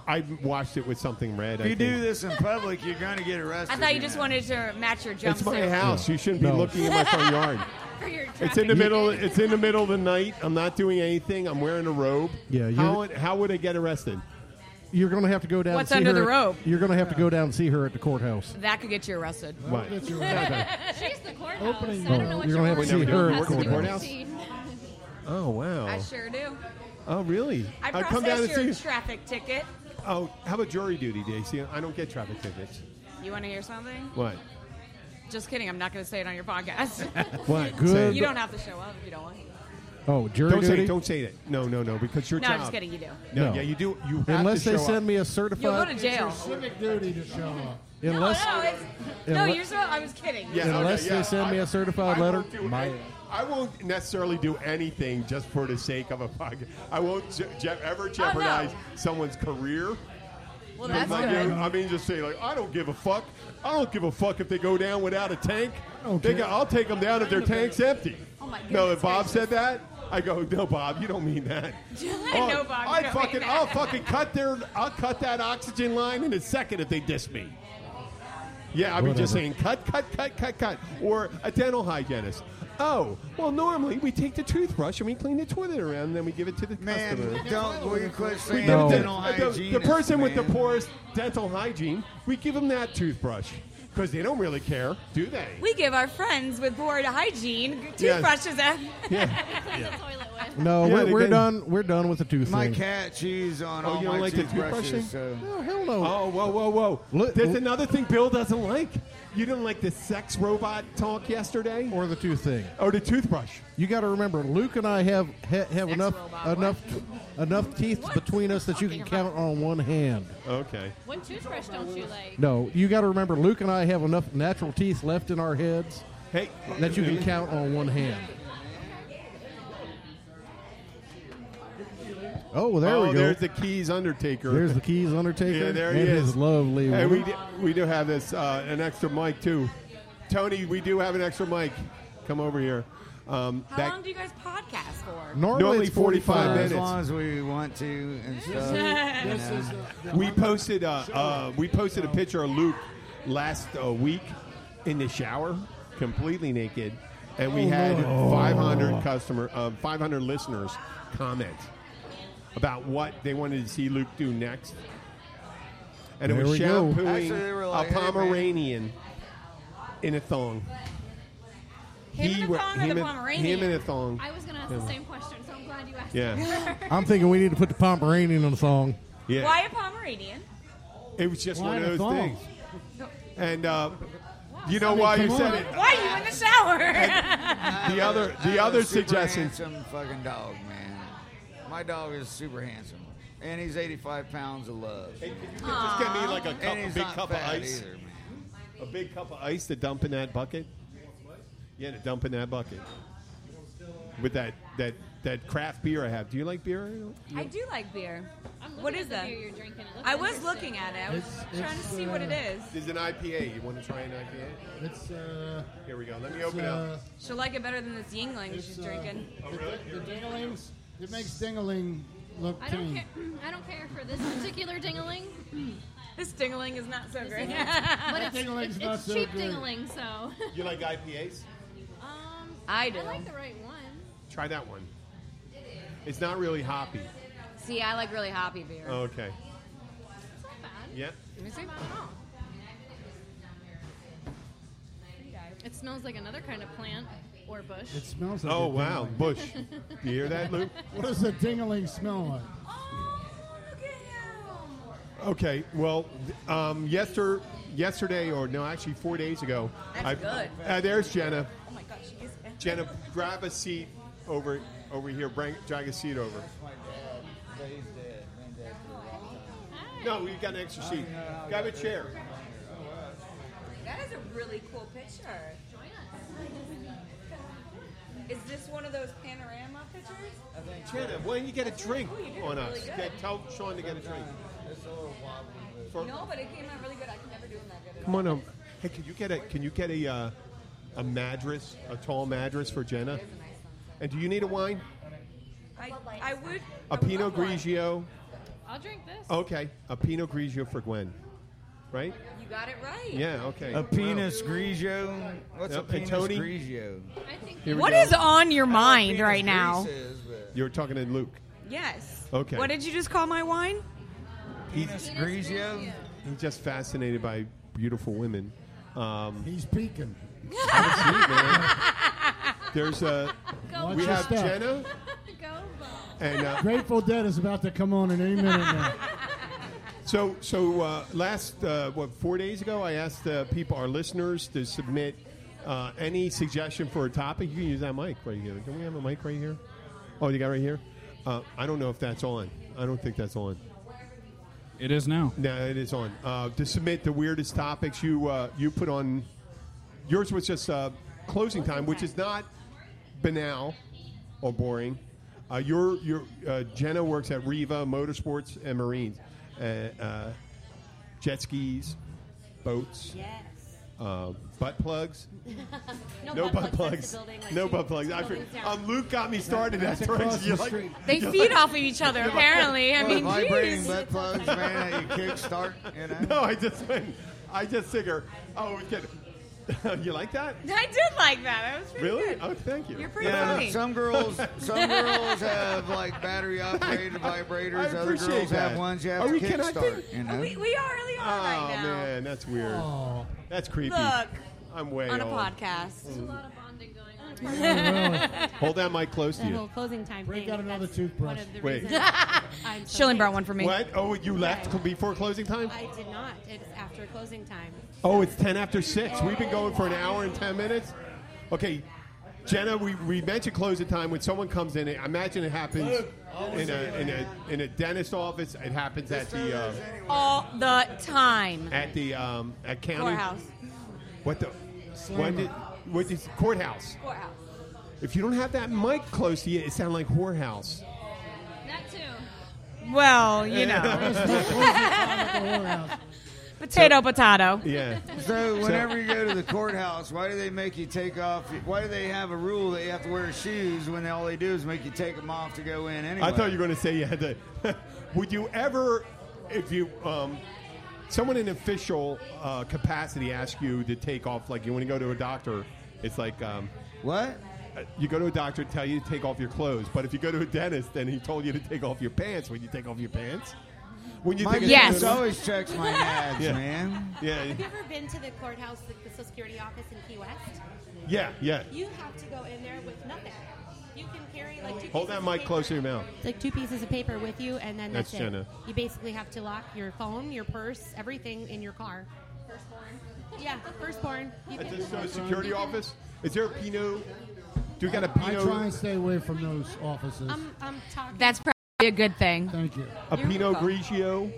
Speaker 1: I washed it with something red.
Speaker 8: If
Speaker 1: I
Speaker 8: you do
Speaker 1: think.
Speaker 8: this in public, you're going to get arrested.
Speaker 10: I thought you
Speaker 8: man.
Speaker 10: just wanted to match your jumpsuit.
Speaker 1: It's my house. You shouldn't
Speaker 2: No.
Speaker 1: be looking in my front yard.
Speaker 10: For your
Speaker 1: It's in the
Speaker 10: traffic.
Speaker 1: middle. It's in the middle of the night. I'm not doing anything. I'm wearing a robe.
Speaker 2: Yeah, you-
Speaker 1: How, would- how would I get arrested?
Speaker 2: You're going to have to go down.
Speaker 10: What's
Speaker 2: and see
Speaker 10: under
Speaker 2: her
Speaker 10: the
Speaker 2: at-
Speaker 10: robe?
Speaker 2: You're going to have to go down and see her at the courthouse.
Speaker 10: That could get you arrested.
Speaker 1: What?
Speaker 11: She's the courthouse. I
Speaker 2: Oh,
Speaker 11: don't know what
Speaker 2: you're gonna have to
Speaker 11: going
Speaker 2: see her at
Speaker 11: to
Speaker 2: courthouse.
Speaker 11: see.
Speaker 1: Oh wow.
Speaker 10: I sure do.
Speaker 1: Oh, really?
Speaker 10: I
Speaker 1: I'd come down and
Speaker 10: processed
Speaker 1: see
Speaker 10: your
Speaker 1: you.
Speaker 10: traffic ticket.
Speaker 1: Oh, how about jury duty, Daisy? I don't get traffic tickets.
Speaker 10: You want to hear something?
Speaker 1: What?
Speaker 10: Just kidding. I'm not going to say it on your podcast.
Speaker 1: What? Good.
Speaker 10: You don't have to show up if you don't want.
Speaker 2: Oh, jury
Speaker 1: don't Say,
Speaker 2: duty?
Speaker 1: it, don't say that. No, no, no. Because your
Speaker 10: No,
Speaker 1: job.
Speaker 10: I'm just kidding, you do.
Speaker 1: No,
Speaker 2: No.
Speaker 1: yeah, you do. You have
Speaker 2: Unless
Speaker 1: to
Speaker 2: they
Speaker 1: show
Speaker 2: send
Speaker 1: up.
Speaker 2: me a certified.
Speaker 10: You'll go to jail.
Speaker 6: It's your civic duty to show up.
Speaker 2: Unless,
Speaker 10: Oh, no, no, it's, no.
Speaker 2: unle-
Speaker 10: You're so. I was kidding.
Speaker 2: unless
Speaker 1: okay, yeah,
Speaker 2: they send me a certified
Speaker 1: I
Speaker 2: letter,
Speaker 1: won't do
Speaker 2: my-
Speaker 1: any- I won't necessarily do anything just for the sake of a podcast. I won't je- je- ever jeopardize someone's career.
Speaker 10: Oh, Well,
Speaker 1: But
Speaker 10: that's
Speaker 1: my-
Speaker 10: good.
Speaker 1: I mean, just say like, I don't give a fuck. I don't give a fuck if they go down without a tank.
Speaker 2: Okay.
Speaker 1: They go- I'll take them down if their tank's empty.
Speaker 10: Oh my
Speaker 1: no, if
Speaker 10: goodness
Speaker 1: Bob said that, I go, no, Bob, you don't mean that.
Speaker 10: I know, Bob, you
Speaker 1: I'd
Speaker 10: don't mean
Speaker 1: fucking,
Speaker 10: that.
Speaker 1: I'll fucking cut their, I'll cut that oxygen line in a second if they diss me. Yeah, I mean, just saying,
Speaker 2: Whatever.
Speaker 1: cut, cut, cut, cut, cut, or a dental hygienist. Oh, well, normally we take the toothbrush and we clean the toilet around, and then we give it to the
Speaker 8: Man,
Speaker 1: customer.
Speaker 8: don't- will you quit
Speaker 1: We
Speaker 8: saying
Speaker 1: give
Speaker 8: No.
Speaker 1: the-
Speaker 8: dental
Speaker 1: the- The,
Speaker 8: hygienist,
Speaker 1: person with the
Speaker 8: man.
Speaker 1: poorest dental hygiene, we give them that toothbrush because they don't really care, do they?
Speaker 10: We give our friends with poor hygiene toothbrushes.
Speaker 1: Yeah.
Speaker 2: no,
Speaker 1: Yeah,
Speaker 2: we're,
Speaker 1: they
Speaker 2: we're
Speaker 1: can-
Speaker 2: done. We're done with the tooth
Speaker 8: My
Speaker 2: thing.
Speaker 8: cat chews on
Speaker 1: Oh,
Speaker 8: all
Speaker 1: you don't
Speaker 8: my
Speaker 1: like the toothbrush
Speaker 8: toothbrushes.
Speaker 1: thing?
Speaker 8: so-
Speaker 2: No, hell no.
Speaker 1: Oh, whoa, whoa, whoa! There's another thing Bill doesn't like. You didn't like the sex robot talk yesterday,
Speaker 2: or the tooth thing,
Speaker 1: or the toothbrush.
Speaker 2: You got to remember, Luke and I have ha- have enough
Speaker 11: robot.
Speaker 2: enough enough teeth between us that you can count on one hand.
Speaker 1: Okay.
Speaker 11: What toothbrush don't you like?
Speaker 2: No, you got to remember, Luke and I have enough natural teeth left in our heads
Speaker 1: Hey,
Speaker 2: that you can count on one hand. Oh, well, there
Speaker 1: oh,
Speaker 2: we go.
Speaker 1: There's the keys Undertaker.
Speaker 2: There's the keys Undertaker.
Speaker 1: Yeah, there
Speaker 2: and
Speaker 1: he is.
Speaker 2: His lovely.
Speaker 1: Hey, we
Speaker 2: wife.
Speaker 1: do, we do have this uh, an extra mic too. Tony, we do have an extra mic. Come over here. Um,
Speaker 10: How long do you guys podcast for?
Speaker 1: normally
Speaker 2: it's
Speaker 1: 45
Speaker 8: As
Speaker 1: minutes.
Speaker 8: long as we want to and stuff.
Speaker 10: This
Speaker 8: you know.
Speaker 1: we posted uh, uh, we posted a picture of Luke last uh, week in the shower, completely naked, and we
Speaker 2: Oh,
Speaker 1: had
Speaker 2: Lord.
Speaker 1: 500 customer uh, 500 listeners comment about what they wanted to see Luke do next. And
Speaker 2: There
Speaker 1: it was
Speaker 2: we go.
Speaker 1: shampooing
Speaker 8: Actually, they were like,
Speaker 1: a
Speaker 8: "Hey, man."
Speaker 1: Pomeranian in a thong.
Speaker 11: Him in a
Speaker 1: wa-
Speaker 11: thong or the
Speaker 1: him in-
Speaker 11: Pomeranian?
Speaker 1: Him in a thong.
Speaker 11: I was going to ask
Speaker 1: Yeah.
Speaker 11: the same question, so I'm glad you asked.
Speaker 1: Yeah.
Speaker 2: I'm thinking we need to put the Pomeranian on the song.
Speaker 1: Yeah.
Speaker 10: Why a Pomeranian?
Speaker 1: It was just
Speaker 6: Why
Speaker 1: one
Speaker 6: in a
Speaker 1: of those
Speaker 6: thong?
Speaker 1: things. And uh, you know why you
Speaker 6: come
Speaker 1: said
Speaker 6: on.
Speaker 1: it.
Speaker 10: Why are you in the shower?
Speaker 8: I have
Speaker 1: The other-
Speaker 8: I
Speaker 1: the
Speaker 8: have a
Speaker 1: other
Speaker 8: super
Speaker 1: suggestion-
Speaker 8: Handsome fucking dog, man. My dog is super handsome, and he's 85 pounds of love.
Speaker 1: Just get me like a cup,
Speaker 8: and
Speaker 1: a
Speaker 8: he's
Speaker 1: big
Speaker 8: not
Speaker 1: cup of
Speaker 8: fat
Speaker 1: ice.
Speaker 8: either, man.
Speaker 1: A big cup of ice to dump in that bucket. Yeah, to dump in that bucket. With that that that craft beer I have. Do you like beer?
Speaker 10: I do like beer.
Speaker 11: I'm looking
Speaker 10: What
Speaker 11: at
Speaker 10: is
Speaker 11: the
Speaker 10: that?
Speaker 11: beer you're drinking. It looks
Speaker 10: I was
Speaker 11: interesting.
Speaker 10: looking at it. I was
Speaker 6: It's-
Speaker 10: trying to
Speaker 6: it's,
Speaker 10: see what it
Speaker 6: uh,
Speaker 10: is.
Speaker 1: There's an IPA. You want to try an IPA?
Speaker 6: It's uh,
Speaker 1: Here we go. Let me
Speaker 6: it's,
Speaker 1: open it
Speaker 6: uh,
Speaker 1: up.
Speaker 10: She'll like it better than this Yingling
Speaker 6: it's,
Speaker 10: she's
Speaker 6: uh,
Speaker 10: drinking.
Speaker 1: Oh,
Speaker 6: The, the dinglings. It makes dingaling look
Speaker 11: I don't
Speaker 6: clean.
Speaker 11: care. I don't care for this particular dingaling,
Speaker 10: This Dingling is not so great.
Speaker 11: but it's,
Speaker 6: Dingaling's
Speaker 11: it's,
Speaker 6: not
Speaker 11: it's
Speaker 6: so
Speaker 11: cheap
Speaker 6: good.
Speaker 11: dingaling. So,
Speaker 1: You like IPAs?
Speaker 11: um,
Speaker 10: I do.
Speaker 11: I like the right one.
Speaker 1: Try that one. It's not really hoppy.
Speaker 10: see, I like really hoppy beer.
Speaker 1: Oh, Okay.
Speaker 11: It's not bad.
Speaker 1: Yeah.
Speaker 10: Let me see.
Speaker 11: It smells like another kind of plant or bush.
Speaker 6: It smells like
Speaker 1: Oh
Speaker 6: a
Speaker 1: wow,
Speaker 6: dingaling.
Speaker 1: Bush. You hear that, Luke?
Speaker 6: What does a
Speaker 11: Uh,
Speaker 6: dingaling smell like?
Speaker 10: Oh, look at
Speaker 1: Okay. Well, um, yester, yesterday, or no, actually four days ago.
Speaker 10: That's good.
Speaker 1: Uh, there's Jenna.
Speaker 10: him. Oh my gosh, she is.
Speaker 1: Jenna, grab a seat over over here. Bring, drag a seat over.
Speaker 8: My dad, but he's dead. Been dead for a long time.
Speaker 1: No, we've got an extra seat. Grab a chair.
Speaker 10: That is a really cool picture. Join us. Is this one of those panorama pictures?
Speaker 1: Jenna, why don't you get a drink
Speaker 10: Ooh, you did
Speaker 1: on
Speaker 10: really
Speaker 1: us?
Speaker 10: good.
Speaker 1: Get, tell Sean to get a drink.
Speaker 8: It's a little wobbly, but
Speaker 1: For-
Speaker 10: No, but it came out really good. I can never do them that good at
Speaker 1: Come
Speaker 10: all.
Speaker 1: on, um, hey, can you get a can you get a uh, a mattress, a tall mattress for Jenna? And do you need a wine?
Speaker 10: I, I would.
Speaker 1: A
Speaker 10: I would
Speaker 1: Pinot
Speaker 10: love one.
Speaker 1: Grigio.
Speaker 11: I'll drink this.
Speaker 1: Okay, a Pinot Grigio for Gwen. Right?
Speaker 10: You got it right.
Speaker 1: Yeah. Okay.
Speaker 8: A
Speaker 1: Wow.
Speaker 8: penis grigio. What's
Speaker 1: Yep,
Speaker 8: a
Speaker 1: hey,
Speaker 8: penis
Speaker 1: Tony.
Speaker 8: grigio?
Speaker 11: I think
Speaker 1: Here we
Speaker 10: What
Speaker 1: go.
Speaker 10: is on your mind
Speaker 8: Penis
Speaker 10: right now?
Speaker 8: greases, but-
Speaker 1: You're talking to Luke.
Speaker 10: Yes.
Speaker 1: Okay.
Speaker 10: What did you just call my wine?
Speaker 8: Penis grigio.
Speaker 1: He's just fascinated by beautiful women. Um,
Speaker 6: He's peeking.
Speaker 1: there's a
Speaker 11: go.
Speaker 1: we
Speaker 6: your
Speaker 1: have
Speaker 6: step.
Speaker 1: Jenna,
Speaker 11: go. Bo.
Speaker 1: And uh,
Speaker 6: Grateful Dead is about to come on in any minute now.
Speaker 1: So, so uh, last uh, what four days ago, I asked uh, people, our listeners, to submit uh, any suggestion for a topic. You can use that mic right here. Don't we have a mic right here? Oh, you got it right here. Uh, I don't know if that's on. I don't think that's on.
Speaker 12: It is now.
Speaker 1: No, it is on. Uh, to submit the weirdest topics you uh, you put on. Yours was just uh, closing time, which is not banal or boring. Uh, your your uh, Jenna works at Riva Motorsports and Marines, uh, uh, jet skis, boats,
Speaker 13: Yes.
Speaker 1: uh, butt plugs.
Speaker 13: no,
Speaker 1: No butt plugs.
Speaker 13: That's the building, like,
Speaker 1: No
Speaker 13: two-
Speaker 1: butt plugs.
Speaker 13: two
Speaker 1: I
Speaker 13: buildings
Speaker 1: fr-
Speaker 13: down.
Speaker 1: um, Luke got me started.
Speaker 13: That's
Speaker 1: That's right.
Speaker 13: across
Speaker 1: You're
Speaker 13: the
Speaker 1: like-
Speaker 13: street.
Speaker 10: They
Speaker 1: you're
Speaker 10: feed
Speaker 1: like-
Speaker 10: off of each other, apparently. I
Speaker 8: Well,
Speaker 10: mean,
Speaker 8: vibrating
Speaker 10: geez.
Speaker 1: uh,
Speaker 8: butt plugs, man. that You kickstart. You know?
Speaker 1: No, I just went. I just figure. Oh, it's good. you like that?
Speaker 10: I did like that. That was pretty
Speaker 1: Really?
Speaker 10: good.
Speaker 1: Oh, thank you.
Speaker 10: You're pretty
Speaker 8: Yeah,
Speaker 10: funny.
Speaker 8: some girls, some girls have like battery operated
Speaker 1: I
Speaker 8: vibrators. Other
Speaker 1: appreciate
Speaker 8: girls
Speaker 1: that.
Speaker 8: have ones you have
Speaker 1: Are
Speaker 8: to
Speaker 1: we- can I
Speaker 8: kickstart.
Speaker 1: think-
Speaker 8: You know?
Speaker 10: We, we are really
Speaker 1: Oh
Speaker 10: on right now.
Speaker 1: man, that's weird. That's creepy.
Speaker 10: Look,
Speaker 1: I'm way
Speaker 10: on a
Speaker 1: old. Mm.
Speaker 10: podcast. There's a lot
Speaker 11: of bonding going on.
Speaker 1: Hold that mic close to
Speaker 11: That whole
Speaker 1: you.
Speaker 11: closing time
Speaker 6: Break
Speaker 11: thing.
Speaker 6: out another
Speaker 11: that's
Speaker 6: toothbrush.
Speaker 11: One of the
Speaker 1: Wait.
Speaker 11: reasons I'm so
Speaker 10: Shilling brought
Speaker 11: late.
Speaker 10: one for me.
Speaker 1: What? Oh, you left cl- before closing time?
Speaker 11: I did not. It's after closing time.
Speaker 1: Oh, it's 10 after 6. We've been going for an hour and 10 minutes. Okay, Jenna, we, we mentioned closing time. When someone comes in, I imagine it happens in a, in a, in a dentist office. It happens at the, uh,
Speaker 10: All the time.
Speaker 1: at the um, at county.
Speaker 10: Courthouse.
Speaker 1: What the? What did, what is courthouse?
Speaker 10: Courthouse.
Speaker 1: If you don't have that mic close to you, it sounds like whorehouse.
Speaker 11: That too.
Speaker 10: Well, you know. potato, potato.
Speaker 1: Yeah.
Speaker 8: So
Speaker 10: So-
Speaker 8: whenever you go to the courthouse, why do they make you take off? Why do they have a rule that you have to wear shoes when all they do is make you take them off to go in anyway?
Speaker 1: I thought you were going to say you had to. would you ever, if you, um, someone in official uh, capacity ask you to take off, like you want to go to a doctor, it's like um, uh,
Speaker 8: what?
Speaker 1: You go to a doctor, tell you to take off your clothes, but if you go to a dentist and he told you to take off your pants, would you take off your pants? When you
Speaker 8: My
Speaker 1: take a
Speaker 8: dentist
Speaker 1: photo-
Speaker 8: always checks my nads, man.
Speaker 1: Yeah,
Speaker 11: Have you ever been to the courthouse, like the Social Security office in Key West?
Speaker 1: yeah, yeah.
Speaker 11: You have to go in there with nothing. You can carry like two
Speaker 1: Hold
Speaker 11: pieces
Speaker 1: that
Speaker 11: of
Speaker 1: mic
Speaker 11: paper-
Speaker 1: close to your mouth.
Speaker 11: Like two pieces of paper with you, and then that's,
Speaker 1: That's
Speaker 11: it.
Speaker 1: Jenna.
Speaker 11: You basically have to lock your phone, your purse, everything in your car. Firstborn. Yeah, firstborn. You
Speaker 1: Is
Speaker 11: can-
Speaker 1: this a security office? Is there a Pinot? Do we got a
Speaker 6: I
Speaker 1: Pinot?
Speaker 6: try and stay away from those offices.
Speaker 11: I'm, I'm talking.
Speaker 10: That's probably a good thing.
Speaker 6: Thank you.
Speaker 1: A
Speaker 10: Um, You're
Speaker 1: Pinot
Speaker 10: welcome.
Speaker 1: Grigio.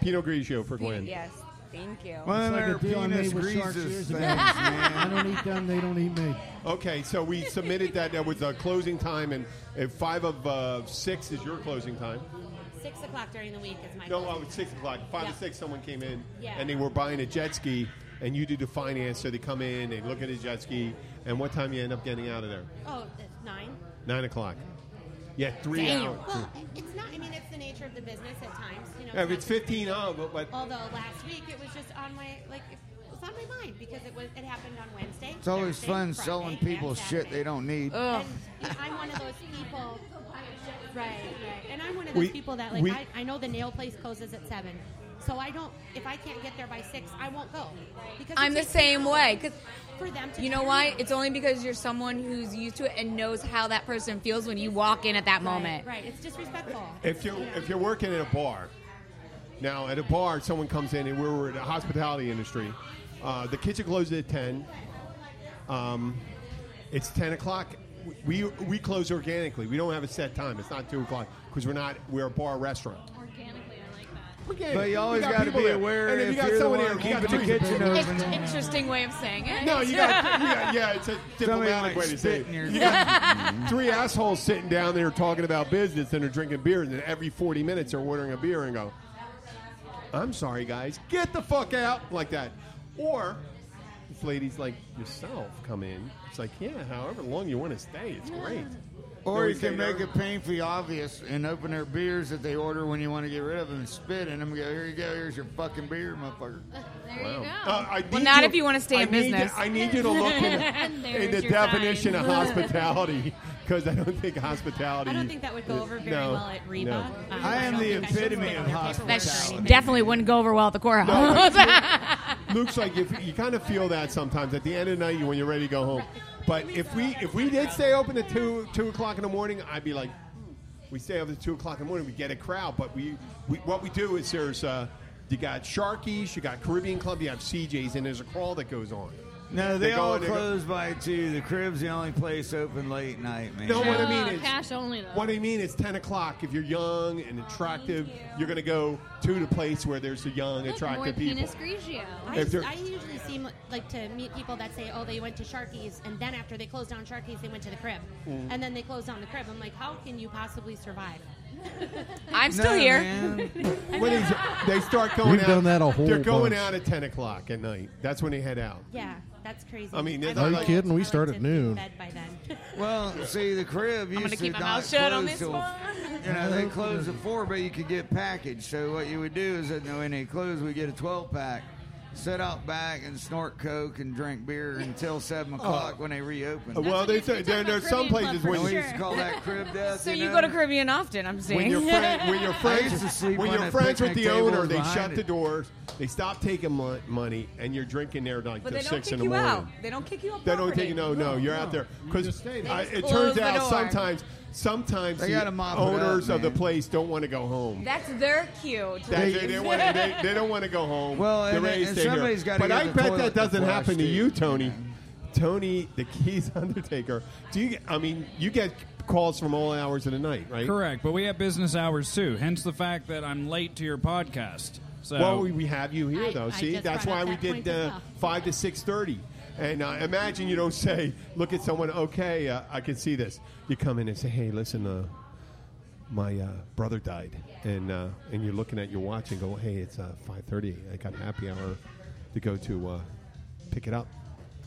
Speaker 1: Pinot Grigio for Gwen.
Speaker 10: Yes, thank you.
Speaker 8: Well,
Speaker 6: it's like a
Speaker 8: they're
Speaker 6: deal I made
Speaker 8: penis
Speaker 6: with sharks
Speaker 8: greases
Speaker 6: years ago.
Speaker 8: things, man.
Speaker 6: I don't eat them; they don't eat me.
Speaker 1: Okay, so we submitted that. That was a closing time, and if five of uh, six is your closing time.
Speaker 11: Six o'clock during the week is my.
Speaker 1: No,
Speaker 11: closing.
Speaker 1: oh, it's six o'clock. Five
Speaker 11: Yeah.
Speaker 1: to six, someone came in,
Speaker 11: Yeah.
Speaker 1: and they were buying a jet ski, and you do the finance, so they come in, they look at the jet ski, and what time you end up getting out of there?
Speaker 11: Oh, it's nine.
Speaker 1: Nine o'clock. Yeah, three hours.
Speaker 11: Well, it's not. I mean, it's the nature of the business at times. You know.
Speaker 1: Yeah, if
Speaker 11: not
Speaker 1: it's fifteen, oh, but, but
Speaker 11: Although last week it was just on my like it was on my mind because it was it happened on Wednesday.
Speaker 8: It's always
Speaker 11: Thursday,
Speaker 8: fun
Speaker 11: Friday,
Speaker 8: selling
Speaker 11: and
Speaker 8: people shit they don't need.
Speaker 11: Saturday. And, you know, I'm one of those people. Right, right. And I'm one of those
Speaker 8: We-
Speaker 11: people that like
Speaker 8: we-
Speaker 11: I, I know the nail place closes at seven, so I don't. If I can't get there by six, I won't go. Because it
Speaker 10: I'm the
Speaker 11: takes me
Speaker 10: same
Speaker 11: hours
Speaker 10: way. Cause
Speaker 11: for them to
Speaker 10: you know
Speaker 11: turn
Speaker 10: why?
Speaker 11: around.
Speaker 10: It's only because you're someone who's used to it and knows how that person feels when you walk in at that moment.
Speaker 11: Right, it's disrespectful.
Speaker 1: if you if you're working at a bar, now at a bar, someone comes in, and we were in the hospitality industry. Uh, the kitchen closes at ten. Um, it's ten o'clock. We we close organically. We don't have a set time. It's not two o'clock because we're not we're a bar restaurant. Organically, I like that.
Speaker 8: But you always
Speaker 1: got
Speaker 8: got to
Speaker 1: people
Speaker 8: be
Speaker 1: there.
Speaker 8: aware
Speaker 1: And if
Speaker 8: if,
Speaker 1: you got
Speaker 8: you're the
Speaker 1: someone
Speaker 8: one
Speaker 1: here, you got
Speaker 8: keeping the
Speaker 1: three
Speaker 8: kitchen
Speaker 1: people.
Speaker 8: open.
Speaker 10: It's interesting way of saying it.
Speaker 1: No, you got, you got- yeah, it's a
Speaker 8: might
Speaker 1: diplomatic way to
Speaker 8: spit
Speaker 1: say it.
Speaker 8: in your-
Speaker 1: You got three assholes sitting down there talking about business and they're drinking beer, and then every 40 minutes they're ordering a beer and go, I'm sorry, guys, get the fuck out, like that. Or if ladies like yourself come in, it's like, yeah, however long you want to stay, it's great.
Speaker 8: Or
Speaker 1: Then
Speaker 8: you
Speaker 1: we
Speaker 8: can
Speaker 1: say,
Speaker 8: make it painfully obvious and open their beers that they order when you want to get rid of them and spit in them. Go here you go. Here's your fucking beer, motherfucker.
Speaker 10: There
Speaker 1: Wow.
Speaker 10: go.
Speaker 1: Uh, I
Speaker 10: well,
Speaker 1: need
Speaker 10: not
Speaker 1: you-
Speaker 10: if you want to stay
Speaker 1: I
Speaker 10: in
Speaker 1: need you-
Speaker 10: business.
Speaker 1: I need you to look in,
Speaker 11: And
Speaker 1: the-
Speaker 11: there's
Speaker 1: in the
Speaker 11: your
Speaker 1: definition
Speaker 11: sign.
Speaker 1: of hospitality because I don't think hospitality.
Speaker 11: I don't think that would go over very
Speaker 1: No,
Speaker 11: well at Reba.
Speaker 1: no.
Speaker 11: Um, I
Speaker 8: am
Speaker 11: don't
Speaker 8: the
Speaker 11: think I should
Speaker 8: epitome
Speaker 11: put
Speaker 8: of
Speaker 11: their paperwork or
Speaker 8: hospitality.
Speaker 11: anything.
Speaker 10: Definitely wouldn't go over well at the courthouse.
Speaker 1: Luke's like, if you kind of feel that sometimes at the end of the night, you when you're ready to go home, But if we if we did stay open to two two o'clock in the morning, I'd be like, hmm, we stay open to two o'clock in the morning, we get a crowd. But we, we what we do is there's uh, you got Sharkies, you got Caribbean Club, you have CJ's, and there's a crawl that goes on.
Speaker 8: No, they,
Speaker 1: go
Speaker 8: all
Speaker 1: and go-
Speaker 8: close by two. The crib's the only place open late night, man.
Speaker 1: No, what I mean is
Speaker 5: cash only though.
Speaker 1: What I mean is ten o'clock. If you're young and attractive, you. are gonna go to the place where there's a young,
Speaker 13: More
Speaker 1: attractive people.
Speaker 13: penis grigio.
Speaker 11: I,
Speaker 1: If they're-
Speaker 11: I usually seem li- like to meet people that say, "Oh, they went to Sharky's," and then after they closed down Sharky's, they went to the crib,
Speaker 1: Mm.
Speaker 11: and then they closed down the crib. I'm like, how can you possibly survive?
Speaker 10: I'm still
Speaker 1: No,
Speaker 10: here.
Speaker 1: What is it? They start going
Speaker 2: We've
Speaker 1: out.
Speaker 2: done that a whole
Speaker 1: They're going
Speaker 2: bunch.
Speaker 1: out at ten o'clock at night. That's when they head out.
Speaker 11: yeah, that's crazy.
Speaker 1: I mean,
Speaker 11: I'm
Speaker 1: they're
Speaker 2: Are you
Speaker 1: like-
Speaker 2: kidding? We start
Speaker 11: to
Speaker 2: at
Speaker 11: be in
Speaker 2: noon.
Speaker 11: Bed by then.
Speaker 8: Well, see, the crib used
Speaker 11: gonna
Speaker 8: to
Speaker 11: keep my
Speaker 8: not
Speaker 11: mouth shut on
Speaker 8: close
Speaker 11: this
Speaker 8: till-
Speaker 11: one.
Speaker 8: You know, they close at four, but you could get packaged. So what you would do is, that when they close, we get a twelve pack, sit out back and snort coke and drink beer until seven o'clock when they reopen.
Speaker 1: Uh, well, they say there, there's some places when
Speaker 8: we used to call that crib death.
Speaker 10: So
Speaker 8: you,
Speaker 10: you
Speaker 8: know?
Speaker 10: go to Caribbean often, I'm seeing.
Speaker 1: when you're friend, when you're
Speaker 8: used to
Speaker 1: friends
Speaker 8: sleep
Speaker 1: when
Speaker 8: on
Speaker 1: you're
Speaker 8: a
Speaker 1: friends with
Speaker 8: picnic
Speaker 1: the
Speaker 8: table
Speaker 1: owner, they
Speaker 8: behind
Speaker 1: shut
Speaker 8: it.
Speaker 1: the doors, they stop taking mo- money, and you're drinking there like
Speaker 10: But
Speaker 1: till
Speaker 10: they don't
Speaker 1: six
Speaker 10: kick
Speaker 1: in the
Speaker 10: you
Speaker 1: morning.
Speaker 10: out. They don't kick you out.
Speaker 1: They don't take no, no. You're out there because
Speaker 10: They
Speaker 1: it
Speaker 10: just close
Speaker 1: turns
Speaker 10: the
Speaker 1: out
Speaker 10: door.
Speaker 1: sometimes sometimes
Speaker 8: They
Speaker 1: the
Speaker 8: gotta mop it up,
Speaker 1: owners of the
Speaker 8: man.
Speaker 1: place don't want to go home.
Speaker 10: That's their cue. to
Speaker 1: That- they,
Speaker 10: leave.
Speaker 1: they wanna- they- they don't want to go home.
Speaker 8: Well,
Speaker 1: They're
Speaker 8: and-
Speaker 1: ready to
Speaker 8: and
Speaker 1: stay here.
Speaker 8: somebody's gotta
Speaker 1: But
Speaker 8: get
Speaker 1: I
Speaker 8: the
Speaker 1: bet
Speaker 8: toilet
Speaker 1: that doesn't
Speaker 8: flushed,
Speaker 1: happen to
Speaker 8: dude.
Speaker 1: you, Tony. Tony, the Keys Undertaker. Do you? get- I mean, you get calls from all hours of the night, right?
Speaker 12: Correct, but we have business hours too. Hence the fact that I'm late to your podcast. So
Speaker 1: well, we, we have you here
Speaker 12: I-
Speaker 1: though.
Speaker 12: I
Speaker 1: See,
Speaker 12: just
Speaker 1: that's
Speaker 12: brought
Speaker 1: why
Speaker 12: up
Speaker 1: we
Speaker 12: that
Speaker 1: did
Speaker 12: point as
Speaker 1: uh,
Speaker 12: well.
Speaker 1: five to six thirty. And uh, imagine you don't say, "Look at someone." Okay, uh, I can see this. You come in and say, "Hey, listen, uh, my uh, brother died," and uh, and you're looking at your watch and go, "Hey, it's uh, five thirty. I got happy hour to go to uh, pick it up.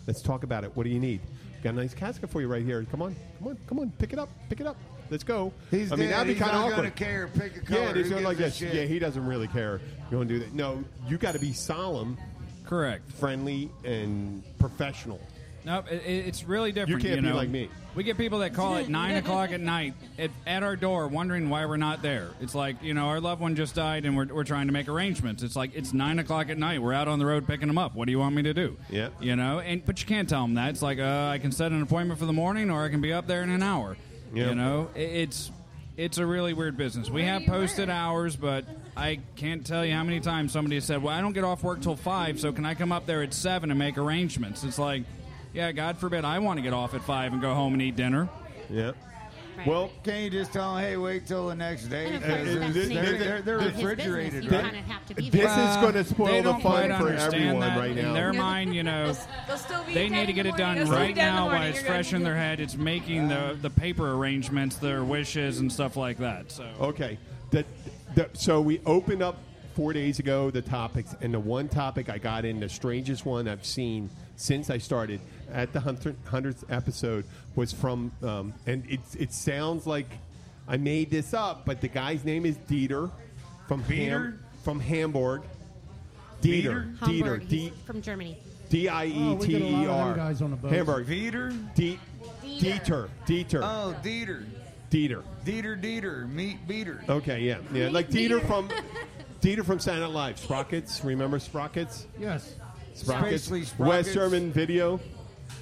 Speaker 1: Let's talk about it. What do you need? Got a nice casket for you right here. Come on, come on, come on. Pick it up, pick it up. Let's go."
Speaker 8: He's
Speaker 1: I mean,
Speaker 8: dead.
Speaker 1: that'd be
Speaker 8: He's
Speaker 1: kind of
Speaker 8: not
Speaker 1: awkward.
Speaker 8: gonna care. Pick a
Speaker 1: Yeah,
Speaker 8: color.
Speaker 1: he's
Speaker 8: Who
Speaker 1: going like
Speaker 8: gives
Speaker 1: this.
Speaker 8: a shit?
Speaker 1: Yeah, he doesn't really care. You want to do that? No, you got to be solemn,
Speaker 12: correct,
Speaker 1: friendly, and professional.
Speaker 12: No, it, it- it's really different.
Speaker 1: You can't be
Speaker 12: know.
Speaker 1: like me.
Speaker 12: We get people that call at nine o'clock at night at, at our door, wondering why we're not there. It's like you know, our loved one just died, and we're, we're trying to make arrangements. It's like it's nine o'clock at night. We're out on the road picking them up. What do you want me to do?
Speaker 1: Yeah.
Speaker 12: you know, and but you can't tell them that. It's like uh, I can set an appointment for the morning, or I can be up there in an hour.
Speaker 1: Yeah.
Speaker 12: You know, I- it's it's a really weird business. We have posted hours, but I can't tell you how many times somebody has said, "Well, I don't get off work till five, so can I come up there at seven and make arrangements?" It's like, yeah, God forbid, I want to get off at five and go home and eat dinner.
Speaker 1: Yeah.
Speaker 8: Well, can you just tell him, hey, wait till the next day?
Speaker 1: And of course, that's
Speaker 8: they're,
Speaker 1: nature.
Speaker 8: they're, they're, they're
Speaker 1: It's his business.
Speaker 8: refrigerated,
Speaker 1: You
Speaker 8: right?
Speaker 1: kinda have to be This there. is gonna
Speaker 12: They
Speaker 1: spoil the fun
Speaker 12: don't quite
Speaker 1: for
Speaker 12: understand
Speaker 1: everyone
Speaker 12: that.
Speaker 1: right
Speaker 12: In
Speaker 1: now.
Speaker 8: Oh,
Speaker 12: their mind, you know,
Speaker 10: They'll still be
Speaker 12: they
Speaker 10: dead
Speaker 12: need to
Speaker 10: in
Speaker 12: get
Speaker 10: the
Speaker 12: it done
Speaker 10: morning. They'll still be
Speaker 12: right
Speaker 10: dead in the
Speaker 12: now
Speaker 10: morning.
Speaker 12: while it's
Speaker 10: You're gonna
Speaker 12: fresh in their head. It's making the the paper arrangements, their wishes and stuff like that. So
Speaker 1: Okay. That, that so we opened up four days ago the topics, and the one topic I got in the strangest one I've seen since I started at the hundredth episode was from, um, and it it sounds like I made this up, but the guy's name is Dieter from
Speaker 11: Peter?
Speaker 1: Ham, from Hamburg. Dieter, Dieter,
Speaker 11: Hamburg, he's
Speaker 1: D
Speaker 11: from Germany.
Speaker 1: D I E T E R. Hamburg. Dieter. D- Dieter. Dieter.
Speaker 8: Oh, Dieter.
Speaker 1: Dieter.
Speaker 8: Dieter, Dieter, meat beater.
Speaker 1: Okay, yeah, yeah, like Dieter from Dieter from Saturday Night Live. Sprockets, remember Sprockets?
Speaker 6: Yes.
Speaker 1: Sprockets.
Speaker 8: Especially Sprockets.
Speaker 1: Wes Sherman video.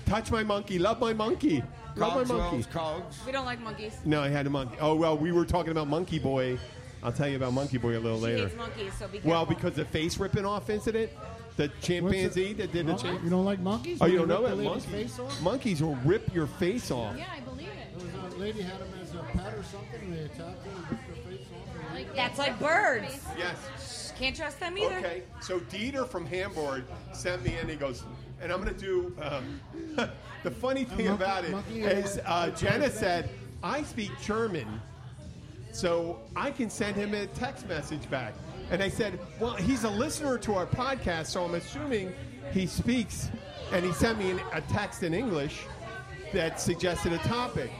Speaker 1: Touch my monkey, love my monkey, love my monkey.
Speaker 8: Cogs.
Speaker 10: We don't like monkeys.
Speaker 1: No, I had a monkey. Oh well, we were talking about Monkey Boy. I'll tell you about Monkey Boy a little
Speaker 10: She
Speaker 1: later.
Speaker 10: hates monkeys, so be
Speaker 1: Well,
Speaker 10: careful.
Speaker 1: because the face ripping off incident, the chimpanzee that did the
Speaker 6: Monkey?
Speaker 1: chimp.
Speaker 6: You don't like monkeys?
Speaker 1: Oh, you
Speaker 6: When
Speaker 1: don't
Speaker 6: they
Speaker 1: know
Speaker 6: rip
Speaker 1: it?
Speaker 6: the lady's
Speaker 1: Monkeys,
Speaker 6: face off?
Speaker 1: monkeys will rip your face off.
Speaker 6: I believe it. was a lady had them as a pet or something. and They attacked her and ripped her face off.
Speaker 10: That's like birds.
Speaker 1: Yes.
Speaker 10: Can't trust them either.
Speaker 1: Okay, so Dieter from Hamburg sent me and he goes, and I'm going to do. Um, the funny thing
Speaker 4: monkey-
Speaker 1: about it
Speaker 4: monkey
Speaker 1: is,
Speaker 4: or-
Speaker 1: uh, Jenna said, I speak German, so I can send him a text message back. And I said, Well, he's a listener to our podcast, so I'm assuming he speaks. And he sent me an, a text in English that suggested a topic.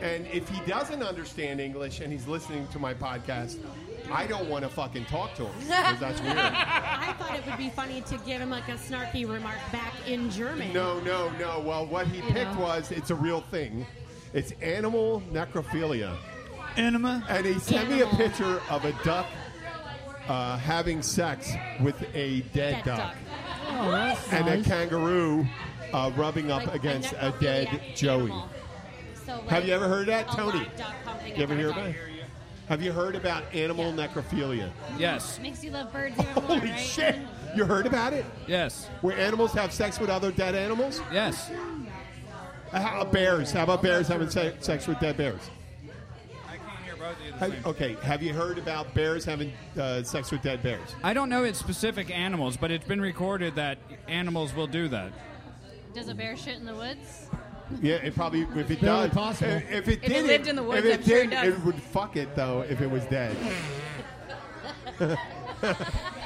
Speaker 1: And if he doesn't understand English and he's listening to my podcast, I don't want to fucking talk to him 'cause that's weird.
Speaker 11: I thought it would be funny to give him like a snarky remark back in German.
Speaker 1: No, no, no. Well, what he
Speaker 11: You
Speaker 1: picked
Speaker 11: know.
Speaker 1: was it's a real thing. It's animal necrophilia.
Speaker 8: Anima.
Speaker 1: And he sent me a picture of a duck uh, having sex with a dead,
Speaker 4: Dead duck.
Speaker 1: and a kangaroo uh, rubbing up
Speaker 13: Oh, Like a
Speaker 1: against a
Speaker 13: necrophilia
Speaker 1: dead Joey.
Speaker 13: animal. So, like,
Speaker 1: Have you ever heard that,
Speaker 13: a
Speaker 1: Tony?
Speaker 13: live dog humping
Speaker 1: You ever
Speaker 13: another
Speaker 1: hear
Speaker 13: dog.
Speaker 1: about? it? Have you heard about animal necrophilia?
Speaker 12: Yes.
Speaker 13: Makes you love birds even more,
Speaker 1: Holy
Speaker 13: right?
Speaker 1: shit! You heard about it?
Speaker 12: Yes.
Speaker 1: Where animals have sex with other dead animals? Uh,
Speaker 12: Yes.
Speaker 1: How about bears? How about bears having se- sex with dead bears? Have- okay, have you heard about bears having uh, sex with dead bears?
Speaker 12: I don't know its specific animals, but it's been recorded that animals will do that.
Speaker 13: Does a bear shit in the woods?
Speaker 1: Yeah, it probably if it
Speaker 12: Barely
Speaker 1: does,
Speaker 12: possible.
Speaker 1: if- If it
Speaker 13: If it
Speaker 1: did,
Speaker 13: lived in the woods,
Speaker 1: if it
Speaker 13: I'm sure it
Speaker 1: did,
Speaker 13: does.
Speaker 1: would fuck it though if it was dead.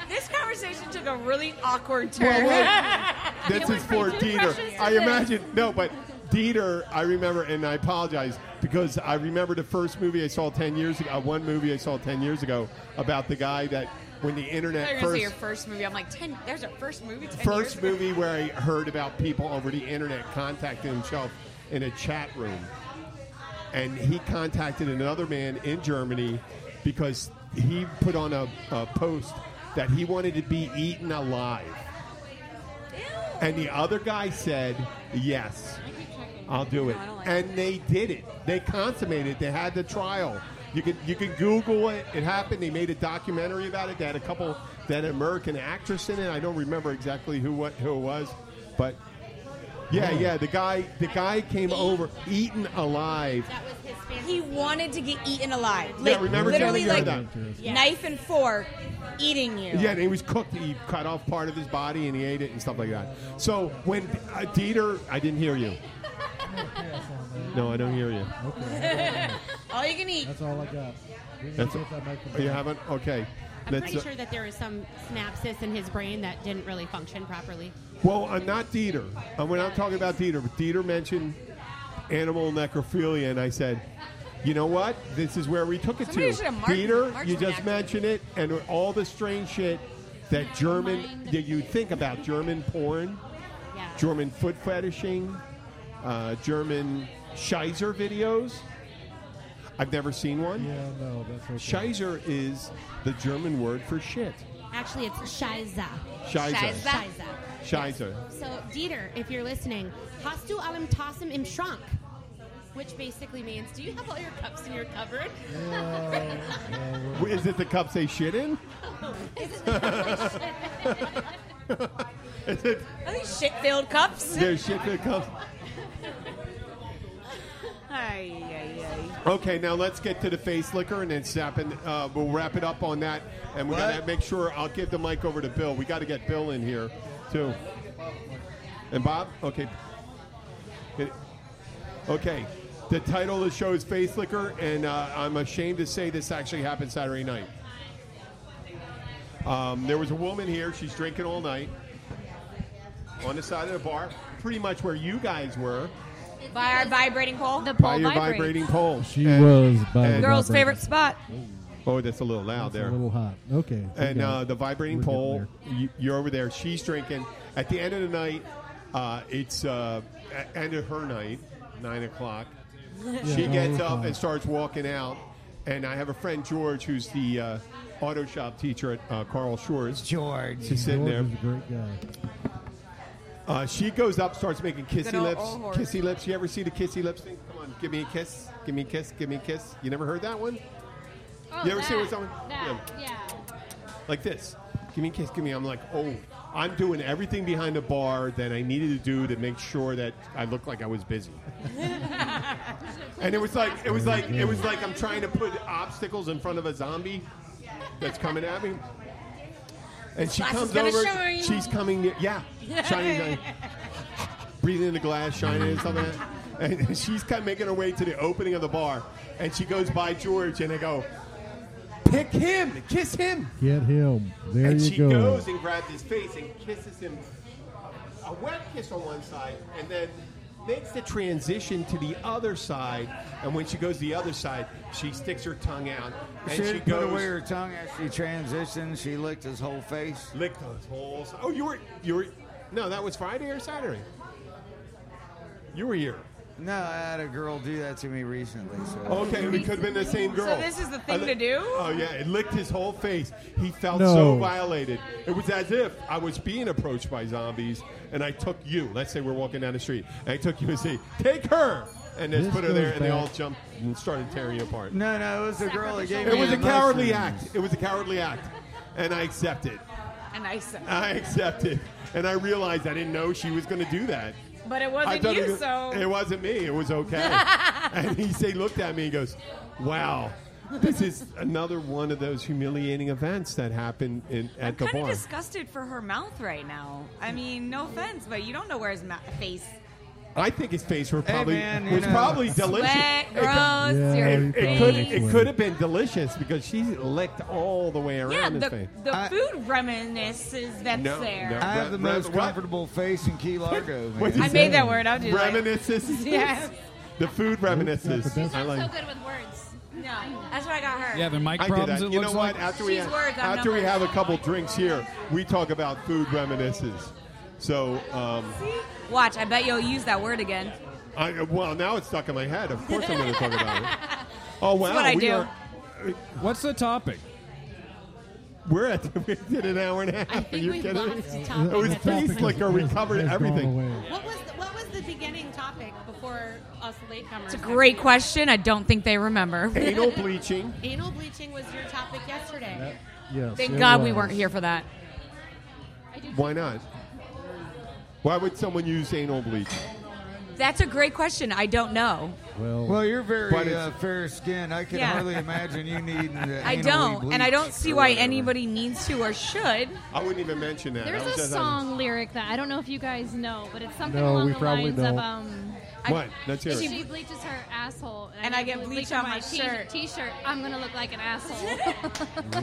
Speaker 10: This conversation took a really awkward turn.
Speaker 1: this is for Dieter. I imagine no, but Dieter, I remember, and I apologize because I remember the first movie I saw ten years ago. Uh, one movie I saw ten years ago about the guy that when the internet
Speaker 10: They're gonna say
Speaker 1: first
Speaker 10: your first movie. I'm like, ten. There's a first movie. 10 years
Speaker 1: first
Speaker 10: ago.
Speaker 1: movie where I heard about people over the internet contacting himself in a chat room. And he contacted another man in Germany because he put on a, a post that he wanted to be eaten alive. And the other guy said, Yes, I'll do it. And they did it. They consummated. They had the trial. You can you can Google it. It happened. They made a documentary about it. They had a couple that American actress in it. I don't remember exactly who what who it was, but yeah, yeah. The guy the guy came over eaten alive.
Speaker 10: He wanted to get eaten alive.
Speaker 1: Yeah,
Speaker 10: Like,
Speaker 1: remember
Speaker 10: literally
Speaker 1: Johnny
Speaker 10: like
Speaker 1: Gargano?
Speaker 10: knife and fork eating you.
Speaker 1: Yeah, and he was cooked. He cut off part of his body and he ate it and stuff like that. So when uh, Dieter, I didn't hear you. No, I don't hear you.
Speaker 10: all you can eat.
Speaker 6: That's all I got.
Speaker 1: That's oh, you haven't? Okay.
Speaker 11: I'm
Speaker 1: Let's,
Speaker 11: pretty
Speaker 1: uh,
Speaker 11: sure that there was some synapses in his brain that didn't really function properly.
Speaker 1: Well, I'm not Dieter. And when I'm talking about Dieter, but Dieter mentioned animal necrophilia, and I said, you know what? This is where we took it
Speaker 10: Somebody
Speaker 1: to.
Speaker 10: should have marked-
Speaker 1: Dieter,
Speaker 10: marked
Speaker 1: you
Speaker 10: the
Speaker 1: just
Speaker 10: accident.
Speaker 1: mentioned it, and all the strange shit that German, that you think about German porn, German foot fetishing, uh, German Scheiser videos. I've never seen one. Yeah, no, that's okay. Scheiser is the German word for shit.
Speaker 11: Actually, it's Shiza.
Speaker 1: Scheiße.
Speaker 11: Shiza.
Speaker 1: Scheiser.
Speaker 11: So, Dieter, if you're listening, hast du allem Tassen im Schrank? Which basically means, do you have all your cups in your cupboard?
Speaker 1: Is it the cup they shit in? Is it
Speaker 10: Are these shit filled cups?
Speaker 1: their shit that comes?
Speaker 10: Ay, ay, ay.
Speaker 1: Okay, now let's get to the face liquor and then snap and uh, we'll wrap it up on that. And we gotta make sure I'll give the mic over to Bill. We got to get Bill in here too. And Bob, okay, It- okay. The title of the show is Face Liquor, and uh, I'm ashamed to say this actually happened Saturday night. Um, there was a woman here. She's drinking all night on the side of the bar, pretty much where you guys were.
Speaker 10: By our vibrating pole. The
Speaker 1: by your vibrating pole.
Speaker 2: She was by
Speaker 10: Girl's favorite spot.
Speaker 1: Oh, that's a little loud there.
Speaker 2: A little hot. Okay. we
Speaker 1: And
Speaker 2: got
Speaker 1: uh,
Speaker 2: it.
Speaker 1: the vibrating
Speaker 2: We're getting
Speaker 1: pole, you, you're over there. She's drinking. At the end of the night, uh, it's uh, a- end of her night, nine o'clock. she gets uh,
Speaker 2: Yeah, nine
Speaker 1: up
Speaker 2: o'clock.
Speaker 1: and starts walking out. And I have a friend George, who's the uh, auto shop teacher at uh, Carl Shores. George, she's sitting
Speaker 2: George
Speaker 1: there.
Speaker 2: is a great guy.
Speaker 1: Uh, she goes up, starts making
Speaker 2: Good
Speaker 1: kissy
Speaker 2: old-
Speaker 1: lips.
Speaker 2: old horse.
Speaker 1: Kissy lips. You ever see the kissy lips thing? Come on, give me a kiss. Give me a kiss. Give me a kiss. You never heard that one?
Speaker 13: Oh,
Speaker 1: you ever see
Speaker 13: that,
Speaker 1: what someone? Yeah
Speaker 13: That, yeah.
Speaker 1: like this. Give me a kiss, give me. I'm like, oh, I'm doing everything behind the bar that I needed to do to make sure that I looked like I was busy. and it was like, it was like, it was like I'm trying to put obstacles in front of a zombie that's coming at me. And she
Speaker 13: Glass is
Speaker 1: comes
Speaker 13: gonna
Speaker 1: over.
Speaker 13: shine.
Speaker 1: She's coming. Near, yeah, shining, like, breathing in the glass, shining and something. Like that. And she's kind of making her way to the opening of the bar, and she goes by George, and I go, "Pick him, kiss him."
Speaker 2: Get him. There
Speaker 1: and
Speaker 2: you
Speaker 1: she
Speaker 2: go.
Speaker 1: goes and grabs his face and kisses him a wet kiss on one side and then makes the transition to the other side and when she goes to the other side she sticks her tongue out and
Speaker 8: she,
Speaker 1: she,
Speaker 8: put
Speaker 1: goes
Speaker 8: away her tongue as she transitioned. She licked his whole face.
Speaker 1: Licked his whole. Oh, you were you were. No, that was Friday or Saturday. You were here.
Speaker 8: No, I had a girl do that to me recently. So.
Speaker 1: Okay, it could have been the same girl. I li- Oh yeah, it licked his whole face. He felt so
Speaker 2: No.
Speaker 1: violated. It was as if I was being approached by zombies, and I took you. Let's say we're walking down the street, and I took you and say, "Take her," and then
Speaker 8: This
Speaker 1: put her there,
Speaker 8: goes
Speaker 1: and they
Speaker 8: back-
Speaker 1: all jumped and started tearing you apart.
Speaker 8: No, no, it was the girl that gave
Speaker 1: It
Speaker 8: me
Speaker 1: was
Speaker 8: the
Speaker 1: a cowardly
Speaker 8: mushrooms.
Speaker 1: act. It was a cowardly act, and I accept it.
Speaker 14: And I said,
Speaker 1: I accept it, and I realized I didn't know she was going to do that.
Speaker 14: but it
Speaker 1: I
Speaker 14: wasn't
Speaker 1: thought
Speaker 14: you,
Speaker 1: it was-
Speaker 14: so
Speaker 1: it wasn't me. It was okay. and he say, looked at me and goes, "Wow, this is another one of those humiliating events that happened in, at the
Speaker 14: kind of
Speaker 1: bar."
Speaker 14: disgusted for her mouth right now. I mean, no offense, but you don't know where his ma- face.
Speaker 1: I think his face were probably
Speaker 14: man, you
Speaker 1: was
Speaker 14: know.
Speaker 1: probably delicious.
Speaker 14: Sweat,
Speaker 1: It could-
Speaker 14: gross, Yeah, your
Speaker 1: it, it
Speaker 14: face.
Speaker 1: could it could have been delicious because she licked all the way around
Speaker 14: Yeah,
Speaker 1: his
Speaker 14: the,
Speaker 1: face.
Speaker 14: the food reminisces that's
Speaker 1: No,
Speaker 14: there.
Speaker 1: no,
Speaker 8: I have the
Speaker 1: Re- re-
Speaker 8: most
Speaker 1: what?
Speaker 8: comfortable face in Key Largo. man.
Speaker 1: What'd you
Speaker 14: I
Speaker 1: say?
Speaker 14: made that word up, dude.
Speaker 1: Reminiscences.
Speaker 14: Yes.
Speaker 1: The food reminiscences. I like.
Speaker 10: good with words.
Speaker 14: No, that's what I got her.
Speaker 1: Yeah,
Speaker 12: the mic
Speaker 1: I did
Speaker 12: problems.
Speaker 1: that.
Speaker 12: It
Speaker 1: you
Speaker 12: looks
Speaker 1: know
Speaker 12: like
Speaker 1: what? After we
Speaker 14: She's
Speaker 1: ha-
Speaker 14: words, I'm
Speaker 1: after we
Speaker 14: numbers.
Speaker 1: have a couple drinks here, we talk about food reminiscences. So, um,
Speaker 14: Watch, I bet you'll use that word again.
Speaker 1: I, well, now it's stuck in my head. Of course, I'm going to talk about it. Oh wow!
Speaker 14: That's what I
Speaker 1: we
Speaker 14: do.
Speaker 1: Are,
Speaker 12: What's the topic?
Speaker 1: We're at the, we did an hour and a half.
Speaker 11: think
Speaker 1: Are you
Speaker 11: we
Speaker 1: kidding me?
Speaker 11: lost the topic.
Speaker 1: It was
Speaker 11: The topic
Speaker 1: face
Speaker 11: has-
Speaker 1: liquor. We
Speaker 11: has-
Speaker 1: covered
Speaker 11: has gone
Speaker 1: everything.
Speaker 11: What was the, what was the beginning topic before us latecomers?
Speaker 14: It's a great question. I don't think they remember.
Speaker 1: Anal bleaching.
Speaker 11: Anal bleaching was your topic yesterday.
Speaker 2: Yes.
Speaker 14: Thank
Speaker 1: it
Speaker 14: God we
Speaker 1: was.
Speaker 14: weren't here for that.
Speaker 1: Why not? Why would someone use anal bleach?
Speaker 14: That's a great question. I don't know.
Speaker 2: Well,
Speaker 8: well, you're very
Speaker 1: But it's-
Speaker 8: uh, fair skinned. I can
Speaker 14: Yeah.
Speaker 8: hardly imagine you need.
Speaker 14: I don't, and I don't see why anybody needs to or should.
Speaker 1: I wouldn't even mention that.
Speaker 5: There's
Speaker 1: I was
Speaker 5: a
Speaker 1: just-
Speaker 5: song lyric that I don't know if you guys know, but it's something
Speaker 1: No,
Speaker 5: along
Speaker 1: we
Speaker 5: the
Speaker 1: probably
Speaker 5: lines
Speaker 1: don't.
Speaker 5: of um.
Speaker 1: What? Let's hear
Speaker 5: she
Speaker 1: it.
Speaker 5: bleaches her asshole,
Speaker 14: And I get
Speaker 5: ble-
Speaker 14: bleach
Speaker 5: bleach
Speaker 14: on
Speaker 5: my,
Speaker 14: my shirt.
Speaker 5: T- t-shirt. I'm gonna look like an asshole.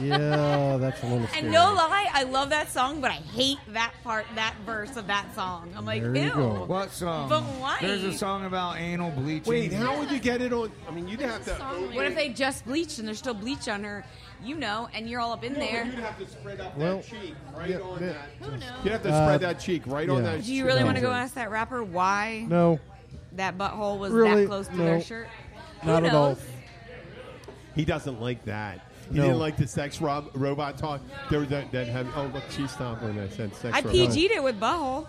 Speaker 2: yeah, that's a little. Scary.
Speaker 14: And no lie, I love that song, but I hate that part, that verse of that song. I'm like,
Speaker 8: There
Speaker 14: ew.
Speaker 8: you go. What song?
Speaker 14: But why?
Speaker 8: There's a song about anal bleaching.
Speaker 1: Wait, how would you get it on? I mean, you'd have to.
Speaker 14: What if they just bleached and there's still bleach on her, you know, and you're all up in
Speaker 1: No, but
Speaker 14: there?
Speaker 1: you'd have to spread up
Speaker 2: Well,
Speaker 1: that cheek right on
Speaker 2: yeah.
Speaker 1: that. You'd have to spread that cheek right on
Speaker 2: yeah.
Speaker 1: that.
Speaker 14: Do you really
Speaker 1: cheek.
Speaker 14: want to go ask that rapper why
Speaker 2: No,
Speaker 14: that butthole was
Speaker 2: Really?
Speaker 14: that close to
Speaker 2: No.
Speaker 14: their shirt?
Speaker 2: not
Speaker 14: Who
Speaker 2: at all.
Speaker 14: knows?
Speaker 1: He doesn't like that. He
Speaker 2: No.
Speaker 1: didn't like the sex rob- robot talk. There was that, that had, oh look, she stopped when I said sex
Speaker 14: I
Speaker 1: robot.
Speaker 14: PG'd it with butthole.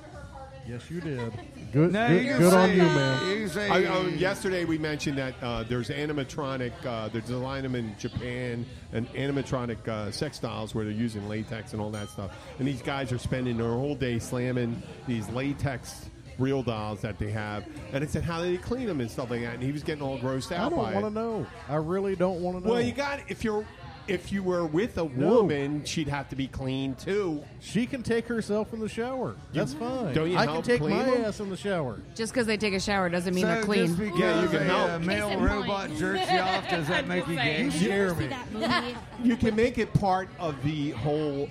Speaker 2: Yes, you did. Good,
Speaker 8: No,
Speaker 2: good,
Speaker 8: you can
Speaker 2: good on
Speaker 8: say-
Speaker 2: you, man.
Speaker 8: you can say-
Speaker 1: I, um, yesterday we mentioned that uh, there's animatronic. Uh, they're designing them in Japan and animatronic uh, sex dolls where they're using latex and all that stuff. And these guys are spending their whole day slamming these latex real dolls that they have. And it said how they clean them and stuff like that. And he was getting all grossed
Speaker 2: I
Speaker 1: out
Speaker 2: don't
Speaker 1: by it.
Speaker 2: want to know. I really don't want to know.
Speaker 1: Well, you got if you're if you were with a
Speaker 2: No.
Speaker 1: woman, she'd have to be clean too.
Speaker 2: She can take herself in the shower. That's fine.
Speaker 1: don't you
Speaker 2: I can
Speaker 1: help
Speaker 2: take
Speaker 1: clean
Speaker 2: my
Speaker 1: them?
Speaker 2: ass in the shower.
Speaker 14: Just because they take a shower doesn't mean
Speaker 8: so
Speaker 14: they're clean.
Speaker 8: Just because
Speaker 1: Yeah, you can
Speaker 8: a,
Speaker 1: help.
Speaker 8: uh,
Speaker 1: Case
Speaker 8: male
Speaker 1: in
Speaker 8: robot
Speaker 1: point.
Speaker 8: jerks you off, does that make you gay?
Speaker 1: saying. You ever see You can make it part of the whole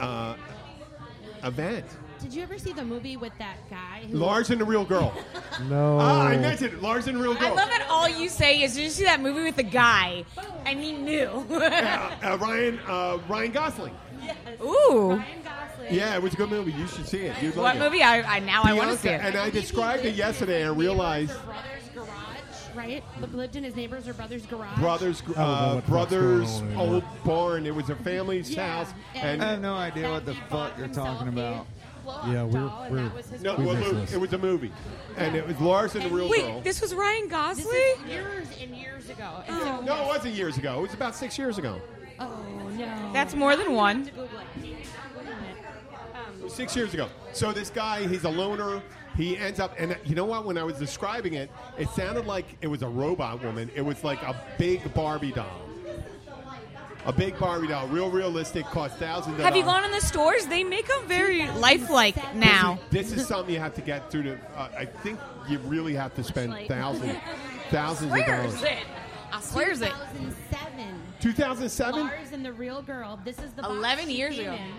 Speaker 1: uh, event.
Speaker 11: Did you ever see the movie with that guy? Who
Speaker 1: Lars and the real girl.
Speaker 2: No.
Speaker 1: Ah, I mentioned it. Lars and the real
Speaker 14: I
Speaker 1: girl.
Speaker 14: love that all you say is, did you see that movie with the guy? And he knew.
Speaker 1: Uh, Ryan uh, Ryan Gosling.
Speaker 14: Ooh.
Speaker 1: Yeah, it was a good movie. You should see it. You'd love
Speaker 14: What
Speaker 1: it.
Speaker 14: movie? I, I now I want
Speaker 1: Bianca,
Speaker 14: to see it.
Speaker 1: And I described it yesterday and realized
Speaker 11: Brothers garage, right? But lived in his neighbor's or brother's garage.
Speaker 1: brothers
Speaker 2: I don't know
Speaker 1: uh,
Speaker 2: what the fuck's
Speaker 1: brothers
Speaker 2: going on anymore.
Speaker 1: old barn. It was a family's
Speaker 11: Yeah,
Speaker 1: house.
Speaker 11: and-
Speaker 1: And
Speaker 8: I have no idea what the fuck you're talking about.
Speaker 2: Yeah, we're,
Speaker 11: doll, and
Speaker 2: we're
Speaker 11: that was his
Speaker 1: no,
Speaker 2: we
Speaker 1: well,
Speaker 2: missed
Speaker 1: Luke,
Speaker 2: this.
Speaker 1: it was a movie, and it was Lars and the real
Speaker 14: Wait,
Speaker 1: girl.
Speaker 14: this was Ryan
Speaker 11: This
Speaker 14: Gosling? Oh.
Speaker 11: is years and years ago. And so-
Speaker 1: No, it wasn't years ago. It was about six years ago.
Speaker 11: Oh no.
Speaker 14: That's more than one.
Speaker 11: You have to Google it. Google it. Um,
Speaker 1: Six years ago. So this guy, he's a loner. He ends up, and you know what? When I was describing it, it sounded like it was a robot woman. It was like a big Barbie doll. A big Barbie doll, real realistic, cost thousands of
Speaker 14: Have you
Speaker 1: dollars.
Speaker 14: gone in the stores? They make them very lifelike now.
Speaker 1: This is something you have to get through to. Uh, I think you really have to spend
Speaker 11: Flashlight.
Speaker 1: thousands, thousands of dollars.
Speaker 14: Swears it. I swears it.
Speaker 11: 2007.
Speaker 1: 2007.
Speaker 11: Lars and the real girl. This is the box
Speaker 14: 11
Speaker 11: she
Speaker 14: years
Speaker 11: came
Speaker 14: ago.
Speaker 11: in,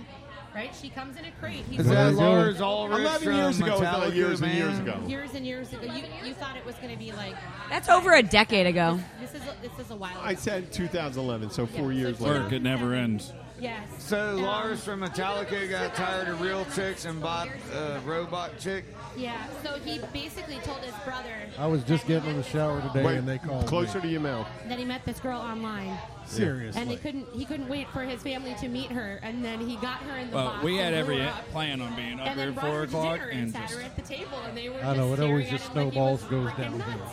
Speaker 11: right? She comes in a crate. He's
Speaker 8: Is
Speaker 2: Well,
Speaker 8: that
Speaker 2: it's
Speaker 8: Lars
Speaker 2: good.
Speaker 8: Ulrich?
Speaker 1: 11
Speaker 8: from
Speaker 1: years ago is not
Speaker 8: Metallica,
Speaker 1: years and years
Speaker 8: man?
Speaker 1: ago.
Speaker 11: years and years ago. You, you thought it was going to be like
Speaker 14: That's over a decade ago.
Speaker 11: this is this is a while.
Speaker 1: I
Speaker 11: Ago.
Speaker 1: said 2011, so four
Speaker 11: Yeah, so
Speaker 1: years
Speaker 12: Work,
Speaker 1: later.
Speaker 12: it never ends.
Speaker 11: Yes.
Speaker 8: So
Speaker 11: Um,
Speaker 8: Lars from Metallica got tired of real chicks and bought a robot chick.
Speaker 11: Yeah, so he basically told his brother
Speaker 2: I was just getting in the shower today
Speaker 1: Wait,
Speaker 2: and they called
Speaker 1: closer
Speaker 2: me.
Speaker 1: to your mouth.
Speaker 11: that he met this girl online.
Speaker 2: Seriously.
Speaker 11: And they couldn't he couldn't wait for his family to meet her and then he got her in the
Speaker 12: Well,
Speaker 11: box
Speaker 12: we
Speaker 11: and
Speaker 12: had
Speaker 11: blew
Speaker 12: every
Speaker 11: her up.
Speaker 12: plan on being up
Speaker 11: and
Speaker 12: here
Speaker 11: then
Speaker 12: at
Speaker 11: brought her
Speaker 12: four
Speaker 11: to dinner
Speaker 12: o'clock
Speaker 11: and,
Speaker 12: and
Speaker 11: sat
Speaker 12: just
Speaker 11: her at the table and they were
Speaker 2: I know, it
Speaker 11: just
Speaker 2: always
Speaker 11: staring at
Speaker 2: just
Speaker 11: him like he
Speaker 2: snowballs
Speaker 11: was
Speaker 2: goes
Speaker 11: freaking
Speaker 2: down
Speaker 11: nuts.
Speaker 2: here.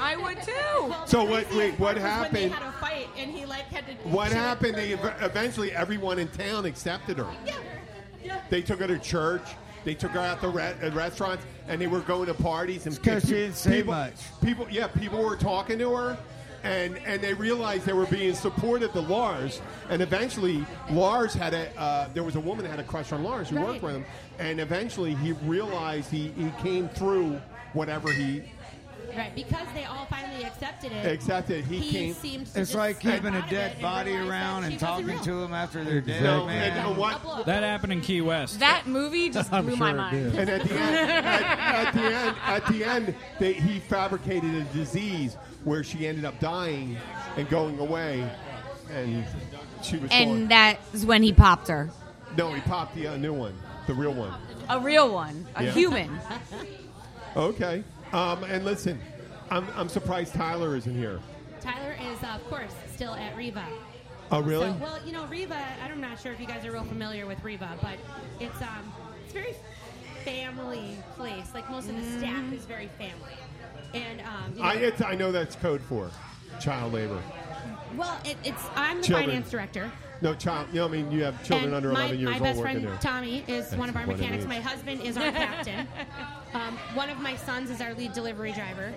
Speaker 14: I would too.
Speaker 1: So what- wait, what
Speaker 11: When they
Speaker 1: happened-
Speaker 11: had a fight and he like had to
Speaker 1: What
Speaker 11: she was
Speaker 1: happened? They
Speaker 11: hurt.
Speaker 1: ev- eventually everyone in town accepted her.
Speaker 11: Yeah.
Speaker 1: They took her to church. They took her out to re- uh, restaurants, and they were going to parties. And
Speaker 8: 'cause she
Speaker 1: pe-
Speaker 8: didn't say
Speaker 1: people,
Speaker 8: much.
Speaker 1: People, yeah, people were talking to her, and and they realized they were being supported to Lars. And eventually, Lars had a uh, there was a woman that had a crush on Lars who worked with him. And eventually, he realized he he came through whatever he
Speaker 11: Right, because they all finally accepted it.
Speaker 1: accepted. He,
Speaker 11: he
Speaker 1: came.
Speaker 11: seemed to
Speaker 8: It's
Speaker 11: just
Speaker 8: like
Speaker 11: snap
Speaker 8: keeping a
Speaker 11: out of it
Speaker 8: dead
Speaker 11: and
Speaker 8: body
Speaker 11: realize
Speaker 8: around
Speaker 11: that
Speaker 8: and
Speaker 11: she wasn't
Speaker 8: talking
Speaker 11: real.
Speaker 8: to them after they're dead. oh,
Speaker 1: No,
Speaker 8: man.
Speaker 1: and, uh, what-
Speaker 12: that happened in Key West.
Speaker 14: That movie just
Speaker 12: I'm
Speaker 14: blew my
Speaker 12: sure it
Speaker 14: mind.
Speaker 12: did.
Speaker 1: And at the end, at, at the end, at the end, they, he fabricated a disease where she ended up dying and going away, and she was. gone.
Speaker 14: And that's when he popped her.
Speaker 1: no, he popped the uh, new one, the real one.
Speaker 14: A real one, a
Speaker 1: Yeah.
Speaker 14: human.
Speaker 1: Okay, um, and listen, I'm, I'm surprised Tyler isn't here.
Speaker 11: Tyler is, uh, of course, still at Reva.
Speaker 1: Oh, really?
Speaker 11: So, well, you know, Reva, I'm not sure if you guys are real familiar with Reva, but it's um, it's a very family place. Like, most of the staff is very family. And, um,
Speaker 1: Mm-hmm.
Speaker 11: you
Speaker 1: I
Speaker 11: know-
Speaker 1: it's, I know that's code for child labor.
Speaker 11: well, it, it's, I'm the
Speaker 1: Children.
Speaker 11: finance director.
Speaker 1: No child. You know, I mean, you have children
Speaker 11: and
Speaker 1: under
Speaker 11: my,
Speaker 1: 11 years
Speaker 11: my
Speaker 1: old
Speaker 11: best
Speaker 1: working
Speaker 11: friend
Speaker 1: there.
Speaker 11: Tommy is
Speaker 1: That's
Speaker 11: one of our
Speaker 1: what it
Speaker 11: mechanics.
Speaker 1: is.
Speaker 11: My husband is our captain. Um, one of my sons is our lead delivery driver,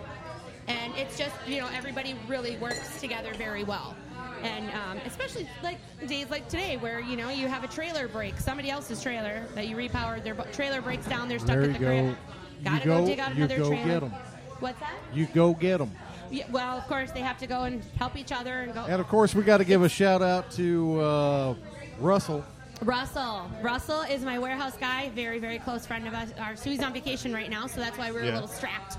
Speaker 11: and it's just you know everybody really works together very well. And um, especially like days like today, where you know you have a trailer break, somebody else's trailer that you repowered, their bu- trailer breaks down, they're stuck
Speaker 2: There
Speaker 11: at
Speaker 2: you
Speaker 11: the
Speaker 2: go.
Speaker 11: crib.
Speaker 2: You
Speaker 11: Gotta
Speaker 2: go-
Speaker 11: dig out
Speaker 2: you
Speaker 11: another
Speaker 2: go
Speaker 11: trailer.
Speaker 2: get 'em.
Speaker 11: What's that?
Speaker 2: You go get them.
Speaker 11: Yeah, well, of course they have to go and help each other and go.
Speaker 2: And of course, we got to give a shout out to uh, Russell.
Speaker 11: Russell. Russell is my warehouse guy, very, very close friend of us. Our Suey's on vacation right now, so that's why we're
Speaker 2: Yeah.
Speaker 11: a little strapped.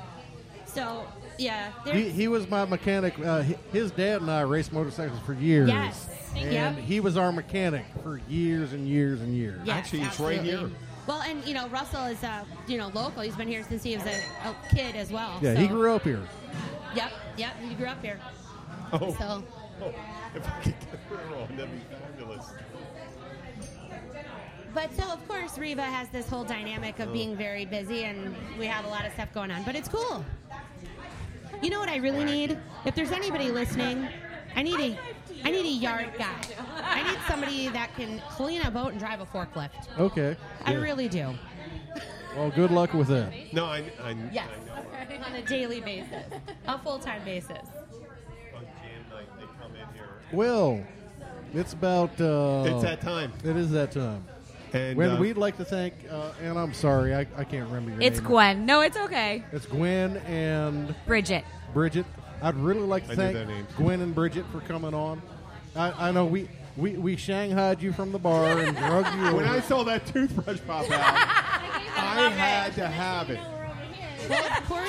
Speaker 11: So, yeah.
Speaker 2: He,
Speaker 11: there's-
Speaker 2: he was my mechanic. Uh, hi- his dad and I raced motorcycles for years.
Speaker 11: Yes. Thank
Speaker 2: And
Speaker 11: you.
Speaker 2: he was our mechanic for years and years and years.
Speaker 11: Yes,
Speaker 1: Actually, it's right
Speaker 11: absolutely.
Speaker 1: here.
Speaker 11: Well, and, you know, Russell is, uh, you know, local. He's been here since he was a, a kid as well.
Speaker 2: Yeah,
Speaker 11: so.
Speaker 2: he grew up here.
Speaker 11: Yep, yep, he grew up here.
Speaker 1: Oh.
Speaker 11: So,
Speaker 1: If I could get her on, that'd be fabulous.
Speaker 11: but so, of course, Reva has this whole dynamic of
Speaker 1: Oh.
Speaker 11: being very busy, and we have a lot of stuff going on, but it's cool. You know what I really need? If there's anybody listening, I need a I need a yard guy. I need somebody that can clean a boat and drive a forklift.
Speaker 2: Okay.
Speaker 11: I
Speaker 2: Oh. Yeah.
Speaker 11: really do.
Speaker 2: Well, good luck with that.
Speaker 1: No, I, I,
Speaker 11: Yes. On a daily basis. A full time basis.
Speaker 1: on Jam night they come in here.
Speaker 2: Well, it's about. Uh,
Speaker 1: It's that time.
Speaker 2: It is that time.
Speaker 1: And,
Speaker 2: when
Speaker 1: uh,
Speaker 2: we'd like to thank, uh, and I'm sorry, I, I can't remember your
Speaker 14: It's
Speaker 2: name.
Speaker 14: Gwen. No, it's okay.
Speaker 2: It's Gwen and
Speaker 14: Bridget.
Speaker 2: Bridget. I'd really like to
Speaker 1: I knew
Speaker 2: thank
Speaker 1: their names.
Speaker 2: Gwen and Bridget for coming on. I, I know we, we, we shanghaied you from the bar and drugged you
Speaker 1: When I
Speaker 2: over.
Speaker 1: saw that toothbrush pop out, I had to have it.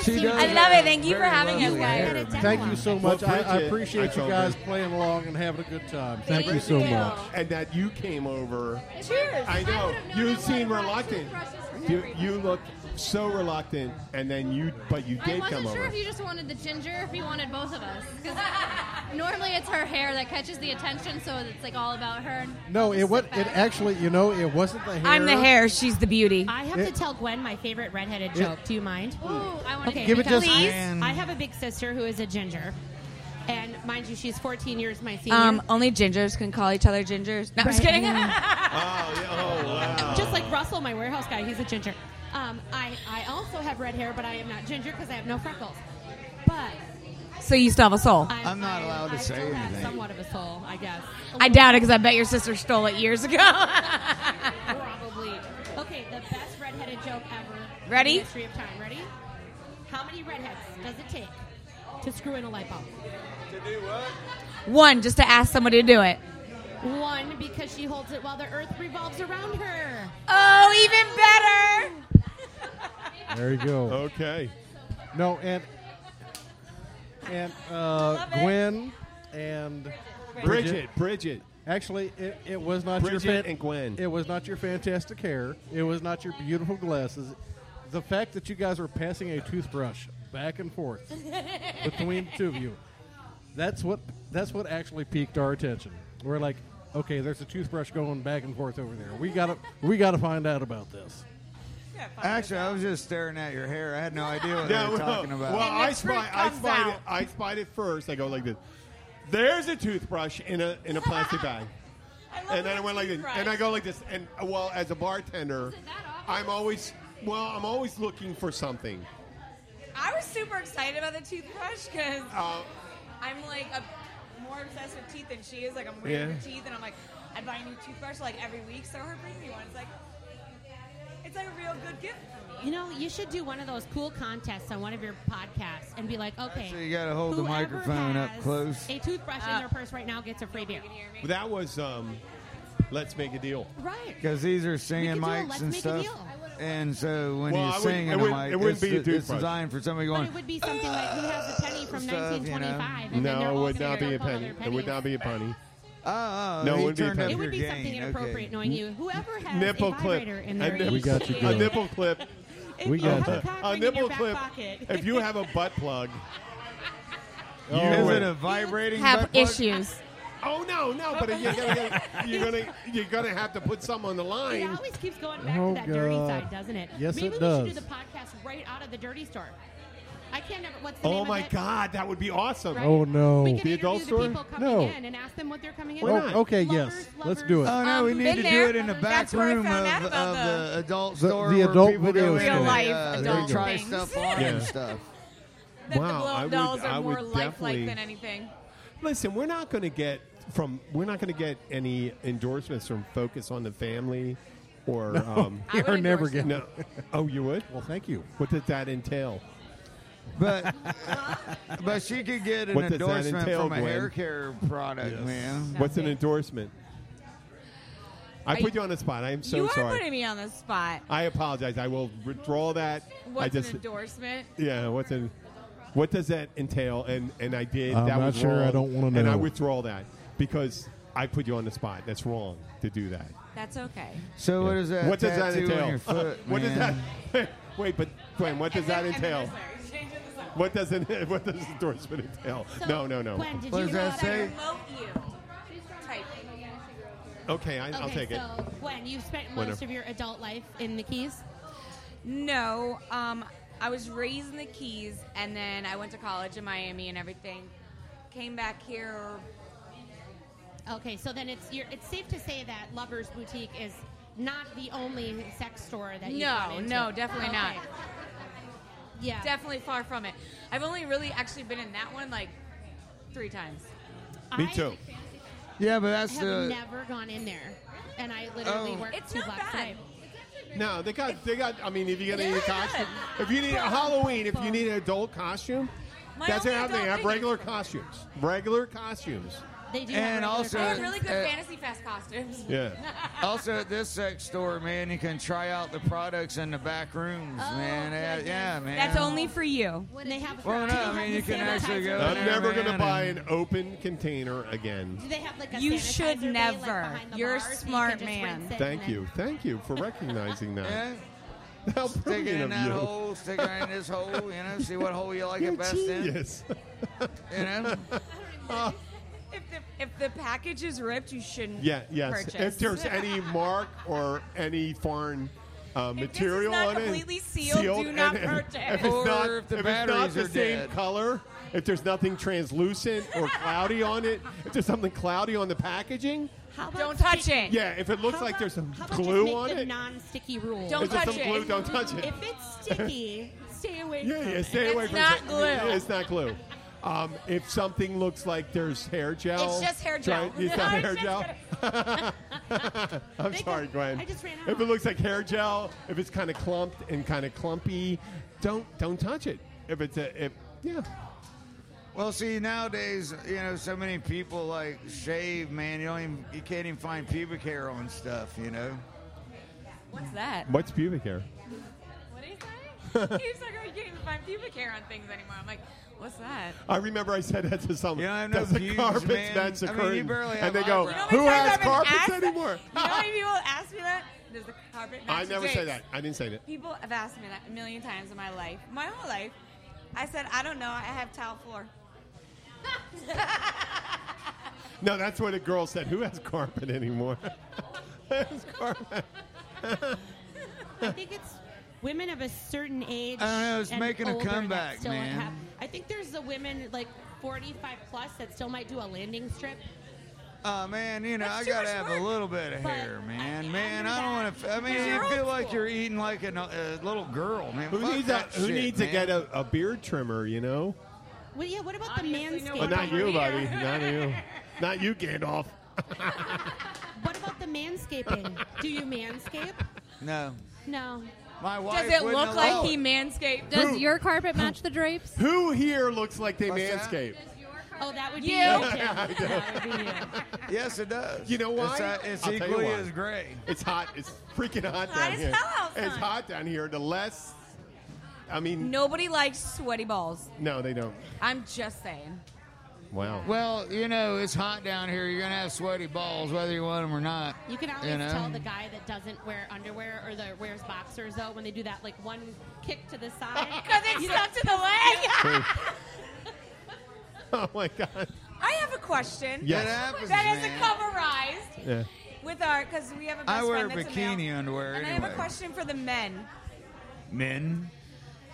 Speaker 2: She does.
Speaker 14: I love it. Thank you for
Speaker 2: Very
Speaker 14: having
Speaker 2: well
Speaker 14: us, guys.
Speaker 2: deserved. Thank you so
Speaker 1: Well,
Speaker 2: much. I, I
Speaker 1: Bridget, I
Speaker 2: appreciate
Speaker 1: told
Speaker 2: you guys
Speaker 1: her.
Speaker 2: playing along and having a good time. Thank,
Speaker 1: Thank
Speaker 2: you so
Speaker 1: you.
Speaker 2: much.
Speaker 1: And that you came over.
Speaker 7: Cheers.
Speaker 1: I know. you seem reluctant.
Speaker 13: toothbrushes
Speaker 1: You,
Speaker 13: everywhere.
Speaker 1: you looked so reluctant, and then you, but you
Speaker 13: I
Speaker 1: did come
Speaker 13: wasn't sure
Speaker 1: over.
Speaker 13: if you just wanted the ginger, or if you wanted both of us. 'Cause normally it's her hair that catches the attention, so it's like all about her.
Speaker 2: No, it what it actually, you know, it wasn't the hair.
Speaker 14: I'm the hair. She's the beauty.
Speaker 11: I have to
Speaker 2: It-
Speaker 11: tell Gwen my favorite redheaded
Speaker 2: It-
Speaker 11: joke. Do you mind? Ooh,
Speaker 13: I
Speaker 11: want okay,
Speaker 2: Give it
Speaker 11: because
Speaker 2: just-
Speaker 11: I-
Speaker 2: Man.
Speaker 11: I have a big sister who is a ginger, and mind you, she's 14 years my senior.
Speaker 14: Um, only gingers can call each other gingers. No, I'm just
Speaker 11: Right.
Speaker 2: Oh,
Speaker 14: kidding.
Speaker 11: Just like Russell, my warehouse guy, he's a ginger. Um, I, I also have red hair, but I am not ginger because I have no freckles. But
Speaker 14: so you still have a soul.
Speaker 11: I'm,
Speaker 14: I'm
Speaker 11: not allowed
Speaker 14: to say anything.
Speaker 11: somewhat of a soul, I guess.
Speaker 14: I doubt it because I bet your sister stole it years ago.
Speaker 11: Probably. Okay, the best redheaded joke ever.
Speaker 14: Ready?
Speaker 11: In the history of time. Ready? How many redheads does it take to screw in a light bulb?
Speaker 14: One, just to ask somebody to do it.
Speaker 11: One, because she holds it while the earth revolves around her.
Speaker 14: Oh, even better.
Speaker 2: There you go.
Speaker 1: Okay.
Speaker 2: No, and and uh, Gwen and
Speaker 1: Bridget, Bridget.
Speaker 2: Actually, it, it was not
Speaker 1: Bridget
Speaker 2: your fan-
Speaker 1: and Gwen.
Speaker 2: It was not your fantastic hair. It was not your beautiful glasses. the fact that you guys are passing a toothbrush back and forth between the two of you, that's what that's what actually piqued our attention. We're like, okay, there's a toothbrush going back and forth over there. We gotta we gotta find out about this.
Speaker 8: Actually, I was just staring at your hair. I had no idea what
Speaker 1: Yeah,
Speaker 8: they were
Speaker 1: well,
Speaker 8: talking about.
Speaker 1: Well, I spied, I spied it. I spied it first. I go like this. There's a toothbrush in a in a plastic bag, and then I went like this, and I go like this, and uh, well, as a bartender, I'm always well, I'm always looking for something.
Speaker 14: I was super excited about the toothbrush because
Speaker 1: Oh.
Speaker 14: I'm like a, more obsessed with teeth than she is. Like I'm weird with
Speaker 1: Yeah.
Speaker 14: teeth, and I'm like, I buy a new toothbrush like every week, so her brings me one. It's like, it's like a real good gift for me.
Speaker 11: You know, you should do one of those cool contests on one of your podcasts and be like, okay,
Speaker 1: Actually, you gotta hold the
Speaker 11: whoever
Speaker 1: microphone up
Speaker 11: has
Speaker 1: close.
Speaker 11: A toothbrush in
Speaker 14: Uh,
Speaker 11: their purse right now gets a free beer.
Speaker 1: That was um, let's make a deal.
Speaker 11: Right.
Speaker 8: Because these are singing
Speaker 11: We could do a
Speaker 8: mics
Speaker 11: let's
Speaker 8: and
Speaker 11: make a
Speaker 8: stuff.
Speaker 11: deal.
Speaker 8: And so when
Speaker 1: Well,
Speaker 8: you
Speaker 1: I wouldn't-
Speaker 8: sing
Speaker 1: it
Speaker 8: in a
Speaker 1: wouldn't-
Speaker 8: mic,
Speaker 1: it wouldn't
Speaker 8: it's,
Speaker 1: be a
Speaker 8: it's
Speaker 1: toothbrush.
Speaker 8: designed for somebody going.
Speaker 11: It would be something like who has a penny from
Speaker 8: Stuff, you know.
Speaker 11: 1925. and then they're
Speaker 1: No, it
Speaker 11: all
Speaker 1: would
Speaker 11: gonna
Speaker 1: not be a
Speaker 11: dump all
Speaker 1: penny.
Speaker 11: their
Speaker 1: It would not be a penny.
Speaker 8: Oh,
Speaker 1: no,
Speaker 8: he
Speaker 1: it would be a
Speaker 8: turned up
Speaker 1: penny.
Speaker 11: It would be
Speaker 8: your
Speaker 11: something
Speaker 8: game.
Speaker 11: inappropriate
Speaker 8: Okay.
Speaker 11: knowing you. Whoever has
Speaker 1: nipple
Speaker 11: a
Speaker 1: clip.
Speaker 11: vibrator in
Speaker 1: A
Speaker 11: their
Speaker 1: nipple,
Speaker 2: We got you
Speaker 1: a
Speaker 2: good.
Speaker 1: nipple clip.
Speaker 2: We got you.
Speaker 1: A
Speaker 11: in your
Speaker 1: nipple
Speaker 11: back
Speaker 1: clip.
Speaker 11: pocket.
Speaker 1: If you have a butt plug, you
Speaker 8: Is
Speaker 1: would-
Speaker 8: it a vibrating
Speaker 1: butt
Speaker 10: have
Speaker 1: plug?
Speaker 10: issues.
Speaker 1: Oh no, no! But you're gonna, you're gonna you're gonna have to put some on the
Speaker 11: It
Speaker 1: line.
Speaker 11: always keeps going back
Speaker 1: Oh,
Speaker 11: to that dirty
Speaker 1: God.
Speaker 11: side, doesn't it?
Speaker 1: Yes,
Speaker 11: Maybe
Speaker 1: it
Speaker 11: we
Speaker 1: does.
Speaker 11: should do the podcast right out of the dirty store. I can't ever. What's the name
Speaker 1: Oh
Speaker 11: of
Speaker 1: my
Speaker 11: it?
Speaker 1: God, that would be awesome!
Speaker 11: Right? Oh,
Speaker 2: no.
Speaker 11: We can
Speaker 1: the
Speaker 11: interview
Speaker 1: adult
Speaker 11: the
Speaker 1: store?
Speaker 11: people coming in and ask them what they're coming in.
Speaker 2: Oh,
Speaker 11: for.
Speaker 2: okay, yes. Let's do it.
Speaker 8: Oh no, we
Speaker 11: Um,
Speaker 8: need
Speaker 11: been
Speaker 8: to do
Speaker 11: there.
Speaker 8: it in the back
Speaker 11: That's where I
Speaker 8: room
Speaker 11: found
Speaker 8: of,
Speaker 11: out
Speaker 8: of
Speaker 11: about
Speaker 8: the, adult
Speaker 2: The-
Speaker 8: Oh, store.
Speaker 2: the
Speaker 8: where
Speaker 2: adult
Speaker 8: people
Speaker 2: video
Speaker 8: go in
Speaker 2: store.
Speaker 8: and,
Speaker 2: Real-life
Speaker 8: uh, they
Speaker 2: adult
Speaker 8: try
Speaker 2: things.
Speaker 8: stuff on
Speaker 1: Yeah.
Speaker 8: and stuff.
Speaker 1: wow,
Speaker 14: blow-up
Speaker 1: I would,
Speaker 14: dolls are
Speaker 1: I
Speaker 14: more
Speaker 1: would
Speaker 14: lifelike
Speaker 1: definitely-
Speaker 14: than anything.
Speaker 1: Listen, we're not going to get from we're not going to get any endorsements from Focus on the Family, or
Speaker 2: No,
Speaker 1: um,
Speaker 2: I would you're never endorse getting-
Speaker 1: No. Oh, you would?
Speaker 2: Well, thank you.
Speaker 1: What did that entail?
Speaker 8: But but she could get an
Speaker 1: What does that
Speaker 8: endorsement
Speaker 1: entail,
Speaker 8: from a
Speaker 1: Gwen?
Speaker 8: hair care product, man.
Speaker 1: What's an endorsement? I
Speaker 14: Are
Speaker 1: put
Speaker 14: you-
Speaker 1: you on the spot. I am so
Speaker 14: you are
Speaker 1: sorry.
Speaker 14: putting me on the spot.
Speaker 1: I apologize. I will withdraw that.
Speaker 14: What's
Speaker 1: I just
Speaker 14: an endorsement?
Speaker 1: yeah. What's an what does that entail? And and I did.
Speaker 2: I'm
Speaker 1: that
Speaker 2: not
Speaker 1: was
Speaker 2: sure. I
Speaker 1: wrong.
Speaker 2: don't wanna
Speaker 1: And I
Speaker 2: know.
Speaker 1: withdraw that because I put you on the spot. That's wrong to do that.
Speaker 14: That's okay.
Speaker 8: So what does that?
Speaker 1: What does that
Speaker 8: tattoo on
Speaker 1: entail?
Speaker 8: your foot,
Speaker 1: what does
Speaker 8: man?
Speaker 1: that? Wait, but Gwen, what does that
Speaker 14: And then-
Speaker 1: entail?
Speaker 14: and then this- change it this way.
Speaker 1: What does it? What does endorsement entail? no, no, no.
Speaker 14: Gwen,
Speaker 11: did
Speaker 8: What does that say?
Speaker 14: Promote you. Type.
Speaker 1: Okay, I, I'll
Speaker 11: okay,
Speaker 1: take
Speaker 11: so
Speaker 1: it.
Speaker 11: Gwen, you've spent most
Speaker 1: Whatever.
Speaker 11: of your adult life in the Keys.
Speaker 14: No, um, I was raised in the Keys, and then I went to college in Miami and everything. Came back here.
Speaker 11: Okay, so then it's you're, it's safe to say that Lovers Boutique is not the only sex store that you
Speaker 14: No, no, definitely not.
Speaker 11: Yeah.
Speaker 14: Definitely far from it. I've only really actually been in that one like three times.
Speaker 1: Me too.
Speaker 8: Yeah, but
Speaker 11: I
Speaker 8: that's
Speaker 11: have
Speaker 8: the.
Speaker 11: never gone in there, and I literally
Speaker 8: Oh.
Speaker 11: work two blocks away.
Speaker 1: No, they got they got. I mean, if you got any costume, if you need a Halloween, if you need an adult costume,
Speaker 14: My
Speaker 1: that's
Speaker 14: only
Speaker 1: how they
Speaker 14: adult
Speaker 1: have
Speaker 14: thing is-
Speaker 1: regular costumes. Regular costumes.
Speaker 11: They do.
Speaker 8: have And regular also-
Speaker 14: They have really good
Speaker 8: uh,
Speaker 14: fantasy fest costumes.
Speaker 1: Yeah.
Speaker 8: Also, at this sex store, man, you can try out the products in the back rooms,
Speaker 11: Oh,
Speaker 8: man. Yeah, yeah, man.
Speaker 14: That's only for you.
Speaker 11: And they have.
Speaker 8: Well, no,
Speaker 11: do they
Speaker 8: I
Speaker 11: have
Speaker 8: mean, you
Speaker 11: the
Speaker 8: can actually
Speaker 11: sanitizer?
Speaker 8: go
Speaker 1: I'm
Speaker 8: in there,
Speaker 1: never
Speaker 8: man,
Speaker 1: gonna buy
Speaker 8: and-
Speaker 1: an open container again.
Speaker 11: Do they have like a
Speaker 14: You
Speaker 11: sanitizer
Speaker 14: should
Speaker 11: bay, like,
Speaker 14: never.
Speaker 11: behind the
Speaker 14: You're a
Speaker 11: bar so you can
Speaker 14: smart
Speaker 11: just
Speaker 14: man.
Speaker 11: rinse it and
Speaker 1: Thank
Speaker 11: then-
Speaker 1: you, thank you for recognizing that.
Speaker 8: Yeah.
Speaker 1: How
Speaker 8: Stick it
Speaker 1: brilliant
Speaker 8: in
Speaker 1: of
Speaker 8: that
Speaker 1: you.
Speaker 8: hole, stick it in this hole, you know, see what hole you like
Speaker 1: You're
Speaker 8: it best
Speaker 1: genius.
Speaker 8: in. You know?
Speaker 1: Oh.
Speaker 14: If the, if the package is ripped, you shouldn't.
Speaker 1: Yeah, yes.
Speaker 14: Purchase.
Speaker 1: If there's any mark or any foreign uh, material
Speaker 14: not
Speaker 1: on it,
Speaker 14: completely sealed, do not
Speaker 1: and- and
Speaker 14: purchase.
Speaker 1: If it's
Speaker 14: Or
Speaker 1: not,
Speaker 8: if the
Speaker 1: if it's not
Speaker 8: batteries
Speaker 1: the
Speaker 8: are
Speaker 1: same
Speaker 8: dead.
Speaker 1: color, if there's nothing translucent or cloudy on it, if there's something cloudy on the packaging,
Speaker 14: Don't touch it.
Speaker 1: yeah, if it looks
Speaker 11: How
Speaker 1: like
Speaker 11: about-
Speaker 1: there's some
Speaker 11: how about just
Speaker 1: glue
Speaker 11: make
Speaker 1: on
Speaker 11: the
Speaker 1: it,
Speaker 11: Non-sticky rule.
Speaker 14: Don't
Speaker 1: Is there
Speaker 14: touch
Speaker 1: some
Speaker 14: it.
Speaker 1: glue? Don't touch it.
Speaker 11: If it's sticky, stay away.
Speaker 1: yeah,
Speaker 11: from
Speaker 1: yeah,
Speaker 11: it.
Speaker 1: stay away from
Speaker 14: not
Speaker 1: it.
Speaker 14: glue.
Speaker 1: It's not glue. Um, if something looks like there's hair gel,
Speaker 14: It's just hair gel.
Speaker 1: Right? It's not
Speaker 14: I was
Speaker 1: hair
Speaker 14: just
Speaker 1: gel. I'm
Speaker 11: They
Speaker 1: sorry,
Speaker 11: just-
Speaker 1: Gwen.
Speaker 11: I just ran
Speaker 1: If it
Speaker 11: out.
Speaker 1: looks like hair gel, if it's kind of clumped and kind of clumpy, don't don't touch it. If it's a if yeah,
Speaker 8: Well, see, nowadays, you know, so many people like shave, man. You don't even, you can't even find pubic hair on stuff, you know.
Speaker 14: What's that?
Speaker 1: what's pubic hair?
Speaker 14: What did he say? he was like, oh, you can't even find pubic hair on things anymore. I'm like, what's that?
Speaker 1: I remember I said that to someone.
Speaker 8: You don't have no
Speaker 1: Does the
Speaker 8: pubes,
Speaker 1: carpets
Speaker 8: man.
Speaker 1: match the
Speaker 8: I mean, you
Speaker 1: curtain?
Speaker 8: barely
Speaker 1: and
Speaker 8: have
Speaker 1: they go,
Speaker 8: eyebrows.
Speaker 1: who
Speaker 14: You know how many
Speaker 1: has
Speaker 14: times I've been
Speaker 1: carpets
Speaker 14: asked-
Speaker 1: anymore?
Speaker 14: You know how many people ask me that? there's a carpet.
Speaker 1: I
Speaker 14: match
Speaker 1: never say
Speaker 14: drapes.
Speaker 1: that. I didn't say that.
Speaker 14: People have asked me that a million times in my life, my whole life. I said I don't know. I have tile floor.
Speaker 1: No, that's what a girl said. Who has carpet anymore? Who's carpet?
Speaker 11: I think it's women of a certain age.
Speaker 8: I don't know, it's
Speaker 11: and
Speaker 8: making a
Speaker 11: older that
Speaker 8: comeback,
Speaker 11: still
Speaker 8: man.
Speaker 11: have- I think there's the women like 45 plus that still might do a landing strip.
Speaker 8: Oh man, you know
Speaker 11: That's
Speaker 8: I
Speaker 11: too
Speaker 8: gotta
Speaker 11: much
Speaker 8: have a
Speaker 11: work.
Speaker 8: little bit of
Speaker 11: But,
Speaker 8: hair, man.
Speaker 11: I-
Speaker 8: man,
Speaker 11: I
Speaker 8: I don't
Speaker 11: mean,
Speaker 8: want to. I mean,
Speaker 11: because
Speaker 8: you
Speaker 11: you're
Speaker 8: feel
Speaker 11: old
Speaker 8: like
Speaker 11: school.
Speaker 8: you're eating like a, a little girl, man.
Speaker 1: Who
Speaker 8: Fuck
Speaker 1: needs
Speaker 8: that
Speaker 1: a, Who
Speaker 8: shit,
Speaker 1: needs to
Speaker 8: man.
Speaker 1: get a, a beard trimmer? You know,
Speaker 11: Well, yeah. What about the manscaping?
Speaker 1: but not you, buddy. Not you. Not you, Gandalf.
Speaker 11: What about the manscaping? Do you manscape?
Speaker 8: No.
Speaker 11: No.
Speaker 8: My
Speaker 10: Does it look like he manscaped?
Speaker 1: Does Who-
Speaker 10: your carpet match the drapes?
Speaker 1: Who here looks like they
Speaker 8: What's that?
Speaker 1: manscape?
Speaker 11: Oh, that would be
Speaker 10: You.
Speaker 11: you. Tim.
Speaker 1: I do.
Speaker 11: That would be you.
Speaker 8: Yes, it does.
Speaker 1: You know why?
Speaker 8: It's, uh, it's
Speaker 1: I'll tell you
Speaker 8: equally
Speaker 1: why.
Speaker 8: as gray.
Speaker 1: It's hot. It's freaking hot,
Speaker 14: Hot
Speaker 1: down
Speaker 14: as
Speaker 1: here.
Speaker 14: hell outside.
Speaker 1: It's hot down here. The less, I mean,
Speaker 14: Nobody likes sweaty balls.
Speaker 1: no, they don't.
Speaker 14: I'm just saying.
Speaker 1: Wow.
Speaker 8: Well, you know it's hot down here. You're gonna have sweaty balls whether you want them or not.
Speaker 11: You can always
Speaker 8: know?
Speaker 11: tell the guy that doesn't wear underwear or that wears boxers though when they do that like one kick to the side because
Speaker 14: it's stuck to the leg.
Speaker 1: oh my god.
Speaker 14: I have a question.
Speaker 1: Yes. It
Speaker 8: happens,
Speaker 14: that is
Speaker 8: man.
Speaker 14: coverized
Speaker 1: Yeah.
Speaker 14: with our because we have a best
Speaker 8: I wear
Speaker 14: friend that's a male.
Speaker 8: bikini underwear
Speaker 14: And
Speaker 8: anyway.
Speaker 14: I have a question for the men.
Speaker 8: Men,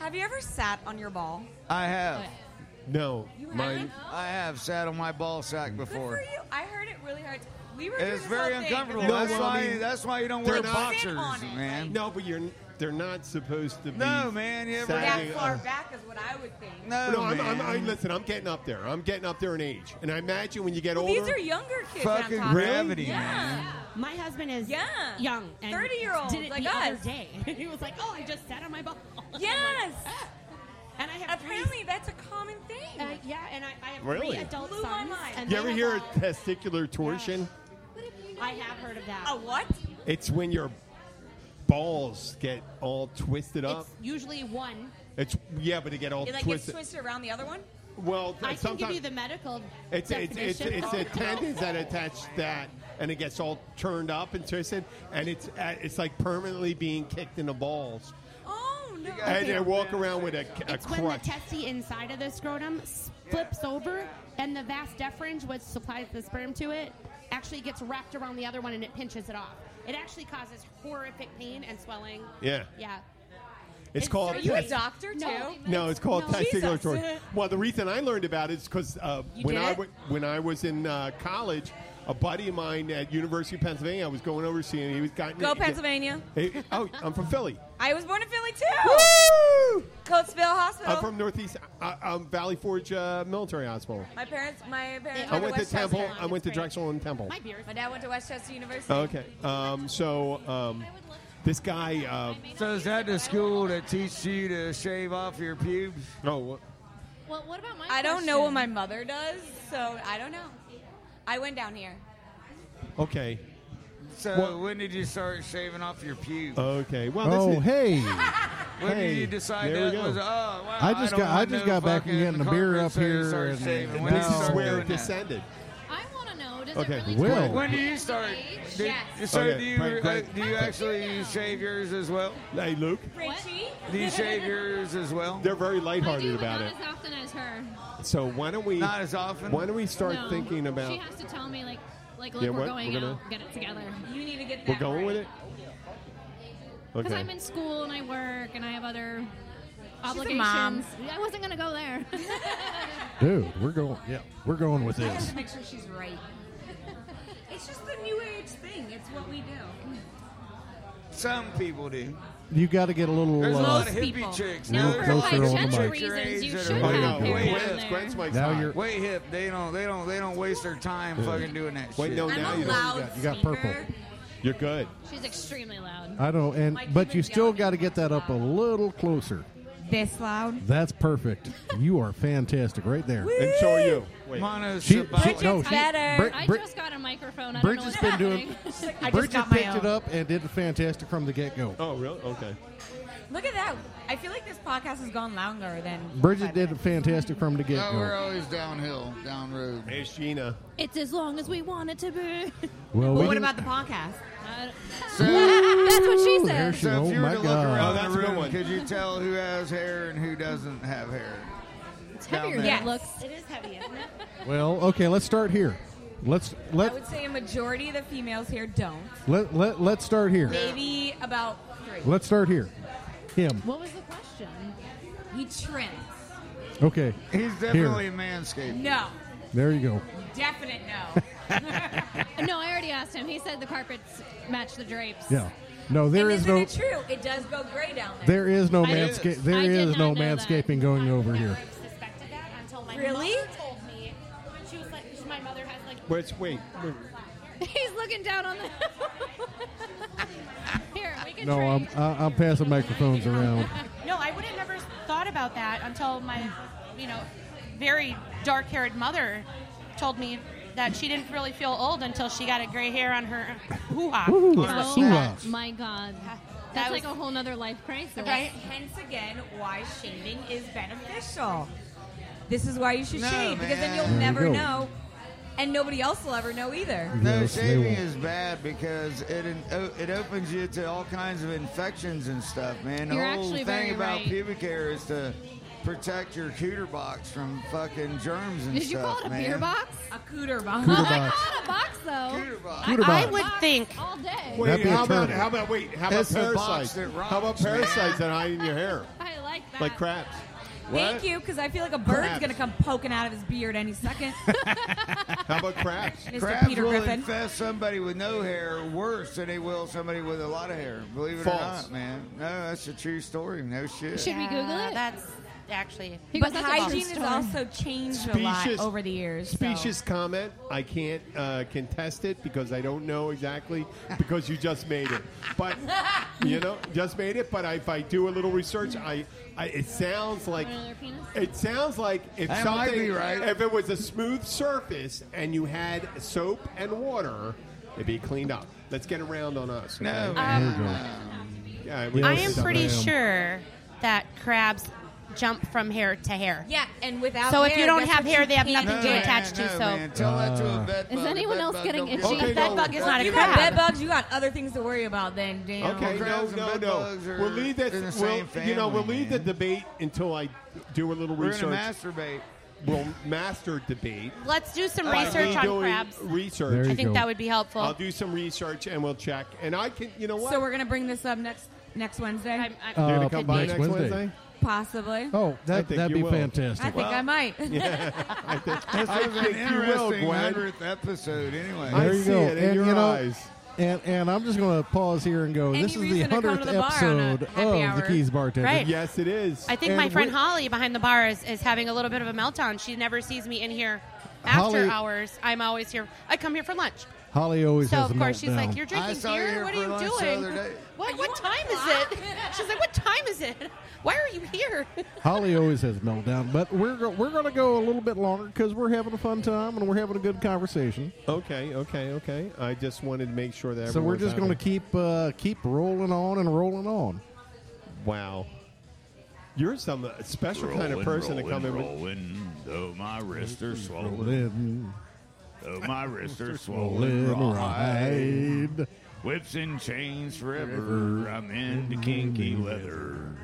Speaker 14: Have you ever sat on your ball?
Speaker 8: I have.
Speaker 1: No, mine.
Speaker 11: Oh.
Speaker 8: I have sat on my ball sack before.
Speaker 14: For you, I heard it really hard. We were.
Speaker 8: And it's
Speaker 14: doing this
Speaker 8: very
Speaker 14: whole thing.
Speaker 8: uncomfortable.
Speaker 1: No,
Speaker 8: that's
Speaker 1: well,
Speaker 8: why.
Speaker 1: I mean,
Speaker 8: that's why you don't
Speaker 1: they're
Speaker 8: wear
Speaker 1: not-
Speaker 8: boxers, man.
Speaker 1: No, but you're. They're not supposed to be.
Speaker 8: No, man, you ever-
Speaker 1: sagging
Speaker 14: That far
Speaker 1: up.
Speaker 14: back is what I would think.
Speaker 8: No,
Speaker 1: no, I'm, I'm,
Speaker 8: man.
Speaker 1: I, listen. I'm getting up there. I'm getting up there in age, and I imagine when you get
Speaker 14: Well,
Speaker 1: older,
Speaker 14: these are younger kids. that
Speaker 1: Fucking
Speaker 14: I'm talking
Speaker 1: gravity,
Speaker 14: About. Yeah.
Speaker 11: My husband is
Speaker 14: Yeah.
Speaker 11: young, and
Speaker 14: 30-year-olds
Speaker 11: did it
Speaker 14: like
Speaker 11: the other
Speaker 14: us.
Speaker 11: day. he was like, "Oh, I just sat on my ball." I'm like,
Speaker 14: Yes.
Speaker 11: "Ah." and I have three-
Speaker 14: Apparently, that's a common thing.
Speaker 11: uh, yeah, and I, I have
Speaker 1: Really?
Speaker 11: three adult
Speaker 14: Blew my
Speaker 11: sons.
Speaker 14: mind.
Speaker 11: and
Speaker 1: you
Speaker 11: they
Speaker 1: ever
Speaker 11: have
Speaker 1: hear
Speaker 11: all-
Speaker 1: testicular torsion?
Speaker 11: I have heard of that.
Speaker 14: A what?
Speaker 1: It's when your balls get all twisted up.
Speaker 11: It's usually one.
Speaker 1: It's, yeah, but they get all
Speaker 14: It like gets
Speaker 1: twisted.
Speaker 14: twisted around the other one.
Speaker 1: Well,
Speaker 11: I can give
Speaker 1: sometimes
Speaker 11: you the medical
Speaker 1: it's it's it's,
Speaker 11: definition.
Speaker 1: it's the tendons that attach that, and it gets all turned up and twisted, and it's uh, it's like permanently being kicked in the balls,
Speaker 14: Oh no.
Speaker 1: and they walk around with a, a
Speaker 11: It's when the
Speaker 1: crutch.
Speaker 11: testy inside of the scrotum s- flips over, and the vas deferens, which supplies the sperm to it, actually gets wrapped around the other one, and it pinches it off. It actually causes horrific pain and swelling.
Speaker 1: Yeah.
Speaker 11: Yeah.
Speaker 1: It's called.
Speaker 14: Are you a
Speaker 1: test-
Speaker 14: doctor too?
Speaker 11: No.
Speaker 1: No, it's called
Speaker 11: No.
Speaker 1: testicular
Speaker 14: Jesus.
Speaker 1: torsion. Well, the reason I learned about it is because uh,
Speaker 14: You
Speaker 1: when
Speaker 14: did
Speaker 1: I
Speaker 14: it?
Speaker 1: w- when I was in uh, college, a buddy of mine at University of Pennsylvania, I was going overseas, and he was got
Speaker 14: Go Pennsylvania.
Speaker 1: Hey, oh, I'm from Philly.
Speaker 14: I was born in Philly too.
Speaker 1: Woo!
Speaker 14: Coatesville Hospital.
Speaker 1: I'm from Northeast uh, um, Valley Forge uh, Military Hospital.
Speaker 14: my parents. My parents.
Speaker 1: I went to
Speaker 14: Westchester.
Speaker 1: Temple. I went to Drexel and Temple.
Speaker 11: My beer.
Speaker 14: My dad went to Westchester University.
Speaker 1: Okay. Um, so um, this guy. Uh,
Speaker 8: So is that the school that teaches you to shave off your pubes?
Speaker 1: No.
Speaker 5: Well, what about my?
Speaker 14: I don't know what my
Speaker 5: question?
Speaker 14: mother does, so I don't know. I went down here.
Speaker 1: Okay.
Speaker 8: So
Speaker 1: Well-
Speaker 8: when did you start shaving off your pubes?
Speaker 1: Okay. Well, this
Speaker 2: Oh,
Speaker 1: is,
Speaker 2: hey.
Speaker 8: when
Speaker 2: hey,
Speaker 8: did you decide
Speaker 1: there we
Speaker 8: that
Speaker 1: go.
Speaker 8: was? Oh, wow,
Speaker 2: I just
Speaker 8: don't
Speaker 2: got I
Speaker 8: want
Speaker 2: just
Speaker 8: no
Speaker 2: got back from
Speaker 8: fucking
Speaker 2: getting a beer
Speaker 8: carpet,
Speaker 2: up
Speaker 8: so you
Speaker 2: here,
Speaker 8: started
Speaker 2: and,
Speaker 8: shaving. When
Speaker 1: this
Speaker 8: did you
Speaker 1: is
Speaker 8: start
Speaker 1: where
Speaker 8: doing
Speaker 1: it
Speaker 8: that?
Speaker 1: descended.
Speaker 5: I want to know. Does
Speaker 1: Okay.
Speaker 5: it really?
Speaker 2: Will.
Speaker 5: change
Speaker 8: When do
Speaker 5: with
Speaker 8: you
Speaker 5: age?
Speaker 8: start? Did,
Speaker 5: Yes.
Speaker 8: So
Speaker 1: Okay,
Speaker 8: do you
Speaker 1: Frank,
Speaker 8: uh,
Speaker 1: Frank.
Speaker 8: do you actually shave yours as well?
Speaker 1: Hey, Luke.
Speaker 14: Richie?
Speaker 8: Do you shave yours as well?
Speaker 1: They're very
Speaker 5: I do,
Speaker 1: lighthearted
Speaker 5: but
Speaker 1: about
Speaker 5: not
Speaker 1: it.
Speaker 5: as often as her.
Speaker 1: So why don't we?
Speaker 8: Not as often.
Speaker 1: Why don't we start
Speaker 5: No.
Speaker 1: thinking about?
Speaker 5: She has to tell me like, like look,
Speaker 1: Yeah,
Speaker 5: we're
Speaker 1: what?
Speaker 5: going
Speaker 1: We're gonna-
Speaker 5: out. Get it together.
Speaker 14: You need to get that.
Speaker 1: We're going with it.
Speaker 5: Because
Speaker 1: Okay.
Speaker 5: I'm in school and I work and I have other obligations.
Speaker 14: mom.
Speaker 5: I wasn't gonna go there.
Speaker 2: Dude, we're going. Yeah, we're going with this.
Speaker 14: make sure she's right. it's just the new age thing. It's what we do.
Speaker 8: Some people do.
Speaker 2: You got to get a little.
Speaker 8: There's a
Speaker 2: uh,
Speaker 8: lot of hippie chicks.
Speaker 2: Now
Speaker 8: man.
Speaker 2: for Those are on the
Speaker 5: financial
Speaker 2: mic.
Speaker 8: Your
Speaker 5: reasons,
Speaker 8: age
Speaker 5: you
Speaker 8: that are
Speaker 1: Oh,
Speaker 5: should
Speaker 8: way
Speaker 1: have
Speaker 8: hip.
Speaker 1: hair
Speaker 8: Way
Speaker 1: down
Speaker 8: hip.
Speaker 1: there. Gwen's Mike's
Speaker 2: Now
Speaker 1: hot.
Speaker 2: you're-
Speaker 8: Way hip. They don't. They don't. They don't waste their time fucking doing that
Speaker 1: Wait,
Speaker 8: shit.
Speaker 1: no,
Speaker 14: I'm
Speaker 1: now
Speaker 14: a
Speaker 1: you
Speaker 14: loud
Speaker 1: got-
Speaker 2: you got purple.
Speaker 1: You're good.
Speaker 5: She's extremely loud.
Speaker 2: I know, and
Speaker 14: Like,
Speaker 2: but
Speaker 14: even
Speaker 2: you still
Speaker 14: yelling
Speaker 2: got to get that up a little closer.
Speaker 14: This loud.
Speaker 2: That's perfect. you are fantastic right there.
Speaker 1: And so are you. Wait.
Speaker 8: Mono
Speaker 2: She-
Speaker 8: syllabic.
Speaker 2: Oh, she- no, she-
Speaker 14: better.
Speaker 2: Brit-
Speaker 5: I
Speaker 2: Brit-
Speaker 5: just got a microphone. I don't know
Speaker 2: Bridget's
Speaker 5: what's
Speaker 2: been
Speaker 5: happening.
Speaker 2: doing.
Speaker 14: I just
Speaker 2: Bridget
Speaker 14: got my
Speaker 2: picked it
Speaker 14: own.
Speaker 2: up and did fantastic from the get go.
Speaker 1: Oh, really? Okay.
Speaker 14: Look at that. I feel like this podcast has gone longer than.
Speaker 2: Bridget did fantastic from the get
Speaker 8: No, we're
Speaker 2: go.
Speaker 8: always downhill, down road.
Speaker 1: There's Gina.
Speaker 5: It's as long as we want it to be.
Speaker 2: Well,
Speaker 14: But
Speaker 2: we
Speaker 14: what
Speaker 2: can-
Speaker 14: about the podcast?
Speaker 5: Uh,
Speaker 13: That's what she
Speaker 8: so
Speaker 13: said.
Speaker 8: if you were to look
Speaker 1: Oh,
Speaker 8: around
Speaker 1: that's a
Speaker 8: the
Speaker 1: good
Speaker 8: room,
Speaker 1: one.
Speaker 8: could you tell who has hair and who doesn't have hair? It's
Speaker 10: heavier
Speaker 11: than it
Speaker 10: looks. It is heavy, isn't it?
Speaker 2: Well, okay, let's start here. Let's
Speaker 14: I
Speaker 2: let
Speaker 14: would say a majority of the females here don't.
Speaker 2: let, let let's start here.
Speaker 14: Maybe about three.
Speaker 2: Let's start here. Him.
Speaker 14: What was the question? He trims.
Speaker 2: Okay.
Speaker 8: He's definitely manscaped.
Speaker 13: No.
Speaker 2: There you go.
Speaker 13: Definite no. no, I already asked him. He said the carpets match the drapes.
Speaker 2: Yeah. No, there is no
Speaker 13: true? It does go gray down
Speaker 2: there is no
Speaker 13: I did-
Speaker 2: manscape
Speaker 13: I
Speaker 2: there
Speaker 13: did
Speaker 2: is no
Speaker 13: not know that.
Speaker 2: manscaping going over here.
Speaker 11: suspected that until my
Speaker 13: Really?
Speaker 11: mother told me. When she was like, 'cause my mother has like.
Speaker 1: Wait, wait, wait.
Speaker 13: He's looking down on the. Here, we can
Speaker 2: No,
Speaker 13: trade.
Speaker 2: I'm I, I'm passing microphones around.
Speaker 15: No, I would have never thought about that until my, you know, very dark haired mother told me that she didn't really feel old until she got a gray hair on her hoo ha.
Speaker 2: Woo-hoo.
Speaker 13: Oh
Speaker 2: Hoo-ha.
Speaker 13: my god. That's
Speaker 15: That
Speaker 13: like
Speaker 15: was-
Speaker 13: a whole other life crisis.
Speaker 14: Right? Hence again why shaving is beneficial. This is why you should
Speaker 8: No,
Speaker 14: shave because then
Speaker 8: man.
Speaker 14: you'll
Speaker 8: There you
Speaker 14: never
Speaker 8: go.
Speaker 14: know, and nobody else will ever know either.
Speaker 8: No,
Speaker 14: Yes, they
Speaker 8: shaving
Speaker 14: won't.
Speaker 8: is bad because it in- o- it opens you to all kinds of infections and stuff, man. The
Speaker 14: You're
Speaker 8: whole
Speaker 14: actually
Speaker 8: thing
Speaker 14: very
Speaker 8: about
Speaker 14: right.
Speaker 8: pubic hair is to protect your cooter box from fucking germs and
Speaker 13: Did
Speaker 8: stuff,
Speaker 13: you call it a
Speaker 8: man.
Speaker 13: beer box?
Speaker 14: A cooter box.
Speaker 8: Cooter
Speaker 13: I
Speaker 8: box.
Speaker 13: called a box though. Cooter
Speaker 8: box.
Speaker 1: Cooter
Speaker 15: I
Speaker 1: box.
Speaker 15: would think.
Speaker 13: All day.
Speaker 1: Wait,
Speaker 2: That'd be a
Speaker 1: how about
Speaker 2: turn.
Speaker 1: how about wait? How about
Speaker 8: That's the box
Speaker 1: parasites?
Speaker 8: that
Speaker 1: how about
Speaker 8: rocks, man.
Speaker 1: parasites that hide in your hair,
Speaker 13: I like that.
Speaker 1: like crabs?
Speaker 14: Thank you, because I feel like a bird's
Speaker 1: Crabs.
Speaker 14: going to come poking out of his beard any second.
Speaker 1: How about crabs?
Speaker 14: Mr.
Speaker 8: Crabs
Speaker 14: Peter
Speaker 8: will
Speaker 14: Griffin.
Speaker 8: infest somebody with no hair worse than they will somebody with a lot of hair. Believe it or
Speaker 1: False.
Speaker 8: not, man. No, that's a true story. No shit.
Speaker 15: Yeah, That's actually.
Speaker 14: but hygiene has also changed a lot
Speaker 1: Specious-
Speaker 14: over the years. so-
Speaker 1: Specious comment. I can't uh, contest it because I don't know exactly because you just made it. But you know, just made it. But if I do a little research, I, I it sounds like it sounds like if
Speaker 8: That might
Speaker 1: something
Speaker 8: be right.
Speaker 1: if it was a smooth surface and you had soap and water, it'd be cleaned up. Let's get around on us. okay?
Speaker 8: No,
Speaker 1: Yeah, we-
Speaker 15: Um, I am pretty sure that crabs jump from hair to hair.
Speaker 14: Yeah, and without
Speaker 15: So if
Speaker 14: hair,
Speaker 15: you don't
Speaker 14: guess
Speaker 15: have
Speaker 14: what
Speaker 15: hair,
Speaker 14: you
Speaker 15: they have
Speaker 14: can't
Speaker 15: nothing
Speaker 14: do.
Speaker 15: to attach to. So
Speaker 8: Tell that to a
Speaker 2: Uh,
Speaker 8: vet
Speaker 15: Is
Speaker 8: bug. A
Speaker 15: anyone
Speaker 8: bed
Speaker 15: else
Speaker 8: bug
Speaker 15: getting
Speaker 8: don't
Speaker 15: itchy?
Speaker 8: get-
Speaker 15: That bug is not a
Speaker 14: you
Speaker 15: crab.
Speaker 14: got bed bugs. You got other things to worry about. Then damn.
Speaker 1: Okay, no,
Speaker 8: crabs and
Speaker 1: no,
Speaker 8: bed
Speaker 1: no.
Speaker 8: bugs are
Speaker 1: We'll leave that.
Speaker 8: in the
Speaker 1: We'll,
Speaker 8: same
Speaker 1: you know, we'll
Speaker 8: family,
Speaker 1: leave the debate until I do a little
Speaker 8: We're
Speaker 1: research.
Speaker 8: gonna masturbate.
Speaker 1: We'll master debate.
Speaker 15: Let's do some
Speaker 1: by
Speaker 15: research
Speaker 1: me
Speaker 15: on
Speaker 1: doing
Speaker 15: crabs.
Speaker 1: Research.
Speaker 15: There you I think go. that would be helpful.
Speaker 1: I'll do some research and we'll check. And I can, you know what?
Speaker 14: So we're gonna bring this up next next Wednesday. I'm,
Speaker 2: Uh,
Speaker 1: They're gonna come by Uh, next Wednesday.
Speaker 14: Possibly.
Speaker 2: Oh,
Speaker 1: I
Speaker 2: that
Speaker 1: think
Speaker 2: that'd
Speaker 1: you
Speaker 2: be
Speaker 1: will.
Speaker 2: fantastic.
Speaker 14: I think I might.
Speaker 1: Yeah, I think,
Speaker 8: This
Speaker 1: I
Speaker 8: was an
Speaker 1: think you will,
Speaker 8: interesting
Speaker 1: Gwen.
Speaker 8: hundredth episode. Anyway,
Speaker 2: There you go. and
Speaker 1: your
Speaker 2: you know,
Speaker 1: eyes.
Speaker 2: And, and I'm just going to pause here and go.
Speaker 15: Any
Speaker 2: this is the
Speaker 15: reason to come to
Speaker 2: hundredth
Speaker 15: the bar on a
Speaker 2: episode of
Speaker 15: happy hour.
Speaker 2: the Keys Bartender.
Speaker 15: Right.
Speaker 1: Yes, it is.
Speaker 15: I think
Speaker 2: And
Speaker 15: my friend
Speaker 2: we're-
Speaker 15: Holly behind the bar is, is having a little bit of a meltdown. She never sees me in here after
Speaker 2: Holly-
Speaker 15: hours. I'm always here. I come here for lunch.
Speaker 2: Holly always
Speaker 15: so
Speaker 2: has
Speaker 15: of
Speaker 2: a
Speaker 15: course she's
Speaker 2: meltdown.
Speaker 15: like, "You're drinking beer? What are you doing? What what time is it?" She's like, "What time is it? Why are you here?"
Speaker 2: Holly always has a meltdown, but we're go- we're going to go a little bit longer because we're having a fun time and we're having a good conversation.
Speaker 1: Okay, okay, okay. I just wanted to make sure that.
Speaker 2: so we're
Speaker 1: everyone's
Speaker 2: just
Speaker 1: happy.
Speaker 2: going to keep uh, keep rolling on and rolling on.
Speaker 1: Wow. You're some uh, special kind of
Speaker 4: Rolling,
Speaker 1: person to come in.
Speaker 4: rolling,
Speaker 1: with-
Speaker 4: rolling, though my wrists are swollen,
Speaker 2: Rolling,
Speaker 4: though my wrists are swollen,
Speaker 2: rolling,
Speaker 4: rawhide.
Speaker 2: ride.
Speaker 4: Whips and chains forever. I'm into kinky leather.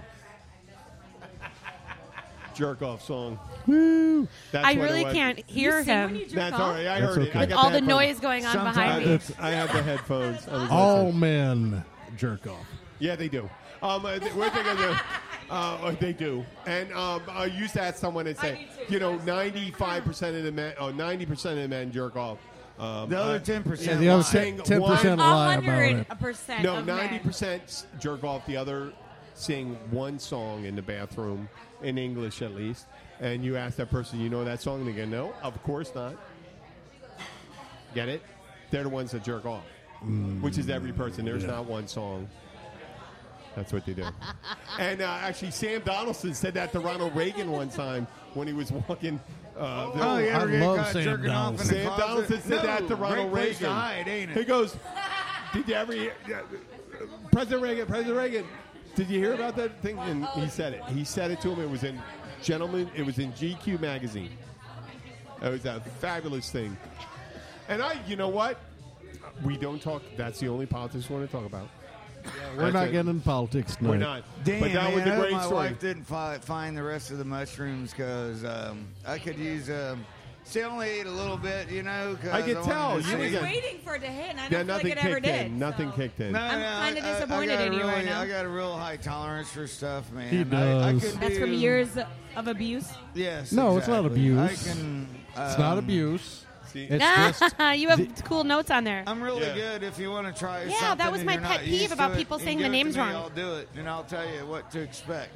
Speaker 1: jerk off song.
Speaker 2: Woo!
Speaker 1: That's
Speaker 15: I
Speaker 1: what it
Speaker 15: really
Speaker 1: was.
Speaker 15: can't hear You sing when him. you jerk
Speaker 1: That's all
Speaker 15: off?
Speaker 1: right. I
Speaker 2: That's
Speaker 1: heard it. I
Speaker 2: okay.
Speaker 1: got
Speaker 15: All the
Speaker 1: headphones.
Speaker 15: noise going on behind
Speaker 1: Sometimes-
Speaker 15: me.
Speaker 1: That's- I have the headphones. I was
Speaker 2: All
Speaker 1: listening.
Speaker 2: Oh, men jerk off.
Speaker 1: Yeah, they do. Um, uh, th- what they gonna do? Uh, oh, they do. And um, I used to ask someone and say, you know, ninety-five percent of the men, oh, 90 percent of the men jerk off. Um,
Speaker 8: The other
Speaker 1: uh,
Speaker 8: 10%
Speaker 2: Yeah, the other
Speaker 1: saying
Speaker 2: 10%
Speaker 1: one-
Speaker 2: lie about it.
Speaker 1: No, ninety percent jerk off the other, sing one song in the bathroom in English at least. And you ask that person, you know that song? And they go, no, of course not. Get it? They're the ones that jerk off, which is every person. There's
Speaker 4: yeah.
Speaker 1: not one song. That's what they do. and uh, actually, Sam Donaldson said that to Ronald Reagan one time when he was walking. Uh,
Speaker 8: Oh, you ever I get love caught Sam
Speaker 1: Sam
Speaker 8: jerking off in the
Speaker 1: Donaldson. Sam
Speaker 8: closet?
Speaker 1: Donaldson said
Speaker 8: No,
Speaker 1: that to
Speaker 8: great
Speaker 1: Ronald
Speaker 8: place to
Speaker 1: Reagan.
Speaker 8: hide, ain't it?
Speaker 1: He goes, "Did you ever hear, yeah, uh, President Reagan? President Reagan, did you hear about that thing?" And he said it. He said it to him. It was in Gentlemen. It was in GQ magazine. It was a fabulous thing. And I, you know what? we don't talk. That's the only politics we want to talk about.
Speaker 2: We're
Speaker 1: That's
Speaker 2: not
Speaker 1: it.
Speaker 2: getting into politics tonight.
Speaker 1: We're not.
Speaker 8: Damn,
Speaker 1: but that
Speaker 8: man,
Speaker 1: was a
Speaker 8: I hope
Speaker 1: great
Speaker 8: my
Speaker 1: story.
Speaker 8: wife didn't fi- find the rest of the mushrooms because um, I could use. Um, she only ate a little bit, you know. 'cause
Speaker 1: I could
Speaker 8: wanted
Speaker 1: tell.
Speaker 8: to
Speaker 1: Oh, You
Speaker 8: see-
Speaker 1: was a-
Speaker 14: waiting for it to hit, and I
Speaker 1: Yeah,
Speaker 14: don't
Speaker 1: nothing
Speaker 14: feel like it ever
Speaker 1: kicked
Speaker 14: did.
Speaker 1: in. Nothing kicked in.
Speaker 8: No,
Speaker 14: I'm
Speaker 8: no,
Speaker 14: kind of
Speaker 8: I- I- I
Speaker 14: disappointed
Speaker 8: got a
Speaker 14: in you right
Speaker 8: really-
Speaker 14: now.
Speaker 8: I got a real high tolerance for stuff, man.
Speaker 2: He
Speaker 8: I, I
Speaker 2: does.
Speaker 8: could
Speaker 2: That's
Speaker 8: do,
Speaker 2: from
Speaker 16: years of abuse.
Speaker 8: Yes.
Speaker 2: No, it's not
Speaker 8: exactly.
Speaker 2: abuse.
Speaker 8: I can,
Speaker 2: It's not
Speaker 8: um,
Speaker 2: abuse.
Speaker 8: See-
Speaker 2: It's just
Speaker 15: you have cool notes on there.
Speaker 8: I'm really good if you want to try
Speaker 15: Yeah,
Speaker 8: something
Speaker 15: that was
Speaker 8: and
Speaker 15: my
Speaker 8: you're
Speaker 15: pet
Speaker 8: not
Speaker 15: peeve
Speaker 8: used
Speaker 15: about
Speaker 8: to it,
Speaker 15: people
Speaker 8: you
Speaker 15: saying
Speaker 8: give
Speaker 15: the
Speaker 8: it to
Speaker 15: names
Speaker 8: me,
Speaker 15: wrong.
Speaker 8: I'll do it, and I'll tell you what to expect.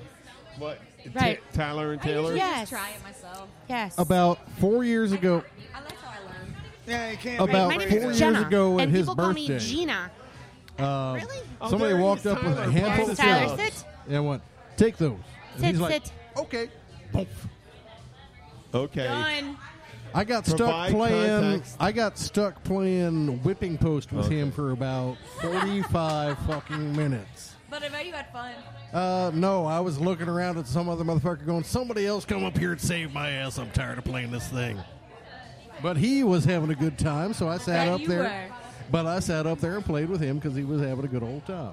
Speaker 1: What?
Speaker 15: Right.
Speaker 1: Tyler and Taylor.
Speaker 15: Yes.
Speaker 14: Try it myself.
Speaker 15: Yes.
Speaker 2: about four years ago.
Speaker 8: Yeah, you can't.
Speaker 2: About
Speaker 8: be
Speaker 2: four
Speaker 8: afraid.
Speaker 2: years ago at
Speaker 15: and
Speaker 2: his
Speaker 15: people call
Speaker 2: birthday,
Speaker 15: me Gina.
Speaker 2: um,
Speaker 15: Oh,
Speaker 2: somebody
Speaker 15: there
Speaker 2: walked
Speaker 15: is
Speaker 2: up with a
Speaker 15: Tyler.
Speaker 2: handful of
Speaker 15: There's Tyler.
Speaker 2: syrups
Speaker 15: Sit.
Speaker 2: and went, "Take those." And
Speaker 15: Sit,
Speaker 2: he's like,
Speaker 15: sit.
Speaker 8: Okay.
Speaker 1: Okay.
Speaker 2: I
Speaker 1: Provide
Speaker 2: got stuck playing.
Speaker 1: context.
Speaker 2: I got stuck playing whipping post with
Speaker 1: Okay.
Speaker 2: him for about forty-five fucking minutes.
Speaker 14: But I bet you had fun.
Speaker 2: Uh, no, I was looking around at some other motherfucker going, "Somebody else come up here and save my ass! I'm tired of playing this thing." But he was having a good time, so I sat
Speaker 16: bet
Speaker 2: up
Speaker 16: you
Speaker 2: there.
Speaker 16: were.
Speaker 2: But I sat up there and played with him because he was having a good old time.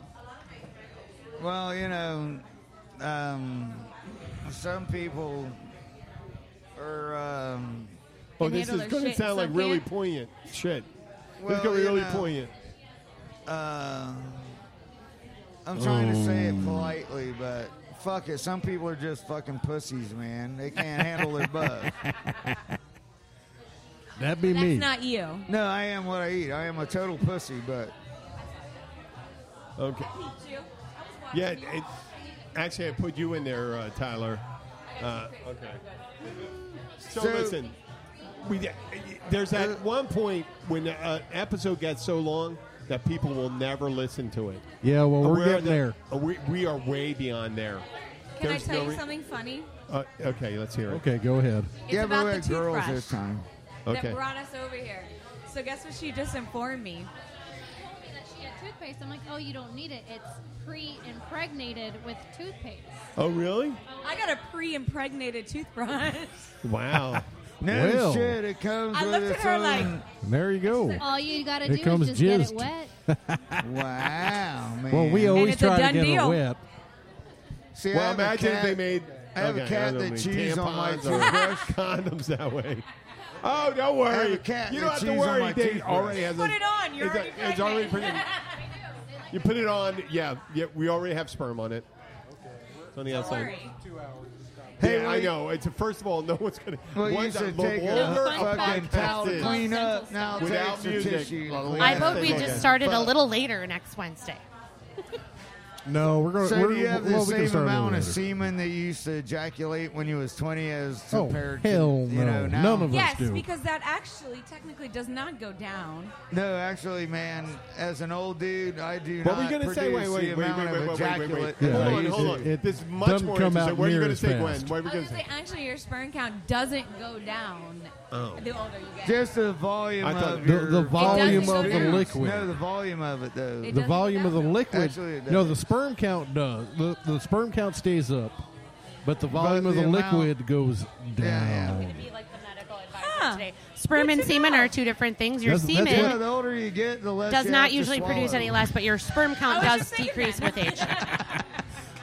Speaker 8: Well, you know, um, some people are. Um,
Speaker 1: Oh, this is going to sound like really poignant shit. this is going to be
Speaker 8: you
Speaker 1: really
Speaker 8: know,
Speaker 1: poignant.
Speaker 8: Uh, I'm trying to say
Speaker 1: Oh.
Speaker 8: it politely, but fuck it. Some people are just fucking pussies, man. They can't handle their butt.
Speaker 2: That'd be
Speaker 14: That's
Speaker 2: me.
Speaker 14: not you.
Speaker 8: No, I am what I eat. I am a total pussy, but.
Speaker 1: Okay. Yeah, it, it- actually, I put you in there, uh, Tyler. Uh, okay. So,
Speaker 8: So-
Speaker 1: listen, Uh, we, there's
Speaker 2: Uh.
Speaker 1: that one point when an episode gets so long that people will never listen to it.
Speaker 2: Yeah, Oh, well, we're
Speaker 1: Aware
Speaker 2: getting
Speaker 1: that-
Speaker 2: there.
Speaker 1: uh, We, we are way beyond there.
Speaker 14: Can
Speaker 1: There's
Speaker 14: I tell
Speaker 1: no
Speaker 14: you
Speaker 1: re-
Speaker 14: something funny?
Speaker 1: Uh, okay, let's hear it.
Speaker 2: Okay, go ahead.
Speaker 14: It's Yeah, but about we the had girls toothbrush.
Speaker 8: this time.
Speaker 14: That
Speaker 1: Okay.
Speaker 14: brought us over here. So guess what she just informed me?
Speaker 13: That she had toothpaste. I'm like, oh, you don't need it. It's pre-impregnated with toothpaste.
Speaker 1: Oh, really?
Speaker 14: I got a pre-impregnated toothbrush.
Speaker 1: Wow.
Speaker 8: No
Speaker 2: Well.
Speaker 8: shit, it comes
Speaker 14: I
Speaker 8: with
Speaker 14: looked at
Speaker 8: its
Speaker 14: her
Speaker 8: own-
Speaker 14: like,
Speaker 2: There you go.
Speaker 13: All you gotta
Speaker 2: Here
Speaker 13: do
Speaker 2: comes
Speaker 13: is just get it
Speaker 2: jizzed.
Speaker 13: wet.
Speaker 8: wow, man.
Speaker 2: Well, we always
Speaker 13: it's a
Speaker 2: try to
Speaker 13: done
Speaker 2: get
Speaker 13: deal.
Speaker 2: it wet.
Speaker 8: See, I
Speaker 1: well,
Speaker 8: have a
Speaker 1: imagine if
Speaker 8: cat-
Speaker 1: they made.
Speaker 8: I have a
Speaker 1: okay,
Speaker 8: cat
Speaker 1: don't
Speaker 8: that
Speaker 1: mean
Speaker 8: chews on my
Speaker 1: tampons or
Speaker 8: toothbrush.
Speaker 1: condoms that way. Oh, don't worry.
Speaker 8: I have a cat
Speaker 1: you
Speaker 8: that
Speaker 1: don't have to
Speaker 8: chews on my
Speaker 1: worry. They
Speaker 8: toothbrush.
Speaker 1: already has
Speaker 8: Put
Speaker 1: a-
Speaker 8: it on, you're
Speaker 1: it's,
Speaker 8: already
Speaker 1: a, it's already pretty. You put it on. Yeah, yeah. We already have sperm on it. It's on the outside. Hey,
Speaker 8: Hey,
Speaker 1: I
Speaker 8: we-
Speaker 1: know. It's first of all, no one's gonna.
Speaker 8: Well, you
Speaker 1: one's
Speaker 8: should
Speaker 1: the
Speaker 8: take a
Speaker 1: longer
Speaker 8: fucking
Speaker 1: podcast
Speaker 8: towel to
Speaker 1: is
Speaker 8: clean up. Now take
Speaker 1: without
Speaker 8: some
Speaker 1: music.
Speaker 8: tissue to
Speaker 1: the
Speaker 2: Oh,
Speaker 8: clean
Speaker 11: I
Speaker 1: last
Speaker 11: vote we
Speaker 1: thing.
Speaker 11: just started a little later next Wednesday.
Speaker 2: No, we're going.
Speaker 8: So
Speaker 2: we're,
Speaker 8: do you have the
Speaker 2: well, we can
Speaker 8: same
Speaker 2: start a little
Speaker 8: amount of
Speaker 2: later.
Speaker 8: semen that you used to ejaculate when you was 20 as
Speaker 2: Oh,
Speaker 8: compared
Speaker 2: hell
Speaker 8: to, you
Speaker 2: no.
Speaker 8: know, now?
Speaker 2: None of
Speaker 14: yes, because that actually technically does not go down.
Speaker 8: No, actually, man, as an old dude, I do
Speaker 1: What were you
Speaker 8: not
Speaker 1: gonna
Speaker 8: produce
Speaker 1: say? Wait, wait,
Speaker 8: the
Speaker 1: wait, wait,
Speaker 8: amount
Speaker 1: wait,
Speaker 8: of
Speaker 1: wait, wait, wait, wait.
Speaker 8: ejaculate.
Speaker 1: Hold on, hold on.
Speaker 2: it- it
Speaker 1: this is much
Speaker 2: doesn't
Speaker 1: more
Speaker 2: come
Speaker 1: interesting.
Speaker 2: out
Speaker 1: What are you
Speaker 2: near
Speaker 1: gonna
Speaker 2: as
Speaker 1: say, Gwen?
Speaker 2: fast.
Speaker 1: What are we
Speaker 14: I was
Speaker 1: gonna
Speaker 14: gonna
Speaker 1: say?
Speaker 14: say, actually, your sperm count doesn't go down
Speaker 1: Oh.
Speaker 14: the older you get.
Speaker 8: Just the volume
Speaker 2: I thought-
Speaker 8: of
Speaker 2: The-
Speaker 8: your
Speaker 2: the It volume doesn't of go the down. liquid.
Speaker 8: No, the volume of it though.
Speaker 2: the volume of the liquid.
Speaker 8: Actually, it
Speaker 2: no,
Speaker 8: doesn't.
Speaker 2: the sperm count does. The, the sperm count stays up, but the volume
Speaker 8: But
Speaker 2: of the,
Speaker 8: the amount-
Speaker 2: liquid goes down.
Speaker 11: Sperm and semen are two different things. Your
Speaker 2: That's- that's
Speaker 11: semen
Speaker 2: what- Yeah,
Speaker 8: the older you get, the less
Speaker 11: does
Speaker 8: you have
Speaker 11: not
Speaker 8: to
Speaker 11: usually produce
Speaker 8: swallow.
Speaker 11: any less, but your sperm count does decrease with age.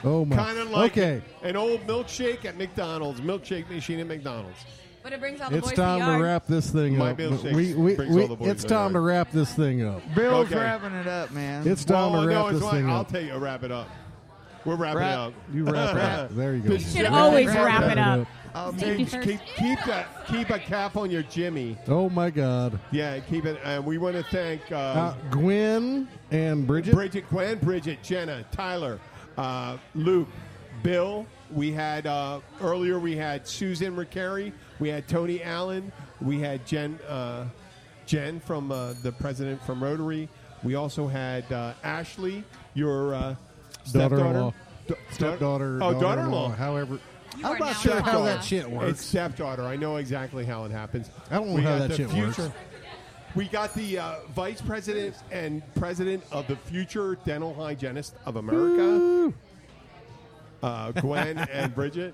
Speaker 2: Oh my!
Speaker 1: Kind of like
Speaker 2: okay,
Speaker 1: an old milkshake at McDonald's, milkshake machine at McDonald's.
Speaker 14: But it brings all the
Speaker 2: it's
Speaker 14: boys to the
Speaker 2: time to
Speaker 14: yard.
Speaker 2: wrap this thing
Speaker 1: My
Speaker 2: up.
Speaker 1: milkshake
Speaker 2: We, we,
Speaker 1: brings
Speaker 2: we-
Speaker 1: all the boys
Speaker 2: it's
Speaker 1: to the
Speaker 2: time to wrap this thing up.
Speaker 8: Bill's
Speaker 1: Okay.
Speaker 8: wrapping it up, man.
Speaker 2: It's time
Speaker 1: Well,
Speaker 2: to wrap
Speaker 1: no, it's
Speaker 2: this
Speaker 1: fine.
Speaker 2: thing
Speaker 1: I'll
Speaker 2: up.
Speaker 1: tell you, wrap it up. We're wrapping
Speaker 8: Wrap-
Speaker 1: it up.
Speaker 2: You wrap it up. There you go.
Speaker 1: This is
Speaker 2: You
Speaker 1: it.
Speaker 2: should always
Speaker 11: wrap it up.
Speaker 8: I'll
Speaker 1: Keep,
Speaker 8: take-
Speaker 1: keep, keep that. Keep a cap on your Jimmy.
Speaker 2: Oh my God!
Speaker 1: Yeah, keep it. And we want to thank uh,
Speaker 2: Uh, Gwen and Bridget.
Speaker 1: Bridget, Gwen, Bridget, Jenna, Tyler, uh, Luke, Bill. We had uh, earlier. We had Susan McCary. We had Tony Allen. We had Jen. Uh, Jen from uh, the president from Rotary. We also had uh, Ashley, your uh,
Speaker 2: Daughter-in-law.
Speaker 1: stepdaughter,
Speaker 2: Stepdaughter.
Speaker 1: Oh,
Speaker 2: daughter-in-law.
Speaker 1: daughter-in-law.
Speaker 2: However,
Speaker 14: You
Speaker 2: I'm
Speaker 14: are
Speaker 2: not
Speaker 14: now
Speaker 2: sure
Speaker 14: in
Speaker 2: how
Speaker 14: law.
Speaker 2: that shit
Speaker 1: It's
Speaker 2: works.
Speaker 1: stepdaughter. I know exactly how it happens.
Speaker 2: I don't know
Speaker 1: We
Speaker 2: how
Speaker 1: got
Speaker 2: that
Speaker 1: the
Speaker 2: shit works.
Speaker 1: future- We got the uh, vice president and president of the future dental hygienist of America, uh, Gwen and Bridget.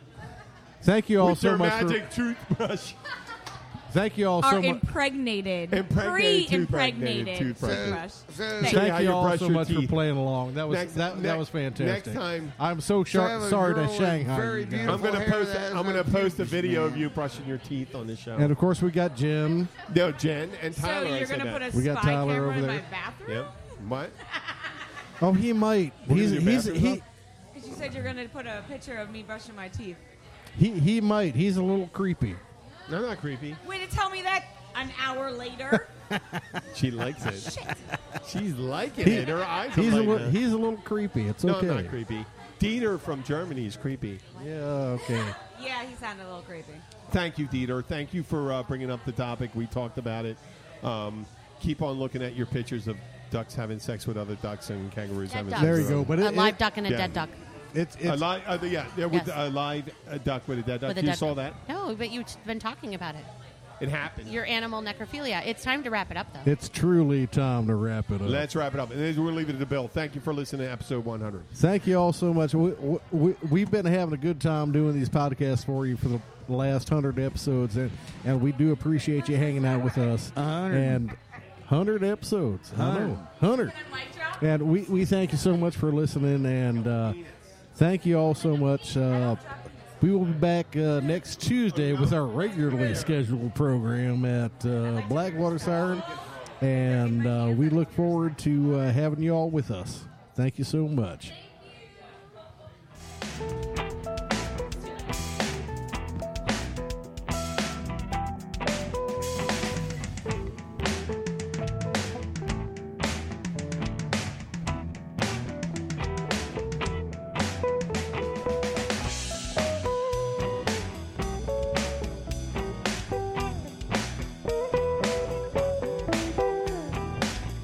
Speaker 2: Thank you all
Speaker 1: with
Speaker 2: so
Speaker 1: their
Speaker 2: much. for-
Speaker 1: magic toothbrush.
Speaker 2: Thank you all
Speaker 10: Our
Speaker 2: so much.
Speaker 10: impregnated,
Speaker 2: Impregnated
Speaker 10: pre-impregnated
Speaker 2: toothbrush.
Speaker 10: toothbrush.
Speaker 2: Thank
Speaker 1: See how
Speaker 2: you
Speaker 1: you
Speaker 2: all
Speaker 1: brush
Speaker 2: so
Speaker 1: your
Speaker 2: much for
Speaker 1: teeth.
Speaker 2: playing along. That was
Speaker 1: Next-
Speaker 2: that, that
Speaker 1: next-
Speaker 2: was fantastic.
Speaker 1: next time-
Speaker 2: I'm so shar- sorry to Shanghai. you guys.
Speaker 1: I'm gonna post. I'm gonna post a video of you brushing your teeth on the show.
Speaker 2: And of course, we got Jim.
Speaker 1: No, Jen and Tyler.
Speaker 2: you're
Speaker 1: I said
Speaker 2: gonna
Speaker 1: that.
Speaker 2: put a We got spy Tyler camera over in my there.
Speaker 1: Yep. What?
Speaker 2: Oh, he might.
Speaker 1: We're
Speaker 2: He's,
Speaker 1: gonna do
Speaker 2: he's
Speaker 1: bathrooms
Speaker 2: he,
Speaker 14: Because you said you're going to put a picture of me brushing my teeth.
Speaker 2: he he might. He's a little creepy.
Speaker 1: No, not creepy.
Speaker 14: Way to tell me that an hour later.
Speaker 1: She likes it. She's liking
Speaker 2: He-
Speaker 1: it. Her eyes.
Speaker 2: he's
Speaker 1: are
Speaker 2: a
Speaker 1: lighting
Speaker 2: little,
Speaker 1: up.
Speaker 2: he's a little creepy. It's
Speaker 1: no,
Speaker 2: okay.
Speaker 1: I'm not creepy. Dieter from Germany is creepy.
Speaker 2: Yeah. Okay.
Speaker 14: yeah, he sounded a little creepy.
Speaker 1: Thank you, Dieter. Thank you for uh, bringing up the topic. We talked about it. Um, keep on looking at your pictures of ducks having sex with other ducks and kangaroos having sex.
Speaker 2: There you
Speaker 1: with
Speaker 2: go.
Speaker 1: other-
Speaker 2: But
Speaker 16: A
Speaker 2: it,
Speaker 16: live
Speaker 2: it-
Speaker 16: duck and a
Speaker 1: Yeah.
Speaker 16: dead duck.
Speaker 2: It's,
Speaker 1: A
Speaker 2: it's
Speaker 1: live, uh, yeah, there was
Speaker 16: Yes.
Speaker 1: a live uh, duck with a dead duck.
Speaker 16: with a
Speaker 1: You
Speaker 16: dead
Speaker 1: saw
Speaker 16: duck.
Speaker 1: that?
Speaker 16: No, but you've been talking about it.
Speaker 1: It happened.
Speaker 16: Your animal necrophilia. It's time to wrap it up, though.
Speaker 2: it's truly time to wrap it up.
Speaker 1: Let's wrap it up. And then we'll leave it to Bill. Thank you for listening to episode 100.
Speaker 2: Thank you all so much. We, we, we've been having a good time doing these podcasts for you for the last 100 episodes, and, and we do appreciate you hanging out with us.
Speaker 6: 100.
Speaker 2: And 100 episodes. I know. 100. And we, we thank you so much for listening, and uh, thank you all so much. Uh, we will be back uh, next Tuesday with our regularly scheduled program at uh, Blackwater Siren, and uh, we look forward to uh, having you all with us. Thank you so much.